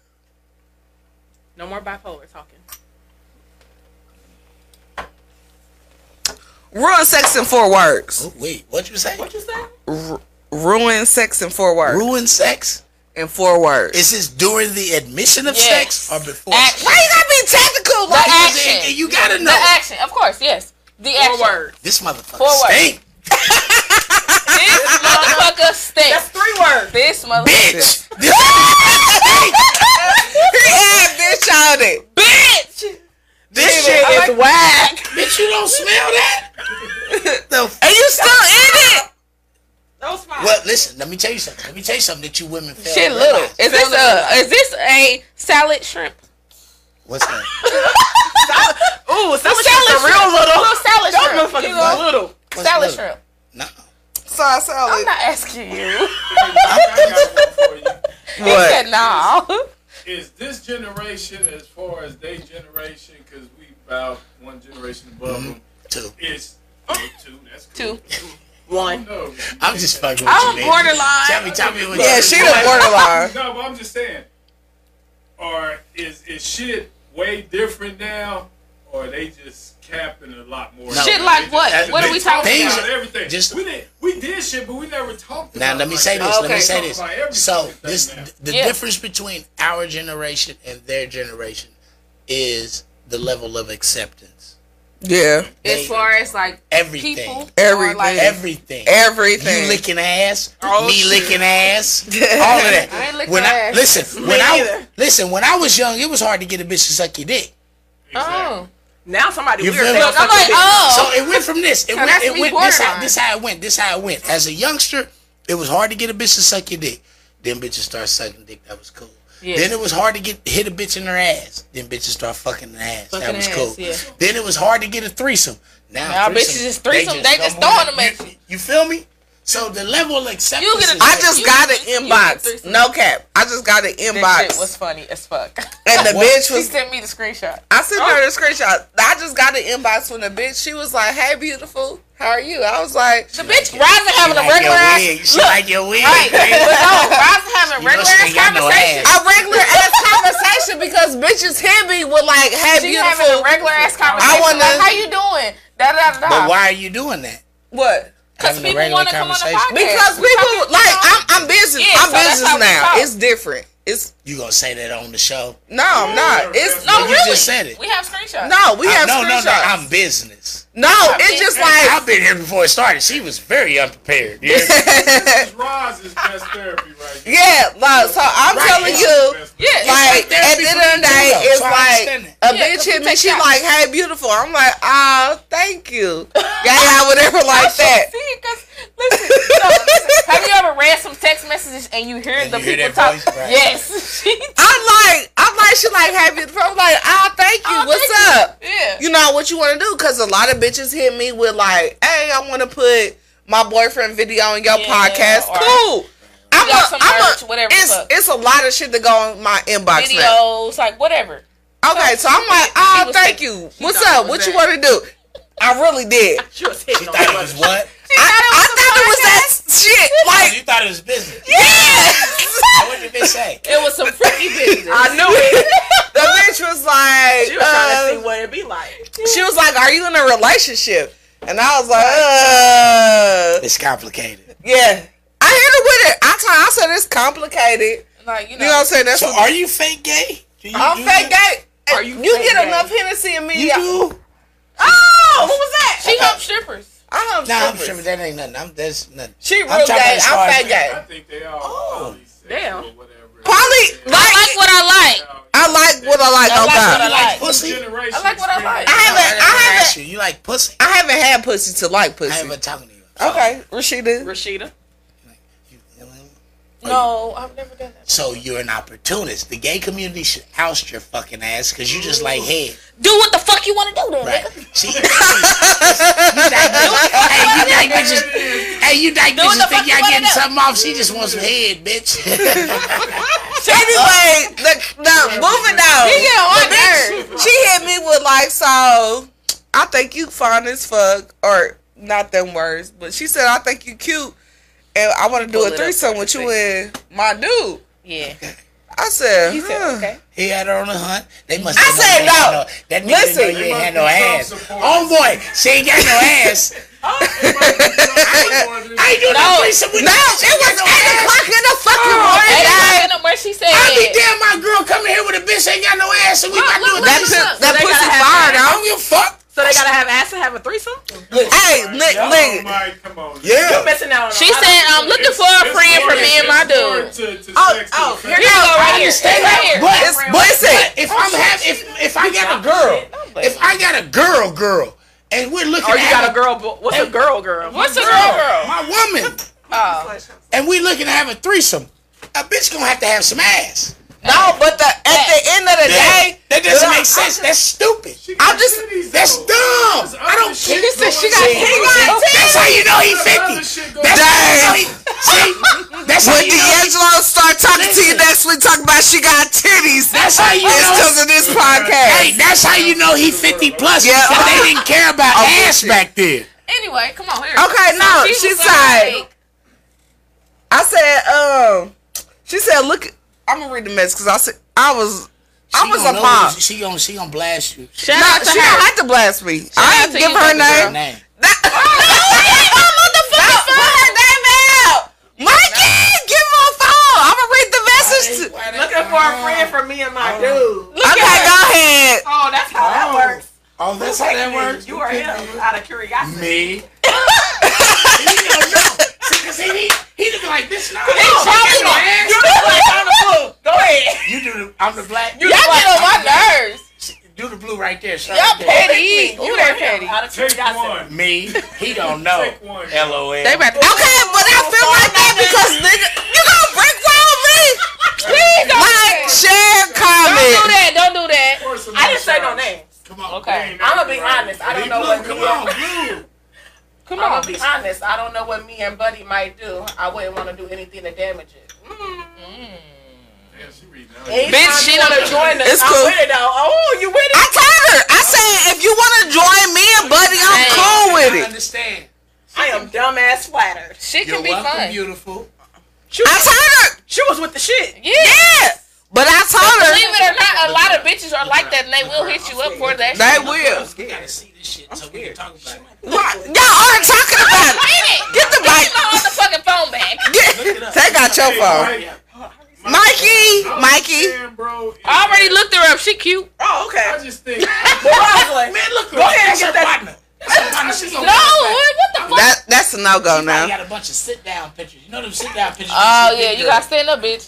[SPEAKER 7] No more bipolar talking.
[SPEAKER 2] Ruin sex in four words.
[SPEAKER 6] Oh, wait, what'd you say?
[SPEAKER 7] What you say?
[SPEAKER 2] Ruin sex in four words.
[SPEAKER 6] Ruin sex?
[SPEAKER 2] in four words.
[SPEAKER 6] Is this during the admission of
[SPEAKER 4] Yes.
[SPEAKER 6] sex or before?
[SPEAKER 4] Act-
[SPEAKER 2] Why you gotta be technical?
[SPEAKER 4] The
[SPEAKER 2] Like,
[SPEAKER 4] action.
[SPEAKER 6] You gotta
[SPEAKER 4] The
[SPEAKER 6] know.
[SPEAKER 4] action, of course, yes. The action.
[SPEAKER 7] Four words.
[SPEAKER 6] This motherfucker
[SPEAKER 4] Forward.
[SPEAKER 6] stink.
[SPEAKER 4] This motherfucker
[SPEAKER 7] That's
[SPEAKER 4] stinks.
[SPEAKER 7] three words.
[SPEAKER 4] This motherfucker.
[SPEAKER 6] Bitch. This motherfucker stink.
[SPEAKER 2] he had this child it.
[SPEAKER 4] Bitch.
[SPEAKER 6] This shit is whack. Bitch, you don't smell that? the f-
[SPEAKER 2] And you still in it?
[SPEAKER 7] Don't smile.
[SPEAKER 6] what, listen, let me tell you something. Let me tell you something that you women fail.
[SPEAKER 4] Shit,
[SPEAKER 6] to
[SPEAKER 4] little.
[SPEAKER 6] realize.
[SPEAKER 4] Is this a is this a salad shrimp?
[SPEAKER 6] What's that?
[SPEAKER 7] Ooh, salad
[SPEAKER 4] salad
[SPEAKER 7] shrimp are real
[SPEAKER 4] shrimp.
[SPEAKER 7] little.
[SPEAKER 4] Little salad
[SPEAKER 7] Those
[SPEAKER 4] shrimp.
[SPEAKER 7] motherfuckers
[SPEAKER 4] You know?
[SPEAKER 7] are little.
[SPEAKER 6] What's
[SPEAKER 4] Salad
[SPEAKER 6] little?
[SPEAKER 4] shrimp.
[SPEAKER 6] No.
[SPEAKER 2] Side
[SPEAKER 4] I'm
[SPEAKER 2] salad.
[SPEAKER 4] not asking you.
[SPEAKER 9] I got one for you.
[SPEAKER 4] He said no.
[SPEAKER 9] is this generation as far as they generation because we about one generation above
[SPEAKER 6] Mm-hmm.
[SPEAKER 9] them
[SPEAKER 6] Two.
[SPEAKER 9] is oh, two that's cool.
[SPEAKER 4] Two.
[SPEAKER 9] I
[SPEAKER 7] One.
[SPEAKER 9] don't know.
[SPEAKER 6] I'm just fucking with
[SPEAKER 4] I'm
[SPEAKER 6] you, man. Tell
[SPEAKER 4] borderline.
[SPEAKER 6] me, tell me what
[SPEAKER 2] Yeah,
[SPEAKER 6] you-
[SPEAKER 2] she the borderline.
[SPEAKER 9] no but I'm just saying or is is shit way different now or they just capping a lot more
[SPEAKER 6] No.
[SPEAKER 4] Shit like
[SPEAKER 9] They
[SPEAKER 4] what?
[SPEAKER 9] just-
[SPEAKER 4] What are we
[SPEAKER 9] they
[SPEAKER 4] talking
[SPEAKER 9] talk
[SPEAKER 6] Things-
[SPEAKER 9] about
[SPEAKER 4] about?
[SPEAKER 9] everything
[SPEAKER 6] just-
[SPEAKER 9] we did we did shit but we never talked
[SPEAKER 6] Now
[SPEAKER 9] about
[SPEAKER 6] let me
[SPEAKER 9] like
[SPEAKER 6] say
[SPEAKER 9] that.
[SPEAKER 6] this. Let me
[SPEAKER 4] Okay.
[SPEAKER 6] say
[SPEAKER 9] Talk about everything
[SPEAKER 6] this. So
[SPEAKER 9] like
[SPEAKER 6] this
[SPEAKER 9] that now.
[SPEAKER 6] the
[SPEAKER 4] Yeah.
[SPEAKER 6] difference between our generation and their generation is the level of acceptance.
[SPEAKER 2] Yeah,
[SPEAKER 4] As far as like
[SPEAKER 6] Everything.
[SPEAKER 4] people,
[SPEAKER 2] Everything.
[SPEAKER 4] are like,
[SPEAKER 6] Everything.
[SPEAKER 2] everything.
[SPEAKER 6] You licking ass,
[SPEAKER 2] Oh,
[SPEAKER 6] me
[SPEAKER 2] shit.
[SPEAKER 6] licking ass, all of that.
[SPEAKER 4] I ain't lick
[SPEAKER 6] when
[SPEAKER 4] no
[SPEAKER 6] I
[SPEAKER 4] ass.
[SPEAKER 6] listen,
[SPEAKER 7] Me
[SPEAKER 6] when I
[SPEAKER 7] neither.
[SPEAKER 6] listen, when I was young, it was hard to get a bitch to suck your dick.
[SPEAKER 4] oh,
[SPEAKER 7] Now somebody
[SPEAKER 6] You
[SPEAKER 7] weird.
[SPEAKER 6] feel
[SPEAKER 7] say,
[SPEAKER 6] me?
[SPEAKER 7] "I'll
[SPEAKER 6] Look,
[SPEAKER 4] I'm
[SPEAKER 7] fuck your
[SPEAKER 4] like
[SPEAKER 7] bitch."
[SPEAKER 4] oh.
[SPEAKER 6] So it went from this. It went.
[SPEAKER 4] that's
[SPEAKER 6] It
[SPEAKER 4] me
[SPEAKER 6] went. This how,
[SPEAKER 4] borderline.
[SPEAKER 6] this how it went. This how it went. As a youngster, it was hard to get a bitch to suck your dick. Then bitches start sucking dick. That was cool.
[SPEAKER 4] Yeah.
[SPEAKER 6] Then it was hard to get hit a bitch in her ass. Then bitches start fucking her ass. that
[SPEAKER 4] Fucking
[SPEAKER 6] was
[SPEAKER 4] ass,
[SPEAKER 6] cool.
[SPEAKER 4] yeah.
[SPEAKER 6] Then it was hard to get a threesome. Now,
[SPEAKER 4] Now
[SPEAKER 6] threesome,
[SPEAKER 4] bitches just threesome, they just
[SPEAKER 6] come on.
[SPEAKER 4] throwing them at
[SPEAKER 6] you. You feel me? So the level of acceptance.
[SPEAKER 4] You get a-
[SPEAKER 6] is-
[SPEAKER 2] I just
[SPEAKER 4] You
[SPEAKER 2] got
[SPEAKER 4] get- you
[SPEAKER 2] an
[SPEAKER 4] get
[SPEAKER 2] inbox.
[SPEAKER 4] threesome.
[SPEAKER 2] No cap. I just got an
[SPEAKER 4] That shit
[SPEAKER 2] inbox,
[SPEAKER 4] was funny as fuck.
[SPEAKER 2] and the
[SPEAKER 6] What?
[SPEAKER 2] bitch
[SPEAKER 4] She
[SPEAKER 2] was
[SPEAKER 4] sent me the screenshot.
[SPEAKER 2] I sent her the screenshot. I just got an inbox from the bitch. She was like, "Hey, beautiful, how are you?" I was like,
[SPEAKER 4] The bitch Rosa having a
[SPEAKER 6] She like
[SPEAKER 4] regular
[SPEAKER 6] your
[SPEAKER 4] ass.
[SPEAKER 6] wig. She
[SPEAKER 4] Look,
[SPEAKER 6] like your wig.
[SPEAKER 4] right. But no, Rosa having
[SPEAKER 6] You know
[SPEAKER 4] regular
[SPEAKER 6] she ain't
[SPEAKER 4] ass
[SPEAKER 6] got no
[SPEAKER 4] conversation.
[SPEAKER 6] ass.
[SPEAKER 2] "A regular ass conversation because bitches hit me with like, hey,
[SPEAKER 4] She having
[SPEAKER 2] beautiful."
[SPEAKER 4] a regular ass conversation.
[SPEAKER 2] I wanna-
[SPEAKER 4] like, how you doing? Da da da.
[SPEAKER 6] But
[SPEAKER 4] da.
[SPEAKER 6] why are you doing that?
[SPEAKER 2] what?
[SPEAKER 4] Because
[SPEAKER 6] Having a
[SPEAKER 4] people
[SPEAKER 6] regular
[SPEAKER 4] want to come on the podcast.
[SPEAKER 6] conversation.
[SPEAKER 2] Because
[SPEAKER 4] We
[SPEAKER 2] people
[SPEAKER 4] talking-
[SPEAKER 2] like I'm, I'm business.
[SPEAKER 4] Yeah,
[SPEAKER 2] I'm
[SPEAKER 4] so that's how
[SPEAKER 2] business
[SPEAKER 4] we
[SPEAKER 2] now.
[SPEAKER 4] talk.
[SPEAKER 2] It's different. It's
[SPEAKER 6] You gonna say that on the show?
[SPEAKER 2] no, I'm not. It's
[SPEAKER 4] no,
[SPEAKER 6] you
[SPEAKER 4] really.
[SPEAKER 6] just said it.
[SPEAKER 4] We have screenshots.
[SPEAKER 2] no. We have
[SPEAKER 6] no, no, no.
[SPEAKER 2] screenshots.
[SPEAKER 6] I'm business.
[SPEAKER 2] No, it's
[SPEAKER 4] been
[SPEAKER 2] just
[SPEAKER 4] through
[SPEAKER 2] like
[SPEAKER 6] I've been here before it started. She was very unprepared. Yeah.
[SPEAKER 9] This Roz is best therapy right now.
[SPEAKER 2] yeah. Like, so I'm
[SPEAKER 6] Right,
[SPEAKER 2] telling
[SPEAKER 6] it's
[SPEAKER 2] you.
[SPEAKER 9] Best therapy.
[SPEAKER 4] Yeah.
[SPEAKER 2] Like at
[SPEAKER 6] like therapy
[SPEAKER 2] the end
[SPEAKER 6] for
[SPEAKER 2] of the
[SPEAKER 6] me
[SPEAKER 2] day,
[SPEAKER 6] too, though,
[SPEAKER 2] it's
[SPEAKER 6] so I
[SPEAKER 2] like
[SPEAKER 6] understand that.
[SPEAKER 2] a
[SPEAKER 4] Yeah, 'cause
[SPEAKER 2] bitch hit
[SPEAKER 4] we
[SPEAKER 2] me.
[SPEAKER 4] take
[SPEAKER 2] She
[SPEAKER 4] shots.
[SPEAKER 2] like, "Hey, beautiful." I'm like, "Ah, thank you." Yeah, yeah, whatever, like that.
[SPEAKER 4] See, because listen, no, listen, have you ever read some text messages and you hear the
[SPEAKER 6] you hear
[SPEAKER 4] people
[SPEAKER 6] that
[SPEAKER 4] talk?
[SPEAKER 6] voice? Right.
[SPEAKER 4] Yes.
[SPEAKER 2] I'm like, I'm like, she like, "Hey, beautiful." I'm like, "Ah, thank you.
[SPEAKER 4] Oh,
[SPEAKER 2] What's
[SPEAKER 4] thank you.
[SPEAKER 2] up?"
[SPEAKER 4] yeah.
[SPEAKER 2] you know what you want to do because a lot of bitches hit me with like hey i want to put my boyfriend video on your
[SPEAKER 4] Yeah,
[SPEAKER 2] podcast
[SPEAKER 4] or-
[SPEAKER 2] cool i'm
[SPEAKER 4] got
[SPEAKER 2] a,
[SPEAKER 4] some
[SPEAKER 2] I'm
[SPEAKER 4] merch,
[SPEAKER 2] a
[SPEAKER 4] whatever the
[SPEAKER 2] it's,
[SPEAKER 4] fuck.
[SPEAKER 2] it's a lot of shit to go on my inbox now.
[SPEAKER 4] Videos, like whatever.
[SPEAKER 2] okay so i'm like
[SPEAKER 4] He
[SPEAKER 2] oh
[SPEAKER 4] was
[SPEAKER 2] thank
[SPEAKER 4] taking-
[SPEAKER 2] you
[SPEAKER 4] he
[SPEAKER 2] what's up
[SPEAKER 4] thought it was
[SPEAKER 2] what you
[SPEAKER 4] that.
[SPEAKER 2] want to do i really did
[SPEAKER 7] She was hitting
[SPEAKER 6] You
[SPEAKER 7] on
[SPEAKER 6] thought it
[SPEAKER 7] me.
[SPEAKER 6] was what?
[SPEAKER 2] I, I thought it was that shit like
[SPEAKER 6] You thought it was business.
[SPEAKER 2] yes
[SPEAKER 6] What did they say?
[SPEAKER 4] It was some freaky business.
[SPEAKER 7] I knew it.
[SPEAKER 2] the bitch was like
[SPEAKER 7] She was trying to
[SPEAKER 2] uh,
[SPEAKER 7] see what it'd be like.
[SPEAKER 2] she was like are you in a relationship and i was like uh
[SPEAKER 6] It's complicated.
[SPEAKER 2] Yeah. I hit her with it. I told her, I said it's complicated.
[SPEAKER 4] Like you know,
[SPEAKER 2] You know what I'm saying? That's
[SPEAKER 6] So
[SPEAKER 2] what
[SPEAKER 6] are you fake gay? Do you
[SPEAKER 2] I'm
[SPEAKER 6] do
[SPEAKER 2] fake
[SPEAKER 6] that?
[SPEAKER 2] gay.
[SPEAKER 7] Are
[SPEAKER 2] you
[SPEAKER 7] you
[SPEAKER 2] get
[SPEAKER 7] fake gay?
[SPEAKER 2] enough Hennessy in me.
[SPEAKER 6] You do?
[SPEAKER 2] Oh, what was that?
[SPEAKER 4] she helped strippers.
[SPEAKER 2] I'm
[SPEAKER 6] Nah, I'm
[SPEAKER 2] strippers.
[SPEAKER 6] sure that ain't nothing. I'm that's nothing.
[SPEAKER 2] She real
[SPEAKER 6] I'm talking
[SPEAKER 2] gay.
[SPEAKER 6] as far
[SPEAKER 2] I'm
[SPEAKER 6] as-
[SPEAKER 2] fake
[SPEAKER 9] I
[SPEAKER 2] gay.
[SPEAKER 9] think they all
[SPEAKER 6] Oh,
[SPEAKER 9] polysexual
[SPEAKER 7] damn.
[SPEAKER 9] or whatever.
[SPEAKER 2] Polly,
[SPEAKER 4] I like what I like.
[SPEAKER 9] Now,
[SPEAKER 2] I like what I like.
[SPEAKER 4] I
[SPEAKER 2] oh
[SPEAKER 4] like
[SPEAKER 2] God.
[SPEAKER 4] what I like.
[SPEAKER 6] Pussy. I
[SPEAKER 9] generation
[SPEAKER 4] I like what I like.
[SPEAKER 9] experience.
[SPEAKER 2] I haven't-
[SPEAKER 6] gotta
[SPEAKER 2] I haven't-
[SPEAKER 6] ask you. You like pussy?
[SPEAKER 2] I haven't had pussy to like
[SPEAKER 6] I
[SPEAKER 2] pussy.
[SPEAKER 6] haven't talking to you.
[SPEAKER 2] Okay, Rashida.
[SPEAKER 7] Rashida.
[SPEAKER 6] You-
[SPEAKER 4] No, I've never done that.
[SPEAKER 6] So you're an opportunist. The gay community should oust your fucking ass because you just like head.
[SPEAKER 4] Do what the fuck you want to do, then.
[SPEAKER 6] Right. See, you dyke bitches. Hey, you dyke
[SPEAKER 4] what the
[SPEAKER 6] bitches
[SPEAKER 4] fuck
[SPEAKER 6] think
[SPEAKER 4] you
[SPEAKER 6] y'all
[SPEAKER 4] wanna
[SPEAKER 6] getting
[SPEAKER 4] do.
[SPEAKER 6] something off. She just wants some head, bitch.
[SPEAKER 2] Anyway, the, the moving on.
[SPEAKER 4] You Uh, get on my nerves.
[SPEAKER 2] She hit me with like, so I think you fine as fuck, or not them words, but she said I think you cute, and I want to do
[SPEAKER 4] Pull
[SPEAKER 2] a
[SPEAKER 4] it up
[SPEAKER 2] threesome with you and my dude.
[SPEAKER 4] Yeah.
[SPEAKER 2] I said, "Hmm."
[SPEAKER 4] He said,
[SPEAKER 2] huh.
[SPEAKER 4] okay.
[SPEAKER 6] he had her on the hunt. They must.
[SPEAKER 2] I
[SPEAKER 6] have known
[SPEAKER 2] said
[SPEAKER 6] you ain't
[SPEAKER 2] no.
[SPEAKER 6] had That nigga
[SPEAKER 2] Listen.
[SPEAKER 6] didn't know you ain't had no
[SPEAKER 9] They must be
[SPEAKER 6] ass.
[SPEAKER 9] self-supporting.
[SPEAKER 6] Oh boy, she ain't got no ass.
[SPEAKER 9] I
[SPEAKER 6] I ain't doing no threesome with
[SPEAKER 2] No,
[SPEAKER 6] you.
[SPEAKER 2] it
[SPEAKER 6] She ain't
[SPEAKER 2] was
[SPEAKER 6] got no
[SPEAKER 2] eight
[SPEAKER 6] ass.
[SPEAKER 2] o'clock in the fucking morning.
[SPEAKER 4] Hey, you know where she said.
[SPEAKER 6] I be damn my girl coming here with a bitch ain't got no ass and we about to do a
[SPEAKER 2] That, pu-
[SPEAKER 6] threesome.
[SPEAKER 2] that
[SPEAKER 7] they
[SPEAKER 2] pussy
[SPEAKER 7] gotta have
[SPEAKER 2] fired
[SPEAKER 6] I
[SPEAKER 2] out.
[SPEAKER 6] don't give a fuck.
[SPEAKER 7] So they gotta have ass to have a threesome?
[SPEAKER 2] Hey, Nick, Nick.
[SPEAKER 9] Nick. come on.
[SPEAKER 7] You're missing out on
[SPEAKER 4] She said, I'm looking for a friend for me and my dude.
[SPEAKER 9] Oh, oh,
[SPEAKER 4] Here you go, right here.
[SPEAKER 6] Stay
[SPEAKER 4] Right here.
[SPEAKER 6] But,
[SPEAKER 2] It's-
[SPEAKER 6] but,
[SPEAKER 2] listen.
[SPEAKER 6] but if I'm have if if I got a girl, if I got a girl, girl, and we're looking
[SPEAKER 7] Or Oh, you
[SPEAKER 6] at
[SPEAKER 7] got a girl bo- what's a girl girl?
[SPEAKER 4] What's a girl, girl?
[SPEAKER 6] my woman,
[SPEAKER 10] Oh.
[SPEAKER 6] and we looking to have a threesome. A bitch gonna have to have some ass.
[SPEAKER 10] No, but the at the end of the day,
[SPEAKER 6] that doesn't
[SPEAKER 10] look,
[SPEAKER 6] make sense. That's stupid.
[SPEAKER 10] I'm just
[SPEAKER 6] That's dumb. I don't care.
[SPEAKER 10] She said she got
[SPEAKER 6] See,
[SPEAKER 10] pink on
[SPEAKER 6] That's how you know he 50.
[SPEAKER 9] Other shit go-
[SPEAKER 6] That's how you know he, see, that's how
[SPEAKER 2] When
[SPEAKER 6] you know he,
[SPEAKER 2] D'Angelo start talking to you
[SPEAKER 6] Listen.
[SPEAKER 2] next week, talking about she got titties,
[SPEAKER 6] that's how you
[SPEAKER 2] it's
[SPEAKER 6] know.
[SPEAKER 2] because of this podcast.
[SPEAKER 6] Hey, that's how you know he 50 plus
[SPEAKER 2] Yeah.
[SPEAKER 6] because they didn't care about ass back then.
[SPEAKER 10] Anyway, come on here.
[SPEAKER 2] Okay, no,
[SPEAKER 4] She
[SPEAKER 2] she
[SPEAKER 4] was
[SPEAKER 2] said.
[SPEAKER 4] like,
[SPEAKER 2] I said, um, she said, look, I'm gonna read the message because I said I was, I
[SPEAKER 6] She
[SPEAKER 2] was a
[SPEAKER 6] gonna know-
[SPEAKER 2] mom.
[SPEAKER 6] She gonna she gonna blast you.
[SPEAKER 4] Shout
[SPEAKER 2] No,
[SPEAKER 4] out to
[SPEAKER 2] she
[SPEAKER 4] her.
[SPEAKER 2] don't have to blast me. I ain't
[SPEAKER 4] out to
[SPEAKER 2] give
[SPEAKER 4] you,
[SPEAKER 2] her
[SPEAKER 4] baby
[SPEAKER 6] Her
[SPEAKER 2] name.
[SPEAKER 6] name.
[SPEAKER 2] That-
[SPEAKER 6] Oh,
[SPEAKER 2] No, put her name out. Mikey, give her a phone. I'm gonna read the message. to-
[SPEAKER 7] Looking for a friend for me and my dude.
[SPEAKER 2] Okay, go ahead.
[SPEAKER 7] Oh, that's how that works.
[SPEAKER 6] Oh, that's how that works.
[SPEAKER 7] You are him out of curiosity.
[SPEAKER 6] Me. he don't know. Cause he he just be like this. Nah,
[SPEAKER 10] probably
[SPEAKER 6] no,
[SPEAKER 10] gonna-
[SPEAKER 6] ass.
[SPEAKER 7] Go ahead.
[SPEAKER 6] You do the. I'm the black.
[SPEAKER 10] Y'all get on my nerves.
[SPEAKER 6] Do the blue right there. Sir.
[SPEAKER 10] Y'all petty.
[SPEAKER 7] You
[SPEAKER 10] You
[SPEAKER 7] are
[SPEAKER 10] that
[SPEAKER 7] him
[SPEAKER 10] petty.
[SPEAKER 7] out of
[SPEAKER 9] Take
[SPEAKER 7] curiosity.
[SPEAKER 9] one.
[SPEAKER 6] Me. He don't know.
[SPEAKER 9] Take one.
[SPEAKER 6] LOL.
[SPEAKER 4] They about to.
[SPEAKER 2] Okay, but I feel like that because nigga, you gonna break wrong me.
[SPEAKER 4] Please don't
[SPEAKER 2] Like,
[SPEAKER 4] do that.
[SPEAKER 2] share,
[SPEAKER 4] Don't do
[SPEAKER 2] comment.
[SPEAKER 4] that. Don't do that.
[SPEAKER 9] Pour some
[SPEAKER 7] I didn't say no
[SPEAKER 9] shots.
[SPEAKER 7] names.
[SPEAKER 9] Come on.
[SPEAKER 4] Okay.
[SPEAKER 9] Ain't
[SPEAKER 7] I'm gonna
[SPEAKER 9] nothing
[SPEAKER 7] be
[SPEAKER 9] right.
[SPEAKER 7] honest. I
[SPEAKER 9] Be
[SPEAKER 7] don't know
[SPEAKER 9] blue,
[SPEAKER 7] what
[SPEAKER 9] Come
[SPEAKER 7] me and
[SPEAKER 9] on, blue.
[SPEAKER 4] Come
[SPEAKER 7] I'm
[SPEAKER 4] on.
[SPEAKER 7] gonna be honest. I don't know what me and Buddy might do. I wouldn't want to do anything to damage it.
[SPEAKER 9] Damn, she reading out.
[SPEAKER 7] Bitch, she wanna join us.
[SPEAKER 2] It's
[SPEAKER 7] I'm
[SPEAKER 2] cool.
[SPEAKER 7] with it though. Oh, you with it?
[SPEAKER 2] I told her. I said if you wanna join me and Buddy, I'm
[SPEAKER 4] Hey.
[SPEAKER 2] cool with
[SPEAKER 6] I
[SPEAKER 2] it.
[SPEAKER 6] understand.
[SPEAKER 7] I am dumbass flattered.
[SPEAKER 4] Shit
[SPEAKER 6] You're
[SPEAKER 4] can be
[SPEAKER 6] welcome,
[SPEAKER 4] fun.
[SPEAKER 6] beautiful.
[SPEAKER 2] I told her.
[SPEAKER 7] She was with the shit.
[SPEAKER 2] Yeah, but I told her
[SPEAKER 4] Believe it or not, a lot of bitches are like that, and they will hit you up for that. shit.
[SPEAKER 2] they will.
[SPEAKER 6] You gotta see this shit so we can talk about it.
[SPEAKER 2] Y'all are talking about it.
[SPEAKER 4] Hit it.
[SPEAKER 2] Get the mic.
[SPEAKER 4] Get my motherfucking phone back.
[SPEAKER 2] Get, take out your phone,
[SPEAKER 9] Hey,
[SPEAKER 2] Mikey.
[SPEAKER 9] Mike,
[SPEAKER 2] Mikey.
[SPEAKER 9] Damn, bro. is-
[SPEAKER 4] I already looked her up. She cute.
[SPEAKER 7] Oh, okay.
[SPEAKER 9] I just think.
[SPEAKER 7] But I was like,
[SPEAKER 6] Man, look.
[SPEAKER 7] Go ahead and
[SPEAKER 6] that's
[SPEAKER 7] get
[SPEAKER 6] her
[SPEAKER 7] that-
[SPEAKER 6] partner. That's her partner. She's gonna
[SPEAKER 4] No, what the fuck?
[SPEAKER 2] That that's a no go
[SPEAKER 6] I
[SPEAKER 2] now.
[SPEAKER 6] got a bunch of sit down pictures. You know them sit down pictures.
[SPEAKER 4] Oh
[SPEAKER 6] see
[SPEAKER 4] yeah,
[SPEAKER 6] big
[SPEAKER 4] you
[SPEAKER 6] girls.
[SPEAKER 4] gotta stand up, bitch,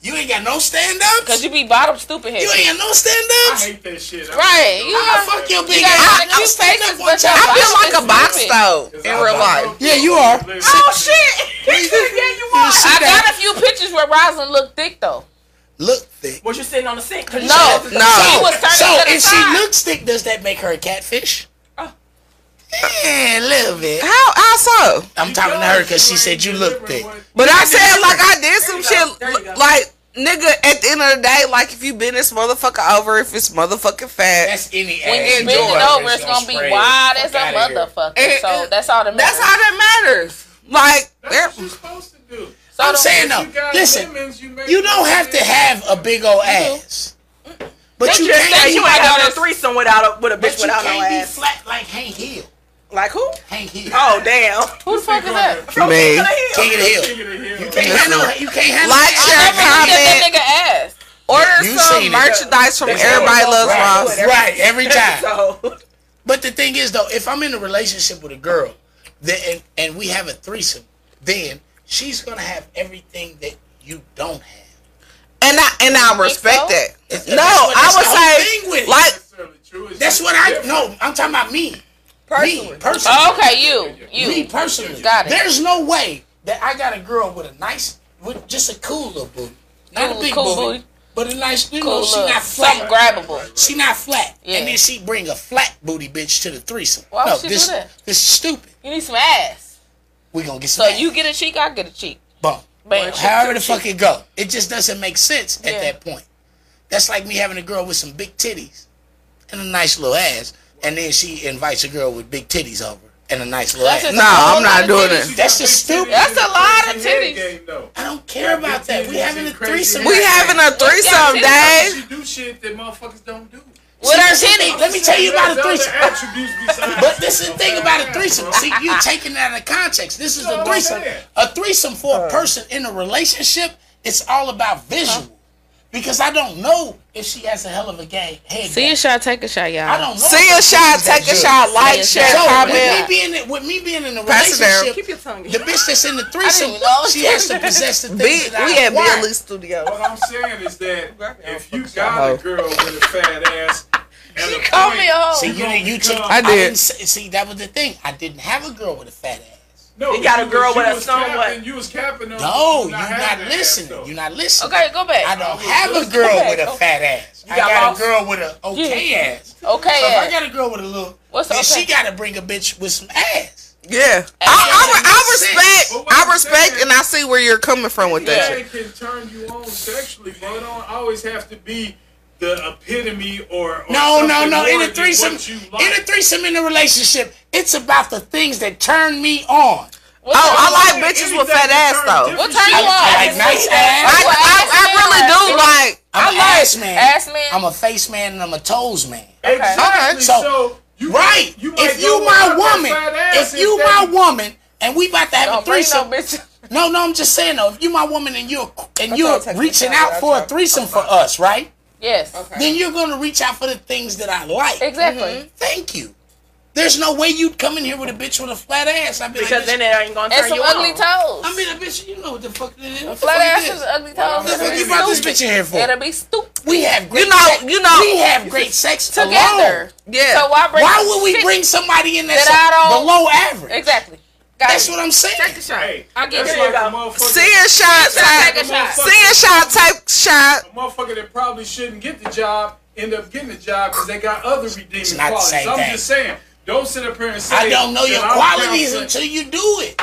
[SPEAKER 6] You ain't got no stand ups.
[SPEAKER 4] cause you be bottom stupid
[SPEAKER 6] You
[SPEAKER 4] head.
[SPEAKER 6] ain't got no stand
[SPEAKER 9] I
[SPEAKER 6] ups.
[SPEAKER 9] hate that shit. I-
[SPEAKER 4] Right. You
[SPEAKER 6] I
[SPEAKER 4] are.
[SPEAKER 6] fuck your
[SPEAKER 4] You
[SPEAKER 6] big
[SPEAKER 4] got
[SPEAKER 6] ass.
[SPEAKER 4] a lot of
[SPEAKER 6] I'm
[SPEAKER 4] cute
[SPEAKER 6] standing
[SPEAKER 4] faces,
[SPEAKER 6] up one
[SPEAKER 4] but your
[SPEAKER 6] time.
[SPEAKER 2] I feel
[SPEAKER 4] bottom
[SPEAKER 2] like a
[SPEAKER 4] is
[SPEAKER 2] box
[SPEAKER 4] stupid.
[SPEAKER 2] though in real life.
[SPEAKER 6] Yeah, you are.
[SPEAKER 7] oh shit. He said, yeah, you are.
[SPEAKER 4] I got a few pictures where Rosalind looked thick though.
[SPEAKER 6] Look thick.
[SPEAKER 7] Was you sitting on the sink? Cause you
[SPEAKER 4] No,
[SPEAKER 7] said-
[SPEAKER 2] No,
[SPEAKER 4] She was turning
[SPEAKER 6] so
[SPEAKER 4] to the
[SPEAKER 6] if
[SPEAKER 4] side. Oh.
[SPEAKER 6] she looks thick, does that make her a catfish? Yeah, a little bit.
[SPEAKER 2] how how so?
[SPEAKER 6] I'm talking to her because she said you look thick.
[SPEAKER 2] But I said like I did some
[SPEAKER 7] There you go. There you
[SPEAKER 2] shit
[SPEAKER 7] go.
[SPEAKER 2] like nigga at the end of the day like if you bend this motherfucker over if it's motherfucking fat.
[SPEAKER 6] That's any ass.
[SPEAKER 4] when you bend
[SPEAKER 6] Enjoy.
[SPEAKER 4] it over, it's
[SPEAKER 6] Don't
[SPEAKER 4] gonna be
[SPEAKER 6] spread.
[SPEAKER 4] wide
[SPEAKER 6] Fuck
[SPEAKER 4] as a
[SPEAKER 6] outta here.
[SPEAKER 4] motherfucker.
[SPEAKER 2] And-
[SPEAKER 4] So
[SPEAKER 2] and-
[SPEAKER 4] that's all that
[SPEAKER 2] That's
[SPEAKER 4] matters.
[SPEAKER 2] how that matters. Like there-
[SPEAKER 9] That's what you're supposed to do.
[SPEAKER 4] So
[SPEAKER 6] I'm
[SPEAKER 4] don't-
[SPEAKER 6] saying
[SPEAKER 9] If
[SPEAKER 6] though.
[SPEAKER 9] you got
[SPEAKER 6] Listen,
[SPEAKER 9] lemons, you, make
[SPEAKER 6] you don't have to have a big old ass, but
[SPEAKER 7] Bitch,
[SPEAKER 6] you
[SPEAKER 7] you said
[SPEAKER 6] can't.
[SPEAKER 7] you
[SPEAKER 6] You
[SPEAKER 7] ain't having a
[SPEAKER 4] gotta-
[SPEAKER 7] threesome without a, with a
[SPEAKER 6] but
[SPEAKER 7] bitch
[SPEAKER 6] you
[SPEAKER 7] without no
[SPEAKER 6] can't be
[SPEAKER 7] ass.
[SPEAKER 6] flat like Hank Hill.
[SPEAKER 7] Like who?
[SPEAKER 6] Hank Hill.
[SPEAKER 7] Oh damn.
[SPEAKER 4] who the fuck is that?
[SPEAKER 7] From
[SPEAKER 2] Me.
[SPEAKER 7] King of the Hill.
[SPEAKER 6] King of the Hill.
[SPEAKER 9] king of the hill.
[SPEAKER 6] You can't handle. You can't handle.
[SPEAKER 2] like share
[SPEAKER 4] Look at
[SPEAKER 2] comment
[SPEAKER 4] that nigga ass.
[SPEAKER 2] order
[SPEAKER 6] You
[SPEAKER 2] some
[SPEAKER 6] seen it.
[SPEAKER 2] merchandise from
[SPEAKER 6] That's
[SPEAKER 2] everybody
[SPEAKER 7] how it
[SPEAKER 2] loves
[SPEAKER 7] goes. Right.
[SPEAKER 2] Ross.
[SPEAKER 7] Whatever.
[SPEAKER 6] Right, every time.
[SPEAKER 7] So
[SPEAKER 6] But the thing is, though, if I'm in a relationship with a girl, then and, and we have a threesome, then she's gonna have everything that you don't have.
[SPEAKER 2] And I and I
[SPEAKER 4] so?
[SPEAKER 2] respect that.
[SPEAKER 6] That's-
[SPEAKER 2] No,
[SPEAKER 6] that's
[SPEAKER 2] I
[SPEAKER 6] what- that's the whole
[SPEAKER 2] would
[SPEAKER 6] thing with
[SPEAKER 2] say
[SPEAKER 6] it.
[SPEAKER 2] like
[SPEAKER 9] necessarily true. It's
[SPEAKER 6] That's
[SPEAKER 9] just
[SPEAKER 6] what I
[SPEAKER 9] different.
[SPEAKER 6] no. I'm talking about me, me personally,
[SPEAKER 4] Oh, okay, you,
[SPEAKER 6] me
[SPEAKER 4] you.
[SPEAKER 6] personally.
[SPEAKER 4] Got it.
[SPEAKER 6] There's no way that I got a girl with a nice, with just a cool little booty, not
[SPEAKER 4] Cool-
[SPEAKER 6] a big
[SPEAKER 4] cool
[SPEAKER 6] booty,
[SPEAKER 4] booty.
[SPEAKER 6] but a nice. You know,
[SPEAKER 4] Cool
[SPEAKER 6] she
[SPEAKER 4] look.
[SPEAKER 6] not
[SPEAKER 4] Something
[SPEAKER 6] flat.
[SPEAKER 4] grabbable.
[SPEAKER 6] she not flat,
[SPEAKER 4] Yeah.
[SPEAKER 6] and then she bring a flat booty bitch to the threesome.
[SPEAKER 4] Why would
[SPEAKER 6] no,
[SPEAKER 4] she do
[SPEAKER 6] this,
[SPEAKER 4] that?
[SPEAKER 6] This is stupid.
[SPEAKER 4] You need some ass.
[SPEAKER 6] We gonna get
[SPEAKER 4] So
[SPEAKER 6] some. ass.
[SPEAKER 4] you get a cheek, I get a cheek.
[SPEAKER 6] Boom.
[SPEAKER 4] Bam.
[SPEAKER 6] However the fuck it go. It just doesn't make sense at
[SPEAKER 4] Yeah.
[SPEAKER 6] that point. That's like me having a girl with some big titties and a nice little ass, and then she invites a girl with big titties over and a nice little
[SPEAKER 4] That's
[SPEAKER 6] ass.
[SPEAKER 2] No,
[SPEAKER 4] just a whole
[SPEAKER 2] I'm not
[SPEAKER 4] lot of
[SPEAKER 2] doing
[SPEAKER 4] titties.
[SPEAKER 2] it.
[SPEAKER 6] That's just stupid.
[SPEAKER 4] That's a lot of titties.
[SPEAKER 6] I don't care about that. We having a threesome.
[SPEAKER 2] we having a threesome,
[SPEAKER 4] Yeah,
[SPEAKER 2] Dave.
[SPEAKER 9] She do shit that motherfuckers don't do.
[SPEAKER 4] With her
[SPEAKER 6] See,
[SPEAKER 4] titties.
[SPEAKER 6] Let me tell you about a
[SPEAKER 9] There's
[SPEAKER 6] threesome.
[SPEAKER 9] other attributes besides-
[SPEAKER 6] But this is the thing about a threesome. See, you taking it out of context. This is a
[SPEAKER 9] I'm
[SPEAKER 6] threesome.
[SPEAKER 9] saying.
[SPEAKER 6] A threesome for a person in a relationship, it's all about visual. Because I don't know if she has a hell of a game. Head
[SPEAKER 4] See
[SPEAKER 6] game.
[SPEAKER 4] a shot, take a shot,
[SPEAKER 6] I
[SPEAKER 4] y'all.
[SPEAKER 6] don't know.
[SPEAKER 2] See a
[SPEAKER 6] if the
[SPEAKER 2] shot,
[SPEAKER 6] bitch is that
[SPEAKER 2] take a
[SPEAKER 6] good.
[SPEAKER 2] shot, like,
[SPEAKER 4] See a
[SPEAKER 2] share,
[SPEAKER 4] shot.
[SPEAKER 6] So with me
[SPEAKER 2] comment.
[SPEAKER 6] being in, with me being in a
[SPEAKER 2] Pass it down.
[SPEAKER 6] relationship,
[SPEAKER 7] keep your tongue. in.
[SPEAKER 6] the bitch that's in the threesome,
[SPEAKER 4] even know.
[SPEAKER 6] she has to possess the things
[SPEAKER 2] Be,
[SPEAKER 6] that I
[SPEAKER 2] we at
[SPEAKER 6] acquire.
[SPEAKER 2] Billy's studio.
[SPEAKER 9] What I'm saying is that if you got a girl with a fat ass, and a
[SPEAKER 4] Call me a
[SPEAKER 9] point,
[SPEAKER 4] hoe.
[SPEAKER 6] See, you, you took,
[SPEAKER 9] I
[SPEAKER 2] did.
[SPEAKER 6] didn't say- see, that was the thing. I didn't have a girl with a fat ass.
[SPEAKER 9] No,
[SPEAKER 11] They got a
[SPEAKER 9] you
[SPEAKER 11] girl
[SPEAKER 9] was-
[SPEAKER 11] with
[SPEAKER 9] you
[SPEAKER 11] a
[SPEAKER 9] was
[SPEAKER 11] somewhat-
[SPEAKER 9] capping- You was capping on.
[SPEAKER 6] No, you're
[SPEAKER 9] having
[SPEAKER 6] not
[SPEAKER 9] that
[SPEAKER 6] listening.
[SPEAKER 9] stuff.
[SPEAKER 6] You're not listening.
[SPEAKER 4] Okay, go back.
[SPEAKER 6] I don't have a girl with a fat ass.
[SPEAKER 4] You
[SPEAKER 6] I
[SPEAKER 4] got
[SPEAKER 6] got
[SPEAKER 4] boss?
[SPEAKER 6] a girl with a okay
[SPEAKER 4] Yeah.
[SPEAKER 6] ass.
[SPEAKER 4] Okay
[SPEAKER 6] So if I
[SPEAKER 4] ass.
[SPEAKER 6] got a girl with a little,
[SPEAKER 4] What's
[SPEAKER 6] then
[SPEAKER 4] okay?
[SPEAKER 6] she got to bring a bitch with some ass.
[SPEAKER 2] Yeah, I, I, I respect, I respect, and I see where you're coming from with that.
[SPEAKER 9] That can turn you on sexually, bro. It don't always have to be the epitome or. or
[SPEAKER 6] No, no,
[SPEAKER 9] something
[SPEAKER 6] no.
[SPEAKER 9] more
[SPEAKER 6] In a
[SPEAKER 9] than
[SPEAKER 6] threesome,
[SPEAKER 9] what you
[SPEAKER 6] in a threesome, in a relationship, it's about the things that turn me on.
[SPEAKER 2] Oh, I like bitches with fat ass though.
[SPEAKER 6] What turn you on? I like nice ass.
[SPEAKER 2] I, I, I really do like.
[SPEAKER 6] I'm an
[SPEAKER 2] like
[SPEAKER 6] ass man.
[SPEAKER 2] ass man.
[SPEAKER 6] I'm a face man and I'm a toes man.
[SPEAKER 9] Okay. Exactly.
[SPEAKER 6] So,
[SPEAKER 9] So,
[SPEAKER 6] right.
[SPEAKER 9] you might
[SPEAKER 6] if you
[SPEAKER 9] go
[SPEAKER 6] my
[SPEAKER 9] out with
[SPEAKER 6] woman,
[SPEAKER 9] that fat ass
[SPEAKER 6] if you
[SPEAKER 9] instead
[SPEAKER 6] my
[SPEAKER 9] of-
[SPEAKER 6] woman, and we about to have a
[SPEAKER 9] Don't bring
[SPEAKER 6] threesome. No, no, I'm just saying though. If you my woman and you're and you're reaching
[SPEAKER 4] shot,
[SPEAKER 6] out for a threesome for us, right?
[SPEAKER 4] Yes. Okay.
[SPEAKER 6] Then you're gonna reach out for the things that I like.
[SPEAKER 4] Exactly.
[SPEAKER 6] Thank you. There's no way you'd come in here with a bitch with a flat ass. I'd be like,
[SPEAKER 11] Because
[SPEAKER 6] bitch,
[SPEAKER 11] then it ain't gonna
[SPEAKER 6] And
[SPEAKER 11] turn
[SPEAKER 6] some
[SPEAKER 11] you
[SPEAKER 6] ugly
[SPEAKER 11] on.
[SPEAKER 4] toes.
[SPEAKER 6] I mean, a bitch, you know what the fuck it is. What the
[SPEAKER 4] Flat
[SPEAKER 6] fuck
[SPEAKER 4] ass
[SPEAKER 6] it
[SPEAKER 4] is ugly toes.
[SPEAKER 6] What the fuck you brought this bitch in here for?
[SPEAKER 4] It'll be stupid.
[SPEAKER 6] We have great
[SPEAKER 4] You know-
[SPEAKER 6] sex.
[SPEAKER 4] you know-
[SPEAKER 6] we have great sex
[SPEAKER 4] Together.
[SPEAKER 6] together.
[SPEAKER 4] Yeah. So why bring
[SPEAKER 6] would we
[SPEAKER 4] shit
[SPEAKER 6] bring somebody in that's
[SPEAKER 4] that I don't-
[SPEAKER 6] below average?
[SPEAKER 4] Exactly.
[SPEAKER 6] That's what I'm saying. Take
[SPEAKER 4] the shot.
[SPEAKER 9] I
[SPEAKER 4] get it.
[SPEAKER 9] that's like a motherfucker.
[SPEAKER 2] Seeing shot, type, seeing shot, type shot.
[SPEAKER 9] A motherfucker that probably shouldn't get the job end up getting the job because they got other redeeming
[SPEAKER 6] not the
[SPEAKER 9] qualities.
[SPEAKER 6] same
[SPEAKER 9] I'm
[SPEAKER 6] thing.
[SPEAKER 9] just saying, don't sit up here and say
[SPEAKER 6] I don't know
[SPEAKER 9] that
[SPEAKER 6] your
[SPEAKER 9] I'm
[SPEAKER 6] qualities
[SPEAKER 9] down for-
[SPEAKER 6] until you do it.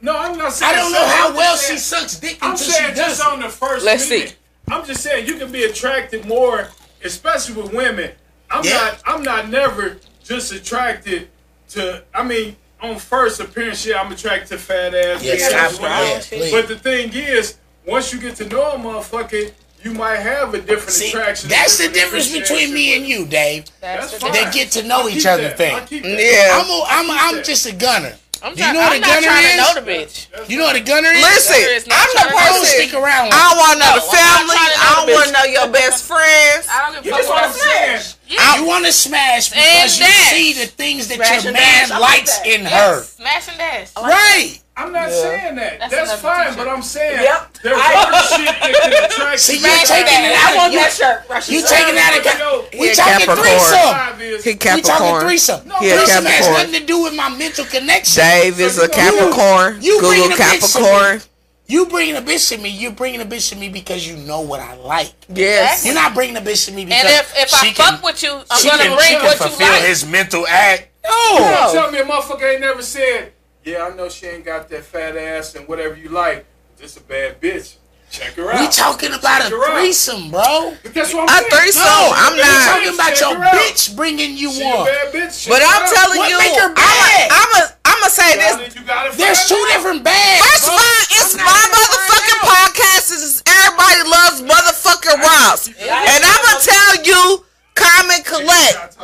[SPEAKER 9] No, I'm not saying.
[SPEAKER 6] I don't
[SPEAKER 9] so.
[SPEAKER 6] know
[SPEAKER 9] I'm
[SPEAKER 6] how
[SPEAKER 9] just
[SPEAKER 6] well
[SPEAKER 9] saying-
[SPEAKER 6] she sucks dick
[SPEAKER 9] I'm
[SPEAKER 6] until
[SPEAKER 9] saying
[SPEAKER 6] she does.
[SPEAKER 9] just on the 1st
[SPEAKER 6] Let's see.
[SPEAKER 9] meeting. I'm just saying you can be attracted more, especially with women. I'm
[SPEAKER 6] Yeah.
[SPEAKER 9] not. I'm not never just attracted to. I mean, on first appearance, yeah, I'm attracted to fat ass.
[SPEAKER 6] Yes,
[SPEAKER 9] big ass,
[SPEAKER 6] I-
[SPEAKER 9] whatever.
[SPEAKER 6] yes, please.
[SPEAKER 9] but the thing is, once you get to know a motherfucker, you might have a different attraction. a
[SPEAKER 6] That's the
[SPEAKER 9] different
[SPEAKER 6] difference between
[SPEAKER 9] appreciation.
[SPEAKER 6] me and you, Dave.
[SPEAKER 9] That's fine.
[SPEAKER 6] They get to know
[SPEAKER 9] I
[SPEAKER 6] each
[SPEAKER 9] keep
[SPEAKER 6] other
[SPEAKER 9] that.
[SPEAKER 6] thing.
[SPEAKER 9] I keep that.
[SPEAKER 6] Yeah, I'm a, I'm a, I'm just a gunner.
[SPEAKER 4] I'm
[SPEAKER 6] Do you
[SPEAKER 4] trying-
[SPEAKER 6] know what
[SPEAKER 4] I'm
[SPEAKER 6] a
[SPEAKER 4] not
[SPEAKER 6] gunner
[SPEAKER 4] trying to
[SPEAKER 6] is?
[SPEAKER 4] know the bitch.
[SPEAKER 6] You know what a gunner is?
[SPEAKER 2] Listen, I'm the
[SPEAKER 6] I don't
[SPEAKER 2] person.
[SPEAKER 6] stick around. with
[SPEAKER 2] I don't want to know
[SPEAKER 6] them.
[SPEAKER 2] the family. I don't want to know your best friends. I
[SPEAKER 4] don't
[SPEAKER 6] You just want to smash. You want to smash
[SPEAKER 2] And
[SPEAKER 6] because you
[SPEAKER 2] dash.
[SPEAKER 6] see the things that
[SPEAKER 4] Smash
[SPEAKER 6] your
[SPEAKER 4] and dash.
[SPEAKER 6] man
[SPEAKER 4] I like
[SPEAKER 6] likes
[SPEAKER 4] that.
[SPEAKER 6] in
[SPEAKER 4] Yes.
[SPEAKER 6] her.
[SPEAKER 4] Smash and dash.
[SPEAKER 6] Oh, Right.
[SPEAKER 9] I'm not
[SPEAKER 6] Yeah.
[SPEAKER 9] saying that.
[SPEAKER 4] That's
[SPEAKER 9] That's,
[SPEAKER 4] another
[SPEAKER 9] fine,
[SPEAKER 4] t-shirt.
[SPEAKER 9] but I'm saying
[SPEAKER 11] Yep.
[SPEAKER 9] there's
[SPEAKER 11] I-
[SPEAKER 9] other shit that can attract
[SPEAKER 6] See,
[SPEAKER 9] you.
[SPEAKER 6] you taking it out.
[SPEAKER 11] I want
[SPEAKER 6] you,
[SPEAKER 11] that shirt, Russia.
[SPEAKER 6] You taking it out of
[SPEAKER 9] Yo,
[SPEAKER 6] We
[SPEAKER 2] a
[SPEAKER 6] talking
[SPEAKER 2] Capricorn.
[SPEAKER 6] threesome.
[SPEAKER 2] He
[SPEAKER 6] We talking
[SPEAKER 2] Capricorn.
[SPEAKER 6] threesome.
[SPEAKER 2] He a
[SPEAKER 6] threesome has
[SPEAKER 2] Capricorn.
[SPEAKER 6] nothing to do with my mental connection.
[SPEAKER 2] Dave is a
[SPEAKER 6] You-
[SPEAKER 2] Capricorn.
[SPEAKER 6] You,
[SPEAKER 2] Google
[SPEAKER 6] bringing a bitch to me.
[SPEAKER 2] Capricorn.
[SPEAKER 6] You bringing a bitch to me. You're bringing a bitch to me because you know what I like.
[SPEAKER 2] Yes.
[SPEAKER 6] You're not bringing a bitch to me because
[SPEAKER 4] And if, if
[SPEAKER 6] she
[SPEAKER 4] I
[SPEAKER 6] can,
[SPEAKER 4] fuck with you, I'm
[SPEAKER 6] she
[SPEAKER 4] gonna
[SPEAKER 6] can-
[SPEAKER 4] bring
[SPEAKER 6] she can
[SPEAKER 4] what you
[SPEAKER 6] fulfill
[SPEAKER 4] like.
[SPEAKER 6] his mental act.
[SPEAKER 9] You don't
[SPEAKER 6] No.
[SPEAKER 9] tell me a motherfucker ain't never said, yeah, I know she ain't got that fat ass and whatever you like. This a bad bitch. Check her out.
[SPEAKER 6] We talking about
[SPEAKER 9] Check
[SPEAKER 6] a
[SPEAKER 9] her out.
[SPEAKER 6] threesome, bro.
[SPEAKER 9] But that's what
[SPEAKER 2] A
[SPEAKER 9] I'm saying.
[SPEAKER 2] threesome, I'm
[SPEAKER 9] we
[SPEAKER 2] not-
[SPEAKER 6] talking about
[SPEAKER 9] check
[SPEAKER 6] your
[SPEAKER 9] her out.
[SPEAKER 6] bitch bringing you
[SPEAKER 9] She a
[SPEAKER 6] one.
[SPEAKER 9] bad bitch.
[SPEAKER 2] But
[SPEAKER 9] Check
[SPEAKER 2] I'm
[SPEAKER 9] her out.
[SPEAKER 2] telling you,
[SPEAKER 6] make her
[SPEAKER 2] I'm
[SPEAKER 6] bad?
[SPEAKER 2] i I'm gonna say this.
[SPEAKER 9] You got it.
[SPEAKER 6] There's two different bags.
[SPEAKER 2] First of
[SPEAKER 6] bro.
[SPEAKER 2] all, it's my motherfucking podcast. It's everybody loves motherfucking Ross, and I'm gonna tell you, Carmen Collect.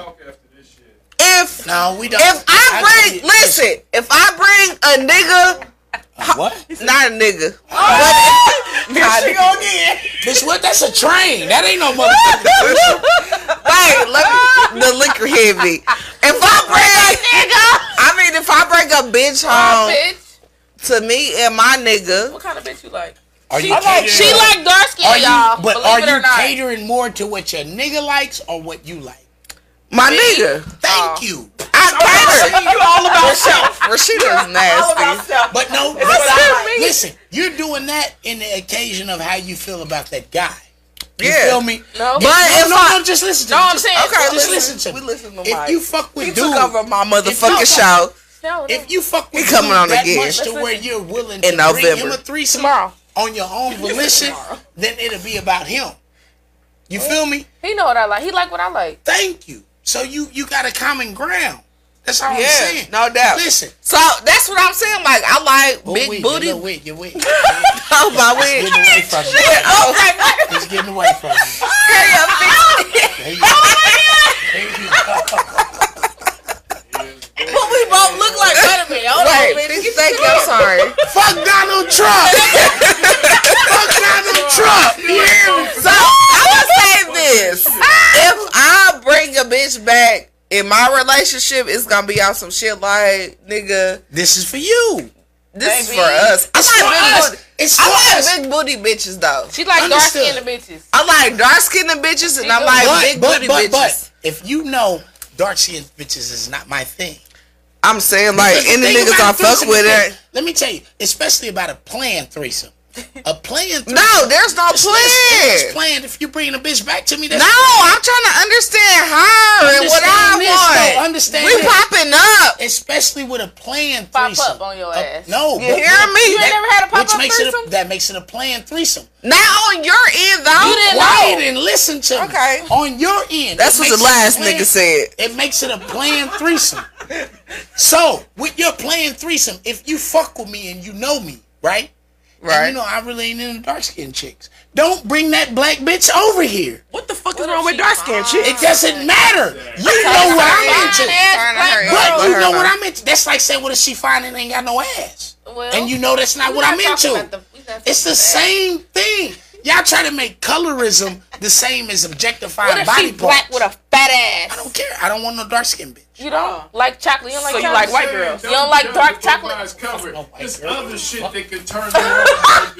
[SPEAKER 2] If
[SPEAKER 6] No, we don't.
[SPEAKER 2] if I bring,
[SPEAKER 6] give you-
[SPEAKER 2] listen, if I bring a nigga,
[SPEAKER 6] what?
[SPEAKER 2] not a nigga,
[SPEAKER 6] Here she go again. Bitch, what? That's a train. That ain't no motherfucking.
[SPEAKER 2] Wait, let me. The liquor hit me. If I bring a nigga, I mean, if I bring a bitch
[SPEAKER 4] Oh,
[SPEAKER 2] home
[SPEAKER 4] bitch.
[SPEAKER 2] to me and my nigga,
[SPEAKER 4] What kind of bitch you like?
[SPEAKER 6] Are
[SPEAKER 4] She
[SPEAKER 6] you
[SPEAKER 4] like, she
[SPEAKER 6] catering-
[SPEAKER 4] like dark skin,
[SPEAKER 6] Are
[SPEAKER 4] y'all.
[SPEAKER 6] you, but
[SPEAKER 4] Believe
[SPEAKER 6] are
[SPEAKER 4] it or
[SPEAKER 6] you
[SPEAKER 4] not.
[SPEAKER 6] catering more to what your nigga likes or what you like?
[SPEAKER 2] my nigga,
[SPEAKER 4] Oh.
[SPEAKER 6] Thank you.
[SPEAKER 2] I cater.
[SPEAKER 11] You all about self.
[SPEAKER 2] Rashida's
[SPEAKER 11] All about
[SPEAKER 2] nasty.
[SPEAKER 11] self.
[SPEAKER 6] But no,
[SPEAKER 11] That's what I like.
[SPEAKER 6] listen, you're doing that in the occasion of how you feel about that guy. You
[SPEAKER 2] Yeah.
[SPEAKER 6] feel me?
[SPEAKER 4] No.
[SPEAKER 6] But
[SPEAKER 2] But if
[SPEAKER 6] no, no,
[SPEAKER 2] I-
[SPEAKER 6] no, just listen to
[SPEAKER 4] No,
[SPEAKER 6] me.
[SPEAKER 4] I'm
[SPEAKER 6] Just-
[SPEAKER 4] saying-
[SPEAKER 2] Okay,
[SPEAKER 6] just
[SPEAKER 2] listen.
[SPEAKER 6] listen to
[SPEAKER 2] we
[SPEAKER 6] me.
[SPEAKER 2] listen to Mike.
[SPEAKER 6] If you fuck
[SPEAKER 2] he
[SPEAKER 6] with dude,
[SPEAKER 2] took over my motherfucking
[SPEAKER 6] If you-
[SPEAKER 2] show.
[SPEAKER 4] No,
[SPEAKER 6] if you fuck with
[SPEAKER 2] He coming
[SPEAKER 6] dude
[SPEAKER 2] on
[SPEAKER 6] that
[SPEAKER 2] again.
[SPEAKER 6] much to
[SPEAKER 4] Listen.
[SPEAKER 6] where you're willing
[SPEAKER 2] In
[SPEAKER 6] to bring him
[SPEAKER 2] November.
[SPEAKER 6] a threesome
[SPEAKER 4] tomorrow.
[SPEAKER 6] on your own volition, then it'll be about him. You feel me?
[SPEAKER 4] He know what I like. He like what I like.
[SPEAKER 6] Thank you. So you you got a common ground. That's all I'm
[SPEAKER 2] Yeah,
[SPEAKER 6] saying.
[SPEAKER 2] no doubt.
[SPEAKER 6] Listen.
[SPEAKER 2] So that's what I'm saying. Like I like big booty.
[SPEAKER 6] You're wig. You're wig.
[SPEAKER 2] Oh my wig.
[SPEAKER 6] getting away from you.
[SPEAKER 2] Oh
[SPEAKER 6] It's getting away from you.
[SPEAKER 2] my god.
[SPEAKER 6] There you go. There you go.
[SPEAKER 2] But we both look like wait a minute. Hold on, bitch. Thank you. I'm sorry.
[SPEAKER 6] Fuck Donald Trump. Fuck Donald Trump. You hear me?
[SPEAKER 2] So I would say this: if I bring a bitch back in my relationship, it's gonna be on some shit like, nigga,
[SPEAKER 6] This is for you.
[SPEAKER 2] this is for us. I
[SPEAKER 6] It's for
[SPEAKER 2] like big booty.
[SPEAKER 6] us. It's for
[SPEAKER 2] I
[SPEAKER 6] us.
[SPEAKER 2] like big booty bitches though.
[SPEAKER 4] She like dark
[SPEAKER 6] Understood.
[SPEAKER 4] skinned bitches.
[SPEAKER 2] I like dark skinned bitches and I
[SPEAKER 4] She
[SPEAKER 2] like
[SPEAKER 6] But,
[SPEAKER 2] big
[SPEAKER 6] but,
[SPEAKER 2] booty
[SPEAKER 6] but,
[SPEAKER 2] bitches.
[SPEAKER 6] but, if you know dark skin bitches is not my thing,
[SPEAKER 2] I'm saying like
[SPEAKER 6] Because the
[SPEAKER 2] any
[SPEAKER 6] thing
[SPEAKER 2] niggas I
[SPEAKER 6] about
[SPEAKER 2] fuck
[SPEAKER 6] threesomes
[SPEAKER 2] with
[SPEAKER 6] is-
[SPEAKER 2] that.
[SPEAKER 6] Let me tell you, especially about a planned threesome. A planned threesome.
[SPEAKER 2] No, there's no plan.
[SPEAKER 6] It's planned. If you bring a bitch back to me,
[SPEAKER 2] No,
[SPEAKER 6] that's
[SPEAKER 2] I'm trying to understand her and what I
[SPEAKER 6] Understand this, though.
[SPEAKER 2] want.
[SPEAKER 6] Understand
[SPEAKER 2] we
[SPEAKER 6] this.
[SPEAKER 2] popping up.
[SPEAKER 6] Especially with a planned
[SPEAKER 4] Pop
[SPEAKER 6] threesome.
[SPEAKER 4] up on your ass.
[SPEAKER 6] No,
[SPEAKER 2] You hear me? You ain't never had a
[SPEAKER 6] which
[SPEAKER 2] pop-up
[SPEAKER 6] makes it a-
[SPEAKER 2] threesome?
[SPEAKER 6] that makes it a planned threesome.
[SPEAKER 2] Not on your end though.
[SPEAKER 6] You quiet and listen to me. Okay. On your end.
[SPEAKER 2] That's
[SPEAKER 6] it
[SPEAKER 2] what
[SPEAKER 6] makes
[SPEAKER 2] the last
[SPEAKER 6] it a planned-
[SPEAKER 2] nigga said.
[SPEAKER 6] It makes it a planned threesome. so, with your planned threesome, if you fuck with me and you know me, right? And
[SPEAKER 2] Right.
[SPEAKER 6] you know, I really ain't into dark skinned chicks. Don't bring that black bitch over here.
[SPEAKER 7] What the fuck is wrong with dark skin chicks?
[SPEAKER 6] It doesn't matter. You know what I'm into. But you know what I'm into. That's like saying, what if she find it ain't got no ass? and you know that's not
[SPEAKER 4] we
[SPEAKER 6] what
[SPEAKER 4] not
[SPEAKER 6] I'm
[SPEAKER 4] talking
[SPEAKER 6] into.
[SPEAKER 4] about the- we not talking
[SPEAKER 6] it's the
[SPEAKER 4] about that.
[SPEAKER 6] same thing. Y'all try to make colorism the same as
[SPEAKER 4] What
[SPEAKER 6] objectifying
[SPEAKER 4] if
[SPEAKER 6] body
[SPEAKER 4] she black
[SPEAKER 6] parts.
[SPEAKER 4] with a fat ass? I
[SPEAKER 6] don't care. I don't want no dark skin bitch.
[SPEAKER 4] You don't like chocolate. You don't like
[SPEAKER 6] So you
[SPEAKER 4] chocolate?
[SPEAKER 6] like white girls.
[SPEAKER 4] You don't like dark chocolate.
[SPEAKER 9] This other shit that could turn me on.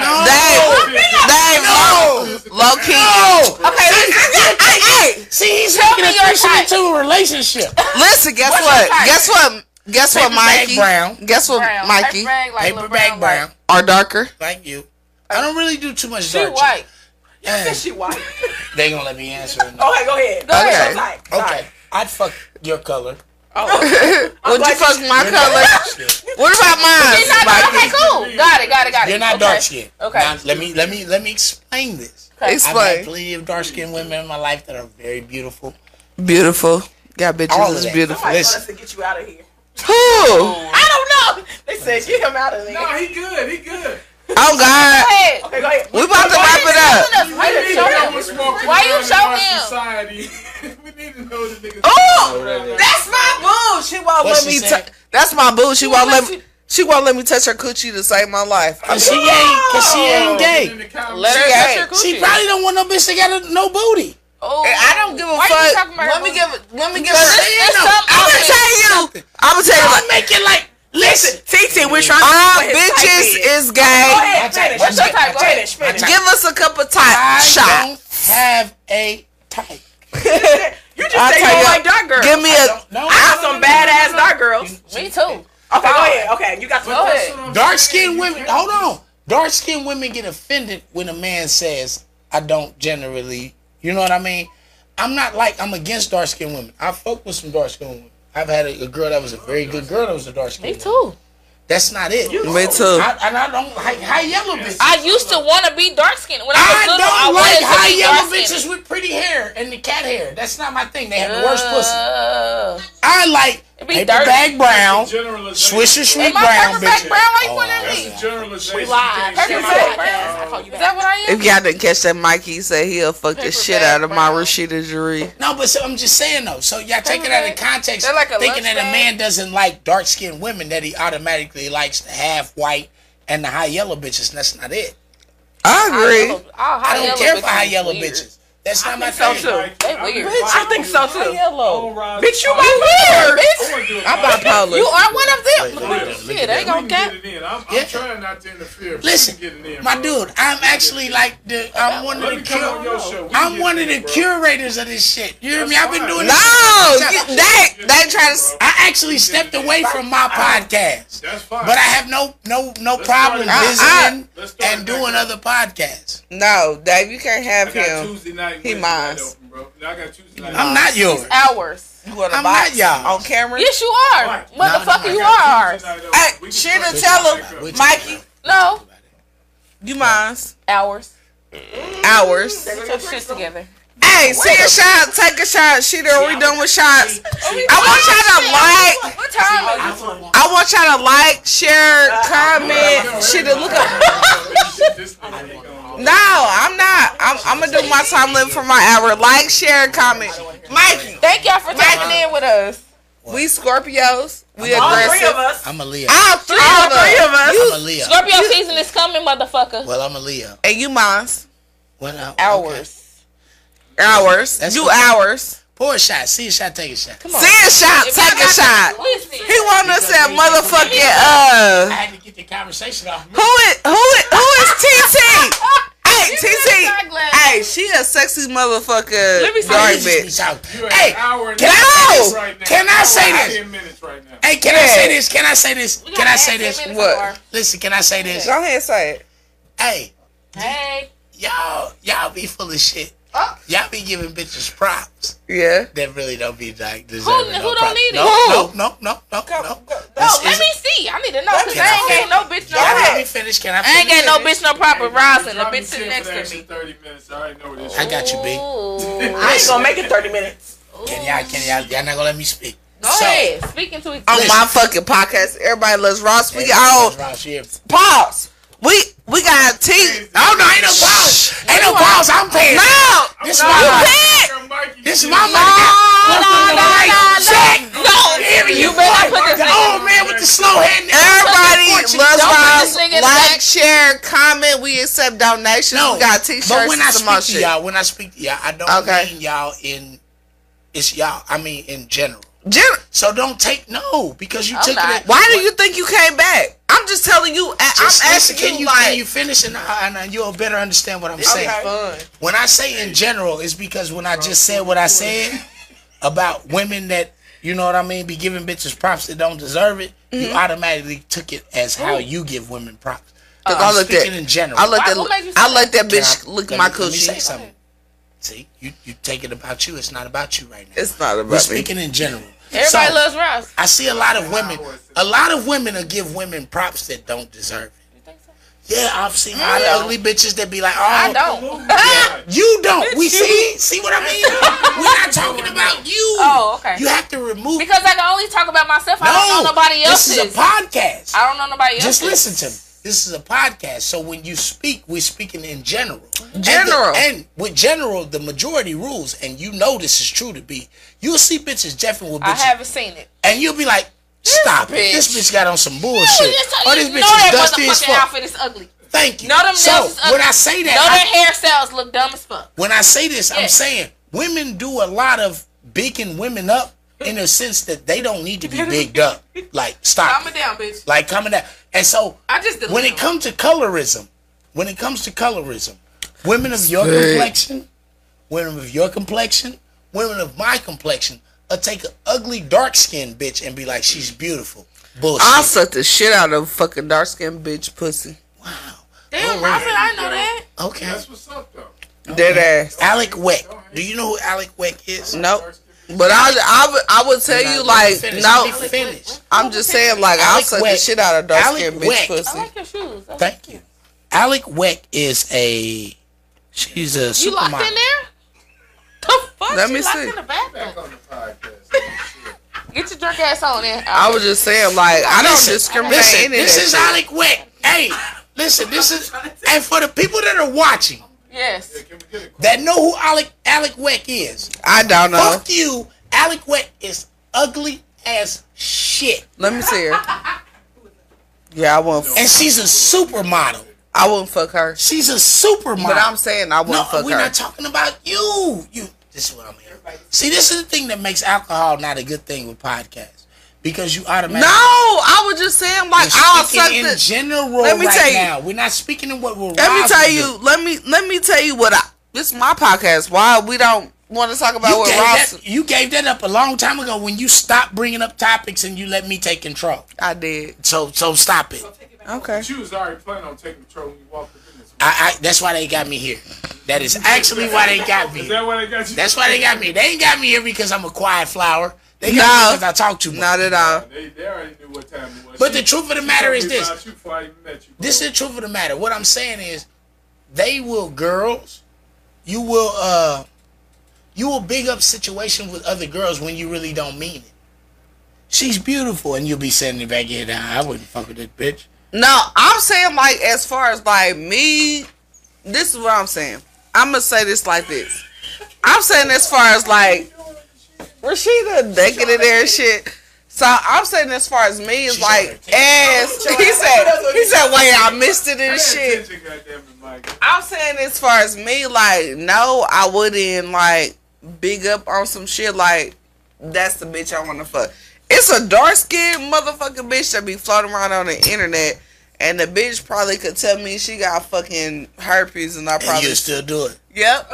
[SPEAKER 9] No.
[SPEAKER 2] Dave, Dave,
[SPEAKER 6] No.
[SPEAKER 2] low key.
[SPEAKER 6] No.
[SPEAKER 2] Okay, listen, hey, hey.
[SPEAKER 6] See, he's making a person into a relationship.
[SPEAKER 2] Listen, guess
[SPEAKER 6] What's
[SPEAKER 2] what?
[SPEAKER 6] your type?
[SPEAKER 2] Guess what? Guess what,
[SPEAKER 6] Paper bag
[SPEAKER 2] Mikey?
[SPEAKER 6] brown.
[SPEAKER 2] Guess what,
[SPEAKER 6] Brown.
[SPEAKER 2] Mikey?
[SPEAKER 6] Paper bag like Paper little bag brown, brown.
[SPEAKER 2] Are darker.
[SPEAKER 6] Thank you. I don't really do too much
[SPEAKER 7] She
[SPEAKER 6] dark.
[SPEAKER 7] white.
[SPEAKER 6] You said
[SPEAKER 7] she white.
[SPEAKER 6] They gonna let me answer. it now.
[SPEAKER 7] Okay, go ahead.
[SPEAKER 6] Okay.
[SPEAKER 7] What's your type?
[SPEAKER 6] Okay. I'd fuck your color.
[SPEAKER 7] Oh.
[SPEAKER 2] Would you fuck my
[SPEAKER 6] You're not
[SPEAKER 2] color?
[SPEAKER 6] dark skin.
[SPEAKER 2] What about
[SPEAKER 4] She's not
[SPEAKER 2] mine?
[SPEAKER 4] dark. Okay, cool. Got it. Got it. Got it.
[SPEAKER 6] You're not
[SPEAKER 4] okay.
[SPEAKER 6] dark skinned.
[SPEAKER 4] Okay.
[SPEAKER 6] Now, let me let me let me explain this.
[SPEAKER 4] Okay.
[SPEAKER 6] I've
[SPEAKER 2] Explain.
[SPEAKER 6] had plenty of dark skinned women in my life that are very beautiful.
[SPEAKER 2] Beautiful. Got
[SPEAKER 6] All of
[SPEAKER 2] bitches is
[SPEAKER 6] that.
[SPEAKER 2] beautiful.
[SPEAKER 7] Somebody told
[SPEAKER 6] Listen.
[SPEAKER 7] us to get you out of here.
[SPEAKER 2] Who?
[SPEAKER 7] I don't know. They said get him out of here.
[SPEAKER 9] No, he good. He good.
[SPEAKER 2] Oh God.
[SPEAKER 7] Okay, go ahead.
[SPEAKER 2] We about to wrap it up.
[SPEAKER 7] Why you
[SPEAKER 9] show
[SPEAKER 7] show
[SPEAKER 9] what's
[SPEAKER 7] him?
[SPEAKER 9] walking
[SPEAKER 7] Why you
[SPEAKER 9] around in
[SPEAKER 7] show
[SPEAKER 9] our
[SPEAKER 7] him?
[SPEAKER 9] Society. we need to know the niggas.
[SPEAKER 2] Oh,
[SPEAKER 7] That's my boo. She won't
[SPEAKER 2] Let
[SPEAKER 7] let
[SPEAKER 2] me.
[SPEAKER 7] me.
[SPEAKER 2] tou- That's my boo. She won't let me. She won't let me touch her coochie to save my life.
[SPEAKER 6] Cause she ain't, cause she ain't gay.
[SPEAKER 2] Let her touch her
[SPEAKER 6] She
[SPEAKER 2] coochie.
[SPEAKER 6] probably don't want no bitch that got a, no booty.
[SPEAKER 4] Oh,
[SPEAKER 2] And I don't give a
[SPEAKER 4] why you
[SPEAKER 2] fuck.
[SPEAKER 4] talking about
[SPEAKER 2] Let
[SPEAKER 4] her
[SPEAKER 2] me
[SPEAKER 4] booty?
[SPEAKER 2] give. it- Let me give.
[SPEAKER 4] Because
[SPEAKER 2] her-
[SPEAKER 4] there's something
[SPEAKER 2] I'm
[SPEAKER 4] out
[SPEAKER 2] gonna
[SPEAKER 4] there.
[SPEAKER 2] tell you. I'm gonna tell you. like-
[SPEAKER 6] Make it like listen.
[SPEAKER 7] TT, we're trying to
[SPEAKER 2] All
[SPEAKER 7] go ahead,
[SPEAKER 2] bitches
[SPEAKER 7] type in.
[SPEAKER 2] is
[SPEAKER 7] Go
[SPEAKER 2] gay.
[SPEAKER 7] ahead, finish. What's your type? Go ahead, finish.
[SPEAKER 2] Give us a cup of
[SPEAKER 6] I
[SPEAKER 2] top shot.
[SPEAKER 6] don't have a type.
[SPEAKER 7] You
[SPEAKER 2] I'll
[SPEAKER 7] just say
[SPEAKER 2] tell
[SPEAKER 7] you
[SPEAKER 2] you-
[SPEAKER 7] like dark girls.
[SPEAKER 2] give me a-
[SPEAKER 7] I don't-
[SPEAKER 6] No,
[SPEAKER 7] I have some badass dark
[SPEAKER 6] Mm-hmm.
[SPEAKER 7] girls.
[SPEAKER 4] Me too.
[SPEAKER 7] Okay, go ahead. Okay, you got some.
[SPEAKER 4] Go ahead.
[SPEAKER 6] Dark skinned women, hold on. Dark skinned women get offended when a man says, I don't generally, you know what I mean? I'm not like, I'm against dark skinned women. I fuck with some dark skinned women. I've had a, a girl that was a very good girl that was a dark skinned
[SPEAKER 4] Me
[SPEAKER 6] woman.
[SPEAKER 4] too.
[SPEAKER 6] That's not it.
[SPEAKER 2] Me too.
[SPEAKER 6] I, and I don't like high yellow bitches. I,
[SPEAKER 4] I used to want to be dark skinned when I was
[SPEAKER 6] don't
[SPEAKER 4] little. I
[SPEAKER 6] like high yellow
[SPEAKER 4] wanted to be
[SPEAKER 6] bitches with pretty hair and the cat hair. That's not my thing. They have the
[SPEAKER 4] dark
[SPEAKER 6] worst
[SPEAKER 4] skinned.
[SPEAKER 6] pussy.
[SPEAKER 4] Uh,
[SPEAKER 6] I like
[SPEAKER 4] It be
[SPEAKER 6] paper
[SPEAKER 4] dirty.
[SPEAKER 6] bag brown,
[SPEAKER 9] Generalization.
[SPEAKER 6] swisher sweet
[SPEAKER 4] Ain't my
[SPEAKER 6] brown
[SPEAKER 4] paper bag
[SPEAKER 6] bitches.
[SPEAKER 4] brown? Why you
[SPEAKER 6] Oh,
[SPEAKER 4] want that
[SPEAKER 6] that's
[SPEAKER 4] leave?
[SPEAKER 6] a
[SPEAKER 9] Generalization.
[SPEAKER 4] We lied.
[SPEAKER 9] Can't
[SPEAKER 4] Paper
[SPEAKER 9] shut
[SPEAKER 4] bag
[SPEAKER 9] my mouth.
[SPEAKER 4] brown. Is that what I am?
[SPEAKER 2] If y'all didn't catch that, Mikey said he'll fuck the shit out of my Rashida Jaree.
[SPEAKER 6] No, but so, I'm just saying though. So y'all take it out of context,
[SPEAKER 4] They're like a
[SPEAKER 6] thinking that
[SPEAKER 4] lunch
[SPEAKER 6] a man doesn't like dark skinned women, that he automatically likes the half white and the high yellow bitches. And that's not it.
[SPEAKER 2] I agree.
[SPEAKER 4] Yellow- all high
[SPEAKER 6] I don't
[SPEAKER 4] yellow
[SPEAKER 6] care for
[SPEAKER 4] bitches
[SPEAKER 6] high
[SPEAKER 4] is
[SPEAKER 6] yellow
[SPEAKER 4] weird.
[SPEAKER 6] bitches. That's not my
[SPEAKER 7] think so,
[SPEAKER 6] thing.
[SPEAKER 7] too.
[SPEAKER 4] They weird.
[SPEAKER 7] I think so too.
[SPEAKER 9] Polarized.
[SPEAKER 7] Bitch, you my weird. Bitch.
[SPEAKER 2] I'm bipolar.
[SPEAKER 4] You are one of them.
[SPEAKER 9] Look at that.
[SPEAKER 4] Shit, they
[SPEAKER 9] We
[SPEAKER 4] gonna
[SPEAKER 9] can
[SPEAKER 4] get.
[SPEAKER 9] get it in. I'm, I'm
[SPEAKER 6] Yeah.
[SPEAKER 9] trying not to interfere. but we
[SPEAKER 6] Listen,
[SPEAKER 9] can get it in,
[SPEAKER 6] My
[SPEAKER 9] bro.
[SPEAKER 6] dude, I'm actually like the I'm one of
[SPEAKER 9] Let
[SPEAKER 6] the
[SPEAKER 9] me come on your
[SPEAKER 6] cur-
[SPEAKER 9] show. We can
[SPEAKER 6] I'm
[SPEAKER 9] get
[SPEAKER 6] one
[SPEAKER 9] it
[SPEAKER 6] of the
[SPEAKER 9] in, bro.
[SPEAKER 6] curators of this shit. You hear me? I've been
[SPEAKER 9] That's
[SPEAKER 6] doing
[SPEAKER 2] No,
[SPEAKER 6] this.
[SPEAKER 2] you- they they trying to.
[SPEAKER 6] I actually stepped away from my podcast,
[SPEAKER 9] That's fine.
[SPEAKER 6] but I have no no no
[SPEAKER 9] Let's start
[SPEAKER 6] problem
[SPEAKER 9] it back.
[SPEAKER 6] visiting
[SPEAKER 9] Let's start it
[SPEAKER 6] and
[SPEAKER 9] back
[SPEAKER 6] doing
[SPEAKER 9] up.
[SPEAKER 6] other podcasts.
[SPEAKER 2] No, Dave, you can't
[SPEAKER 9] I
[SPEAKER 2] have
[SPEAKER 9] got
[SPEAKER 2] him.
[SPEAKER 9] Tuesday night.
[SPEAKER 2] He
[SPEAKER 9] Wednesday night
[SPEAKER 2] mine.
[SPEAKER 9] open, bro. Now I got Tuesday night.
[SPEAKER 6] I'm not yours.
[SPEAKER 4] Hours.
[SPEAKER 2] You want
[SPEAKER 6] I'm not y'all.
[SPEAKER 2] on camera?
[SPEAKER 4] Yes, you are.
[SPEAKER 9] Right.
[SPEAKER 4] Motherfucker,
[SPEAKER 6] No, no,
[SPEAKER 4] you
[SPEAKER 6] I
[SPEAKER 4] are
[SPEAKER 9] Tuesday
[SPEAKER 4] ours.
[SPEAKER 9] night open.
[SPEAKER 2] Hey,
[SPEAKER 9] We can
[SPEAKER 2] shit
[SPEAKER 9] start
[SPEAKER 2] to
[SPEAKER 9] it
[SPEAKER 2] tell
[SPEAKER 9] back
[SPEAKER 2] him,
[SPEAKER 9] up.
[SPEAKER 2] Mikey,
[SPEAKER 4] No,
[SPEAKER 2] you minds
[SPEAKER 4] hours.
[SPEAKER 2] hours.
[SPEAKER 4] Get your shit together.
[SPEAKER 2] Hey, see a shot, take a shot. Shit, are we done with shots? I want y'all to like.
[SPEAKER 4] What time is it?
[SPEAKER 2] I want y'all to like, share, comment. Shit, look up.
[SPEAKER 9] This nigga ain't gonna-
[SPEAKER 2] No, I'm not. I'm, I'm gonna do my time limit for my hour. Like, share, comment. Mikey,
[SPEAKER 4] Thank y'all for tapping in with us.
[SPEAKER 2] we Scorpios. We
[SPEAKER 7] All three of
[SPEAKER 2] aggressive.
[SPEAKER 7] us.
[SPEAKER 6] I'm a Leo.
[SPEAKER 2] All three
[SPEAKER 7] All
[SPEAKER 2] of
[SPEAKER 7] three
[SPEAKER 2] us.
[SPEAKER 7] of us.
[SPEAKER 6] I'm a Leo.
[SPEAKER 4] Scorpio season is coming, motherfucker.
[SPEAKER 6] Well, I'm a Leo.
[SPEAKER 2] And you minds.
[SPEAKER 6] Well, I- okay.
[SPEAKER 4] Hours.
[SPEAKER 2] Hours.
[SPEAKER 6] That's
[SPEAKER 2] you
[SPEAKER 6] what-
[SPEAKER 2] hours.
[SPEAKER 6] Pour a shot. See a shot. Take a shot. Come
[SPEAKER 2] See a shot.
[SPEAKER 4] If
[SPEAKER 2] Take
[SPEAKER 4] y'all
[SPEAKER 2] a
[SPEAKER 4] got-
[SPEAKER 2] shot.
[SPEAKER 4] Listen.
[SPEAKER 2] He want us at motherfucking uh.
[SPEAKER 6] I had to get the conversation off. me.
[SPEAKER 4] Ah,
[SPEAKER 2] Who is who is who is TT? hey,
[SPEAKER 11] She
[SPEAKER 2] Hey, TT.
[SPEAKER 11] got black glasses.
[SPEAKER 2] Hey, she a sexy motherfucker.
[SPEAKER 6] Let me see
[SPEAKER 2] dark
[SPEAKER 6] this.
[SPEAKER 2] bitch.
[SPEAKER 6] Hey, can I say this? Can I say this? Hey, can I
[SPEAKER 2] Yeah.
[SPEAKER 6] say this? Can I say this?
[SPEAKER 2] We
[SPEAKER 6] Can
[SPEAKER 2] got
[SPEAKER 6] I say
[SPEAKER 2] ten
[SPEAKER 6] this?
[SPEAKER 2] minutes What? more.
[SPEAKER 6] Listen, can I say this?
[SPEAKER 2] Go ahead, say it.
[SPEAKER 6] Hey,
[SPEAKER 7] Hey.
[SPEAKER 6] y'all, y'all be full of shit.
[SPEAKER 7] Oh.
[SPEAKER 6] Y'all be giving bitches props.
[SPEAKER 2] Yeah.
[SPEAKER 6] That really don't be like deserving.
[SPEAKER 4] Who-
[SPEAKER 6] no
[SPEAKER 4] who don't
[SPEAKER 6] props.
[SPEAKER 4] need it?
[SPEAKER 6] no,
[SPEAKER 4] Who?
[SPEAKER 6] No, no, no, no, no.
[SPEAKER 4] No,
[SPEAKER 6] This
[SPEAKER 4] Oh, let
[SPEAKER 6] is-
[SPEAKER 4] me see. I need to know because
[SPEAKER 6] Let me
[SPEAKER 4] I ain't
[SPEAKER 6] know.
[SPEAKER 4] got no bitch no
[SPEAKER 6] Y'all let
[SPEAKER 4] proper.
[SPEAKER 6] me finish. Can I
[SPEAKER 4] I ain't
[SPEAKER 6] finish?
[SPEAKER 4] got no bitch no proper rising. The
[SPEAKER 9] Drop me
[SPEAKER 4] bitch sitting
[SPEAKER 9] 10
[SPEAKER 4] next
[SPEAKER 9] for the
[SPEAKER 4] to
[SPEAKER 9] extra
[SPEAKER 4] me.
[SPEAKER 9] 30 minutes. I already know this.
[SPEAKER 6] I got you, B.
[SPEAKER 12] I ain't gonna make it 30 minutes.
[SPEAKER 6] Can y'all, can y'all, y'all not gonna let me speak?
[SPEAKER 4] Go ahead. Speaking to each
[SPEAKER 2] On
[SPEAKER 4] other.
[SPEAKER 2] my fucking podcast, everybody loves Ross. We
[SPEAKER 6] Everybody
[SPEAKER 2] all
[SPEAKER 6] loves Ross, yeah.
[SPEAKER 2] pause. We we got T.
[SPEAKER 6] Oh no, ain't no pause. Ain't no pause. I'm paying.
[SPEAKER 2] No,
[SPEAKER 6] this is
[SPEAKER 2] No.
[SPEAKER 6] my
[SPEAKER 2] You
[SPEAKER 6] money. This is my money. No, no, no, no, check. no. Here you,
[SPEAKER 11] You better
[SPEAKER 6] boy.
[SPEAKER 11] put this
[SPEAKER 6] the
[SPEAKER 11] nigga-
[SPEAKER 6] old oh, man with the slow hand.
[SPEAKER 2] Everybody loves Ross.
[SPEAKER 6] Ross.
[SPEAKER 2] Like, share, comment. We accept donations.
[SPEAKER 6] No,
[SPEAKER 2] we got T-shirts
[SPEAKER 6] But when
[SPEAKER 2] and
[SPEAKER 6] I
[SPEAKER 2] some more
[SPEAKER 6] speak to
[SPEAKER 2] shit.
[SPEAKER 6] y'all, when I speak to y'all, I don't
[SPEAKER 2] Okay.
[SPEAKER 6] mean y'all in. It's y'all. I mean in general.
[SPEAKER 2] General.
[SPEAKER 6] So don't take no because you
[SPEAKER 2] I'm
[SPEAKER 6] took
[SPEAKER 2] not.
[SPEAKER 6] it.
[SPEAKER 2] Why do you think you came back? I'm just telling you. I-
[SPEAKER 6] Just
[SPEAKER 2] I'm
[SPEAKER 6] listen,
[SPEAKER 2] asking
[SPEAKER 6] can
[SPEAKER 2] you,
[SPEAKER 6] you,
[SPEAKER 2] like
[SPEAKER 6] can you finish and, I, and I- you'll better understand what I'm
[SPEAKER 2] This is
[SPEAKER 6] saying.
[SPEAKER 2] fun.
[SPEAKER 6] When I say in general, it's because when I just said what I said about women that you know what I mean be giving bitches props that don't deserve it, you
[SPEAKER 2] Mhm.
[SPEAKER 6] automatically took it as how you give women props.
[SPEAKER 2] Look,
[SPEAKER 6] I'm
[SPEAKER 2] I looked
[SPEAKER 6] speaking
[SPEAKER 2] at-
[SPEAKER 6] in general.
[SPEAKER 2] I looked at- What made you say I let that
[SPEAKER 6] Can
[SPEAKER 2] bitch lick
[SPEAKER 6] let
[SPEAKER 2] my
[SPEAKER 6] me- let me
[SPEAKER 2] coochie.
[SPEAKER 6] say something. See, you you take it about you. It's not about you right now.
[SPEAKER 2] It's not about
[SPEAKER 6] We're
[SPEAKER 2] me.
[SPEAKER 6] speaking in general.
[SPEAKER 4] Everybody
[SPEAKER 6] So,
[SPEAKER 4] loves Ross.
[SPEAKER 6] I see a lot of women. A lot of women will give women props that don't deserve it. Yeah, I've seen
[SPEAKER 4] I
[SPEAKER 6] all the
[SPEAKER 4] don't.
[SPEAKER 6] ugly bitches that be like, oh,
[SPEAKER 4] I don't.
[SPEAKER 6] you don't. We
[SPEAKER 4] You-
[SPEAKER 6] see, see what I mean? We're not talking about you.
[SPEAKER 4] Oh, okay.
[SPEAKER 6] You have to remove.
[SPEAKER 4] Because I can only talk about myself. I don't know nobody
[SPEAKER 6] this
[SPEAKER 4] else's.
[SPEAKER 6] is a podcast.
[SPEAKER 4] I don't know nobody else's.
[SPEAKER 6] Just listen to me. This is a podcast, so when you speak, we're speaking in general.
[SPEAKER 2] General.
[SPEAKER 6] and, the- and with general, the majority rules, and you know this is true to be. You'll see bitches jeffing with
[SPEAKER 4] I
[SPEAKER 6] bitches
[SPEAKER 4] haven't seen it.
[SPEAKER 6] and you'll be like, "Stop it! This bitch got on some bullshit, or this
[SPEAKER 4] you know
[SPEAKER 6] bitch is
[SPEAKER 4] that
[SPEAKER 6] dusty as
[SPEAKER 4] motherfucking
[SPEAKER 6] fuck."
[SPEAKER 4] outfit is ugly.
[SPEAKER 6] Thank you.
[SPEAKER 4] Know them
[SPEAKER 6] so
[SPEAKER 4] nails is ugly.
[SPEAKER 6] when I say that,
[SPEAKER 4] know
[SPEAKER 6] I-
[SPEAKER 4] their hairstyles look dumb as fuck.
[SPEAKER 6] when I say this, I'm saying women do a lot of bigging women up in the sense that they don't need to be bigged up. Like stop,
[SPEAKER 7] Calm it down, bitch.
[SPEAKER 6] like coming down. And so
[SPEAKER 7] I just deleted
[SPEAKER 6] when it
[SPEAKER 7] them.
[SPEAKER 6] comes to colorism, when it comes to colorism, women of your
[SPEAKER 2] Sick.
[SPEAKER 6] complexion, women of your complexion, women of my complexion, will take an ugly dark skinned bitch and be like, she's beautiful. Bullshit.
[SPEAKER 2] I'll suck the shit out of fucking dark skinned bitch pussy.
[SPEAKER 4] Damn, Robert, I know that.
[SPEAKER 6] Okay. That's
[SPEAKER 9] what's up, though.
[SPEAKER 2] Dead ass.
[SPEAKER 6] Alec Weck. Do you know who Alec Weck is?
[SPEAKER 2] Nope. But I, I, would- I would tell you like
[SPEAKER 6] Finish.
[SPEAKER 2] no.
[SPEAKER 6] Let me finish.
[SPEAKER 2] I'm just saying like I'll
[SPEAKER 6] Alec
[SPEAKER 2] suck the
[SPEAKER 6] Weck.
[SPEAKER 2] shit out of dark skinned
[SPEAKER 6] Alec Weck.
[SPEAKER 2] bitch pussy.
[SPEAKER 4] Like your shoes. That's-
[SPEAKER 6] Thank you. Alec Weck is a she's a
[SPEAKER 4] You locked in
[SPEAKER 6] supermodel.
[SPEAKER 4] there? The fuck?
[SPEAKER 2] Let
[SPEAKER 4] you
[SPEAKER 2] me
[SPEAKER 4] locked
[SPEAKER 2] see.
[SPEAKER 4] in the bathroom. Get your drunk ass on in. Uh,
[SPEAKER 2] I was just saying like I don't
[SPEAKER 6] Listen,
[SPEAKER 2] discriminate.
[SPEAKER 6] Listen,
[SPEAKER 2] any of
[SPEAKER 6] this
[SPEAKER 2] that
[SPEAKER 6] is
[SPEAKER 2] shit.
[SPEAKER 6] Alec Weck. Hey, listen, this is and for the people that are watching
[SPEAKER 4] Yes.
[SPEAKER 6] that know who Alec Alec Weck is.
[SPEAKER 2] I don't know.
[SPEAKER 6] Fuck you, Alec Weck is ugly as shit,
[SPEAKER 2] Let me see her. Yeah, I won't.
[SPEAKER 6] and she's a supermodel.
[SPEAKER 2] I won't fuck her.
[SPEAKER 6] She's a supermodel.
[SPEAKER 2] But I'm saying I
[SPEAKER 6] No,
[SPEAKER 2] won't fuck
[SPEAKER 6] we're
[SPEAKER 2] her.
[SPEAKER 6] not talking about you. You. This is what I'm here. See, this is the thing that makes alcohol not a good thing with podcasts because you automatically.
[SPEAKER 2] no, I was just saying like
[SPEAKER 6] We're
[SPEAKER 2] I'll
[SPEAKER 6] speaking
[SPEAKER 2] suck
[SPEAKER 6] in
[SPEAKER 2] the.
[SPEAKER 6] general
[SPEAKER 2] Let me
[SPEAKER 6] right
[SPEAKER 2] tell you.
[SPEAKER 6] now. We're not speaking in what we're.
[SPEAKER 2] Let me
[SPEAKER 6] riled
[SPEAKER 2] tell
[SPEAKER 6] with.
[SPEAKER 2] you. Let me let me tell you what I. This is my podcast. Why we don't want to talk about
[SPEAKER 6] You
[SPEAKER 2] what
[SPEAKER 6] gave,
[SPEAKER 2] Ross?
[SPEAKER 6] that, you gave that up a long time ago when you stopped bringing up topics and you let me take control.
[SPEAKER 2] I did.
[SPEAKER 6] So so stop it.
[SPEAKER 2] Okay.
[SPEAKER 9] She was already planning on taking control when you walked in this.
[SPEAKER 6] I, I that's why they got me here. That is actually why they got me.
[SPEAKER 9] Is that why they got you?
[SPEAKER 6] That's why they got me. They ain't got me here because I'm a quiet flower. They got
[SPEAKER 2] No.
[SPEAKER 6] me because I talk too much.
[SPEAKER 2] Not at all.
[SPEAKER 9] They, they already knew what time it was.
[SPEAKER 6] But the truth of the
[SPEAKER 9] she
[SPEAKER 6] matter
[SPEAKER 9] told
[SPEAKER 6] is
[SPEAKER 9] me
[SPEAKER 6] this.
[SPEAKER 9] about you before I even met you.
[SPEAKER 6] This is the truth of the matter. What I'm saying is, they will girls. You will uh, you will big up situation with other girls when you really don't mean it. She's beautiful, and you'll be sitting there back here. Nah, I wouldn't fuck with that bitch.
[SPEAKER 2] No, I'm saying like as far as like me, this is what I'm saying. I'm gonna say this like this. I'm saying as far as like Rashida naked in there and shit. So I'm saying as far as me is like ass. He said he said wait I missed it and shit. I'm saying as far as me like no I wouldn't like big up on some shit like that's the bitch I want to fuck. It's a dark skinned motherfucking bitch that be floating around on the internet And the bitch probably could tell me she got fucking herpes, and I probably
[SPEAKER 6] you still do it.
[SPEAKER 2] Yep.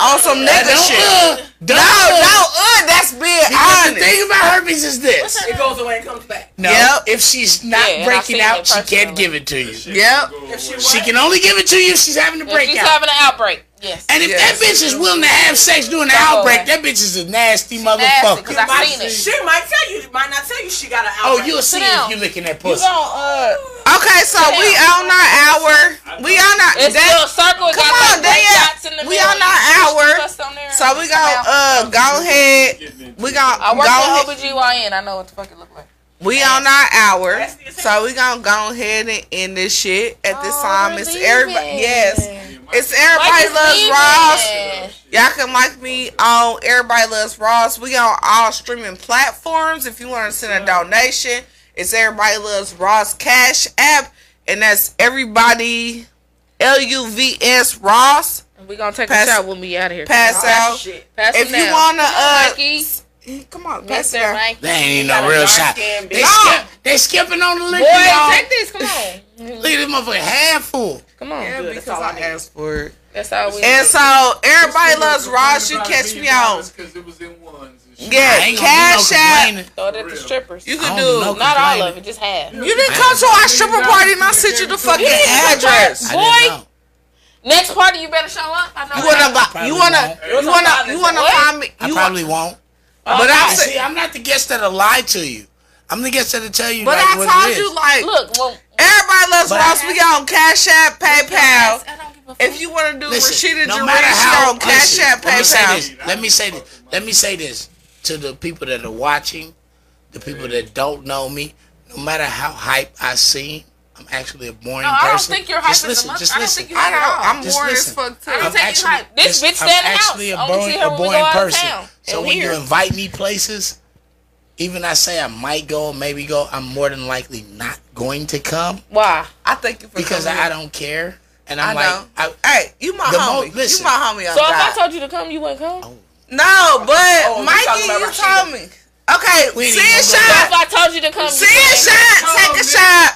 [SPEAKER 2] on some
[SPEAKER 6] That
[SPEAKER 2] nigga
[SPEAKER 6] don't,
[SPEAKER 2] shit.
[SPEAKER 6] uh,
[SPEAKER 2] no,
[SPEAKER 6] don't, uh.
[SPEAKER 2] no, uh, that's being
[SPEAKER 6] Because the
[SPEAKER 2] honest.
[SPEAKER 6] thing about herpes is this.
[SPEAKER 12] It goes away and comes back.
[SPEAKER 6] No,
[SPEAKER 2] Yep.
[SPEAKER 6] if she's not
[SPEAKER 12] Yeah, and I
[SPEAKER 6] breaking
[SPEAKER 12] seen
[SPEAKER 6] out,
[SPEAKER 12] it
[SPEAKER 6] she can't give it to you.
[SPEAKER 2] Yep.
[SPEAKER 6] She can only give it to you if she's having a
[SPEAKER 4] If
[SPEAKER 6] breakout.
[SPEAKER 4] she's having an outbreak. Yes.
[SPEAKER 6] and if that bitch is willing to have sex during the
[SPEAKER 4] Don't go back.
[SPEAKER 6] outbreak, that bitch is a
[SPEAKER 4] nasty,
[SPEAKER 6] nasty motherfucker.
[SPEAKER 4] 'cause I
[SPEAKER 12] Might-
[SPEAKER 4] seen it.
[SPEAKER 12] She might tell you, might not tell you she got an
[SPEAKER 6] Oh,
[SPEAKER 12] outbreak.
[SPEAKER 6] you'll see if you licking that pussy.
[SPEAKER 2] uh, Okay, so we on our hour. We on our.
[SPEAKER 4] It's
[SPEAKER 2] that-
[SPEAKER 4] still a circle. It
[SPEAKER 2] Come
[SPEAKER 4] got
[SPEAKER 2] on,
[SPEAKER 4] like white
[SPEAKER 2] Daya.
[SPEAKER 4] dots in the
[SPEAKER 2] We
[SPEAKER 4] middle.
[SPEAKER 2] on
[SPEAKER 4] You
[SPEAKER 2] our
[SPEAKER 4] push the
[SPEAKER 2] hour.
[SPEAKER 4] bus on there
[SPEAKER 2] So
[SPEAKER 4] and
[SPEAKER 2] we
[SPEAKER 4] come out.
[SPEAKER 2] gonna uh go ahead. We gonna
[SPEAKER 4] I
[SPEAKER 2] go ahead.
[SPEAKER 4] work at OBGYN. I know what the fuck it look like.
[SPEAKER 2] We on our hour, so we gonna go ahead and end this shit at this time. It's everybody, yes, it's everybody
[SPEAKER 4] Oh, Mike is
[SPEAKER 2] loves
[SPEAKER 4] leaving.
[SPEAKER 2] Ross. Y'all can like me on everybody loves Ross. We on all streaming platforms. If you want to send a donation, it's everybody loves Ross Cash App, and that's everybody L U V S Ross.
[SPEAKER 4] We gonna take
[SPEAKER 2] Pass-
[SPEAKER 4] a shot when we out of here.
[SPEAKER 2] Pass out.
[SPEAKER 4] Pass
[SPEAKER 2] If
[SPEAKER 4] it
[SPEAKER 2] you
[SPEAKER 4] down.
[SPEAKER 2] wanna, uh,
[SPEAKER 4] Mikey,
[SPEAKER 2] come on, pass it
[SPEAKER 4] Mr.
[SPEAKER 2] out.
[SPEAKER 4] Mikey.
[SPEAKER 6] They ain't even no real shot.
[SPEAKER 12] dark-skinned
[SPEAKER 6] They,
[SPEAKER 12] bitch.
[SPEAKER 6] skip, they skipping on the liquor,
[SPEAKER 4] Boy,
[SPEAKER 6] y'all.
[SPEAKER 4] take this. Come on.
[SPEAKER 6] Look at this motherfucker half full.
[SPEAKER 4] Come on.
[SPEAKER 2] Yeah, because
[SPEAKER 12] all I
[SPEAKER 2] I asked for it.
[SPEAKER 4] That's all we
[SPEAKER 2] And so everybody loves Ross. You catch me on.
[SPEAKER 9] Because it was in ones. and shit.
[SPEAKER 2] Yeah,
[SPEAKER 6] I ain't gonna do no
[SPEAKER 2] cash app.
[SPEAKER 6] complaining.
[SPEAKER 4] throw it at the strippers.
[SPEAKER 2] You
[SPEAKER 6] I
[SPEAKER 2] can
[SPEAKER 6] don't
[SPEAKER 2] do.
[SPEAKER 6] know.
[SPEAKER 4] Not all of it, just half.
[SPEAKER 2] You didn't come to our stripper party and I sent you the fucking address.
[SPEAKER 6] I didn't
[SPEAKER 4] Boy,
[SPEAKER 6] know.
[SPEAKER 4] next party you better show up. I know.
[SPEAKER 2] You
[SPEAKER 4] that.
[SPEAKER 2] wanna, buy, you wanna,
[SPEAKER 6] Probably
[SPEAKER 2] you wanna, you wanna
[SPEAKER 4] What?
[SPEAKER 2] find me?
[SPEAKER 6] I
[SPEAKER 2] You
[SPEAKER 6] probably won't.
[SPEAKER 2] but
[SPEAKER 6] I
[SPEAKER 2] I
[SPEAKER 6] see,
[SPEAKER 2] said,
[SPEAKER 6] I'm not the guest that'll lie to you. I'm the guest that'll tell you
[SPEAKER 2] but
[SPEAKER 6] like,
[SPEAKER 2] I
[SPEAKER 6] what
[SPEAKER 2] told
[SPEAKER 6] it is.
[SPEAKER 2] you like
[SPEAKER 4] Look, well,
[SPEAKER 2] everybody loves
[SPEAKER 6] But-
[SPEAKER 2] Ross. We on Cash App, PayPal.
[SPEAKER 4] I don't give a
[SPEAKER 2] If you wanna do
[SPEAKER 6] Listen,
[SPEAKER 2] Rashida
[SPEAKER 6] no
[SPEAKER 2] Jareen,
[SPEAKER 6] matter how,
[SPEAKER 2] she on Cash
[SPEAKER 6] listen,
[SPEAKER 2] App,
[SPEAKER 6] let me say
[SPEAKER 2] PayPal.
[SPEAKER 6] this. Let me say this. Let me say this to the people that are watching, the people that don't know me. No matter how hype I seem, I'm actually a boring
[SPEAKER 4] No, I
[SPEAKER 6] person.
[SPEAKER 4] don't think you're hype as
[SPEAKER 6] Just
[SPEAKER 4] a
[SPEAKER 6] listen.
[SPEAKER 4] mother-
[SPEAKER 6] Just
[SPEAKER 4] I don't
[SPEAKER 6] listen.
[SPEAKER 4] think you're
[SPEAKER 2] I don't. I'm
[SPEAKER 6] Just
[SPEAKER 2] boring as
[SPEAKER 6] listen. Uh,
[SPEAKER 2] fuck too.
[SPEAKER 4] I don't
[SPEAKER 6] I'm
[SPEAKER 4] take you
[SPEAKER 6] actually,
[SPEAKER 4] hype. This
[SPEAKER 6] just-
[SPEAKER 4] bitch
[SPEAKER 6] I'm
[SPEAKER 4] stay in the
[SPEAKER 6] actually
[SPEAKER 4] house.
[SPEAKER 6] a
[SPEAKER 4] Only see
[SPEAKER 6] boring,
[SPEAKER 4] her
[SPEAKER 6] a
[SPEAKER 4] when we go
[SPEAKER 6] boring
[SPEAKER 4] out of
[SPEAKER 6] person.
[SPEAKER 4] town
[SPEAKER 6] So
[SPEAKER 4] and
[SPEAKER 6] when
[SPEAKER 4] here.
[SPEAKER 6] you invite me places, even I say I might go, maybe go, I'm more than likely not going to come
[SPEAKER 4] why?
[SPEAKER 2] I thank you for
[SPEAKER 6] because
[SPEAKER 2] coming.
[SPEAKER 4] Uh-huh.
[SPEAKER 6] I, I don't care. And
[SPEAKER 2] I
[SPEAKER 6] I'm
[SPEAKER 2] know.
[SPEAKER 6] like, I,
[SPEAKER 2] Hey, you my
[SPEAKER 6] The mo-
[SPEAKER 2] homie. you
[SPEAKER 6] listen.
[SPEAKER 2] my homie. on
[SPEAKER 4] So if I
[SPEAKER 2] God.
[SPEAKER 4] told you to come, you wouldn't come.
[SPEAKER 2] no, but
[SPEAKER 12] we
[SPEAKER 2] Mikey,
[SPEAKER 12] talking about
[SPEAKER 2] you
[SPEAKER 12] Rashida.
[SPEAKER 2] told me. Okay,
[SPEAKER 6] We ain't
[SPEAKER 2] send
[SPEAKER 6] even gonna go
[SPEAKER 4] So
[SPEAKER 2] shot.
[SPEAKER 4] if I told you to come,
[SPEAKER 2] See
[SPEAKER 4] you
[SPEAKER 2] a
[SPEAKER 4] wouldn't come.
[SPEAKER 2] shot, take a shot.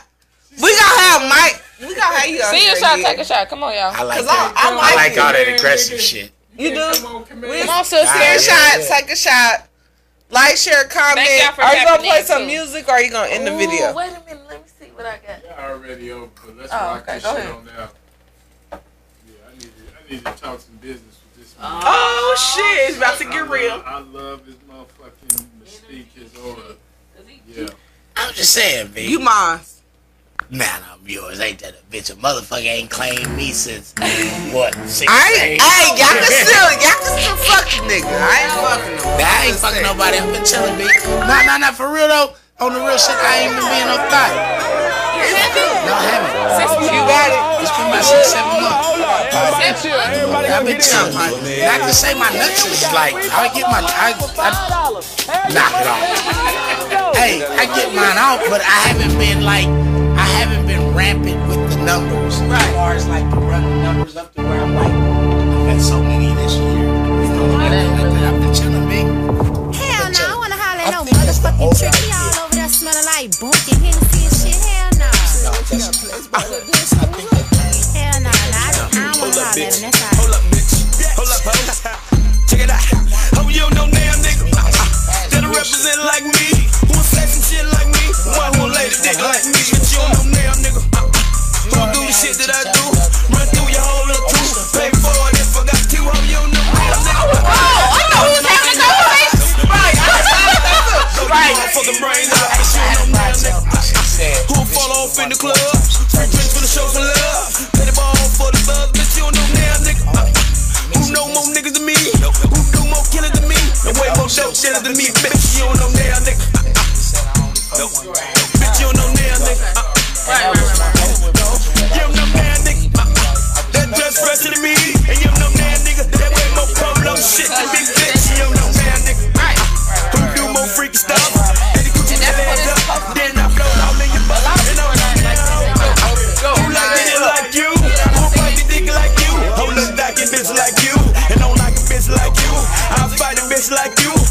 [SPEAKER 2] We gonna have Mike. We gonna have you.
[SPEAKER 4] See a shot, take a shot. Come on,
[SPEAKER 6] I
[SPEAKER 4] y'all.
[SPEAKER 6] like
[SPEAKER 2] 'Cause I-
[SPEAKER 6] that.
[SPEAKER 2] I
[SPEAKER 6] I
[SPEAKER 2] like
[SPEAKER 6] like
[SPEAKER 2] it.
[SPEAKER 6] all that aggressive shit.
[SPEAKER 2] You do.
[SPEAKER 9] Come on, come
[SPEAKER 2] We
[SPEAKER 9] in.
[SPEAKER 4] Come Ah, on, sis.
[SPEAKER 6] Nah,
[SPEAKER 2] see a
[SPEAKER 6] yeah,
[SPEAKER 2] shot,
[SPEAKER 6] yeah.
[SPEAKER 2] take a shot. Like, share, comment.
[SPEAKER 4] y'all for
[SPEAKER 2] Are you gonna
[SPEAKER 4] tapping
[SPEAKER 2] play
[SPEAKER 4] in,
[SPEAKER 2] some
[SPEAKER 4] too.
[SPEAKER 2] music or are you gonna end the video?
[SPEAKER 4] Ooh, wait a minute. Let me see what I got.
[SPEAKER 9] Y'all already over, but let's
[SPEAKER 4] Oh,
[SPEAKER 9] rock
[SPEAKER 4] okay,
[SPEAKER 9] this
[SPEAKER 4] go
[SPEAKER 9] shit
[SPEAKER 4] ahead.
[SPEAKER 9] on now. Yeah, I need to, I need to talk some business with this man.
[SPEAKER 12] Oh shit, it's about to
[SPEAKER 9] I
[SPEAKER 12] get
[SPEAKER 9] love-
[SPEAKER 12] real.
[SPEAKER 9] I love his motherfucking mystique, his aura. Yeah.
[SPEAKER 6] I'm just saying, B.
[SPEAKER 2] You mine.
[SPEAKER 6] Man, I'm yours. Ain't that a bitch? A motherfucker ain't claimed me since what? Six
[SPEAKER 2] I ain't, hey, y'all can still, y'all can still fuck the nigga. I ain't fucking him.
[SPEAKER 6] I ain't fucking nobody. I've been chilling, B. Nah, nah, nah. For real though, on the real shit, I ain't even being no thought. No, I haven't.
[SPEAKER 2] You got it.
[SPEAKER 6] It's been about six, seven months.
[SPEAKER 4] That's good.
[SPEAKER 6] I've been chilling. Not to say my nuts is like I get my I, I knock it off. Hey, I get mine off, but I haven't been like I haven't been rampant with the numbers as far as like to run the numbers up to where I'm like I've got so many this year. You know, I've been- I've been chilling, big.
[SPEAKER 13] Hell no, I wanna holler at
[SPEAKER 6] I
[SPEAKER 13] no
[SPEAKER 6] think that's the
[SPEAKER 13] motherfucking
[SPEAKER 6] old
[SPEAKER 13] trick.
[SPEAKER 6] idea.
[SPEAKER 13] Y'all over there smelling like bunk and Hennessy and shit. Hell no.
[SPEAKER 6] No, that's, I, I think that
[SPEAKER 13] Hell no, no. I don't, I don't wanna holler at them. That's all.
[SPEAKER 14] Hold up, bitch. Hold up, hoes. Check it out. Hope you don't know now, nigga. Uh, uh, That'll represent like me. Who'll say some shit like me? One who'll lay the dick like me. But you don't know now, nigga. Uh, uh, Who do the shit that I do? Run through your whole little tooth. Pay for it if I got to. Hope you don't know now, nigga. Uh, uh,
[SPEAKER 2] I know who's having a conversation. Right, I just
[SPEAKER 14] Go right. Motherfucking brains out. But you don't know now, nigga. Uh, uh, Who'll fall off in the club? Free drinks for the show some love. Play the ball for the buzz. Bitch, you don't know now, nigga. Uh, uh, who know more niggas than me? Who do more killers than me? And way more dope killers than me? Bitch, you don't know now, nigga. Uh, uh. Nope. Bitch, you don't know now, nigga. Uh, uh. You don't know now, nigga. Uh, uh. That dress fresher than me. And you don't know now, nigga. That way more polo shit than me, bitch. You don't know now, nigga. Uh, uh. Who do more freaky stuff? And the Gucci hands up. Then I blow it all in your butt. And I'm like, who like it like you? Who fight the dick like you? Who look like a bitch like you? And don't like a bitch like you? I fight a bitch like you.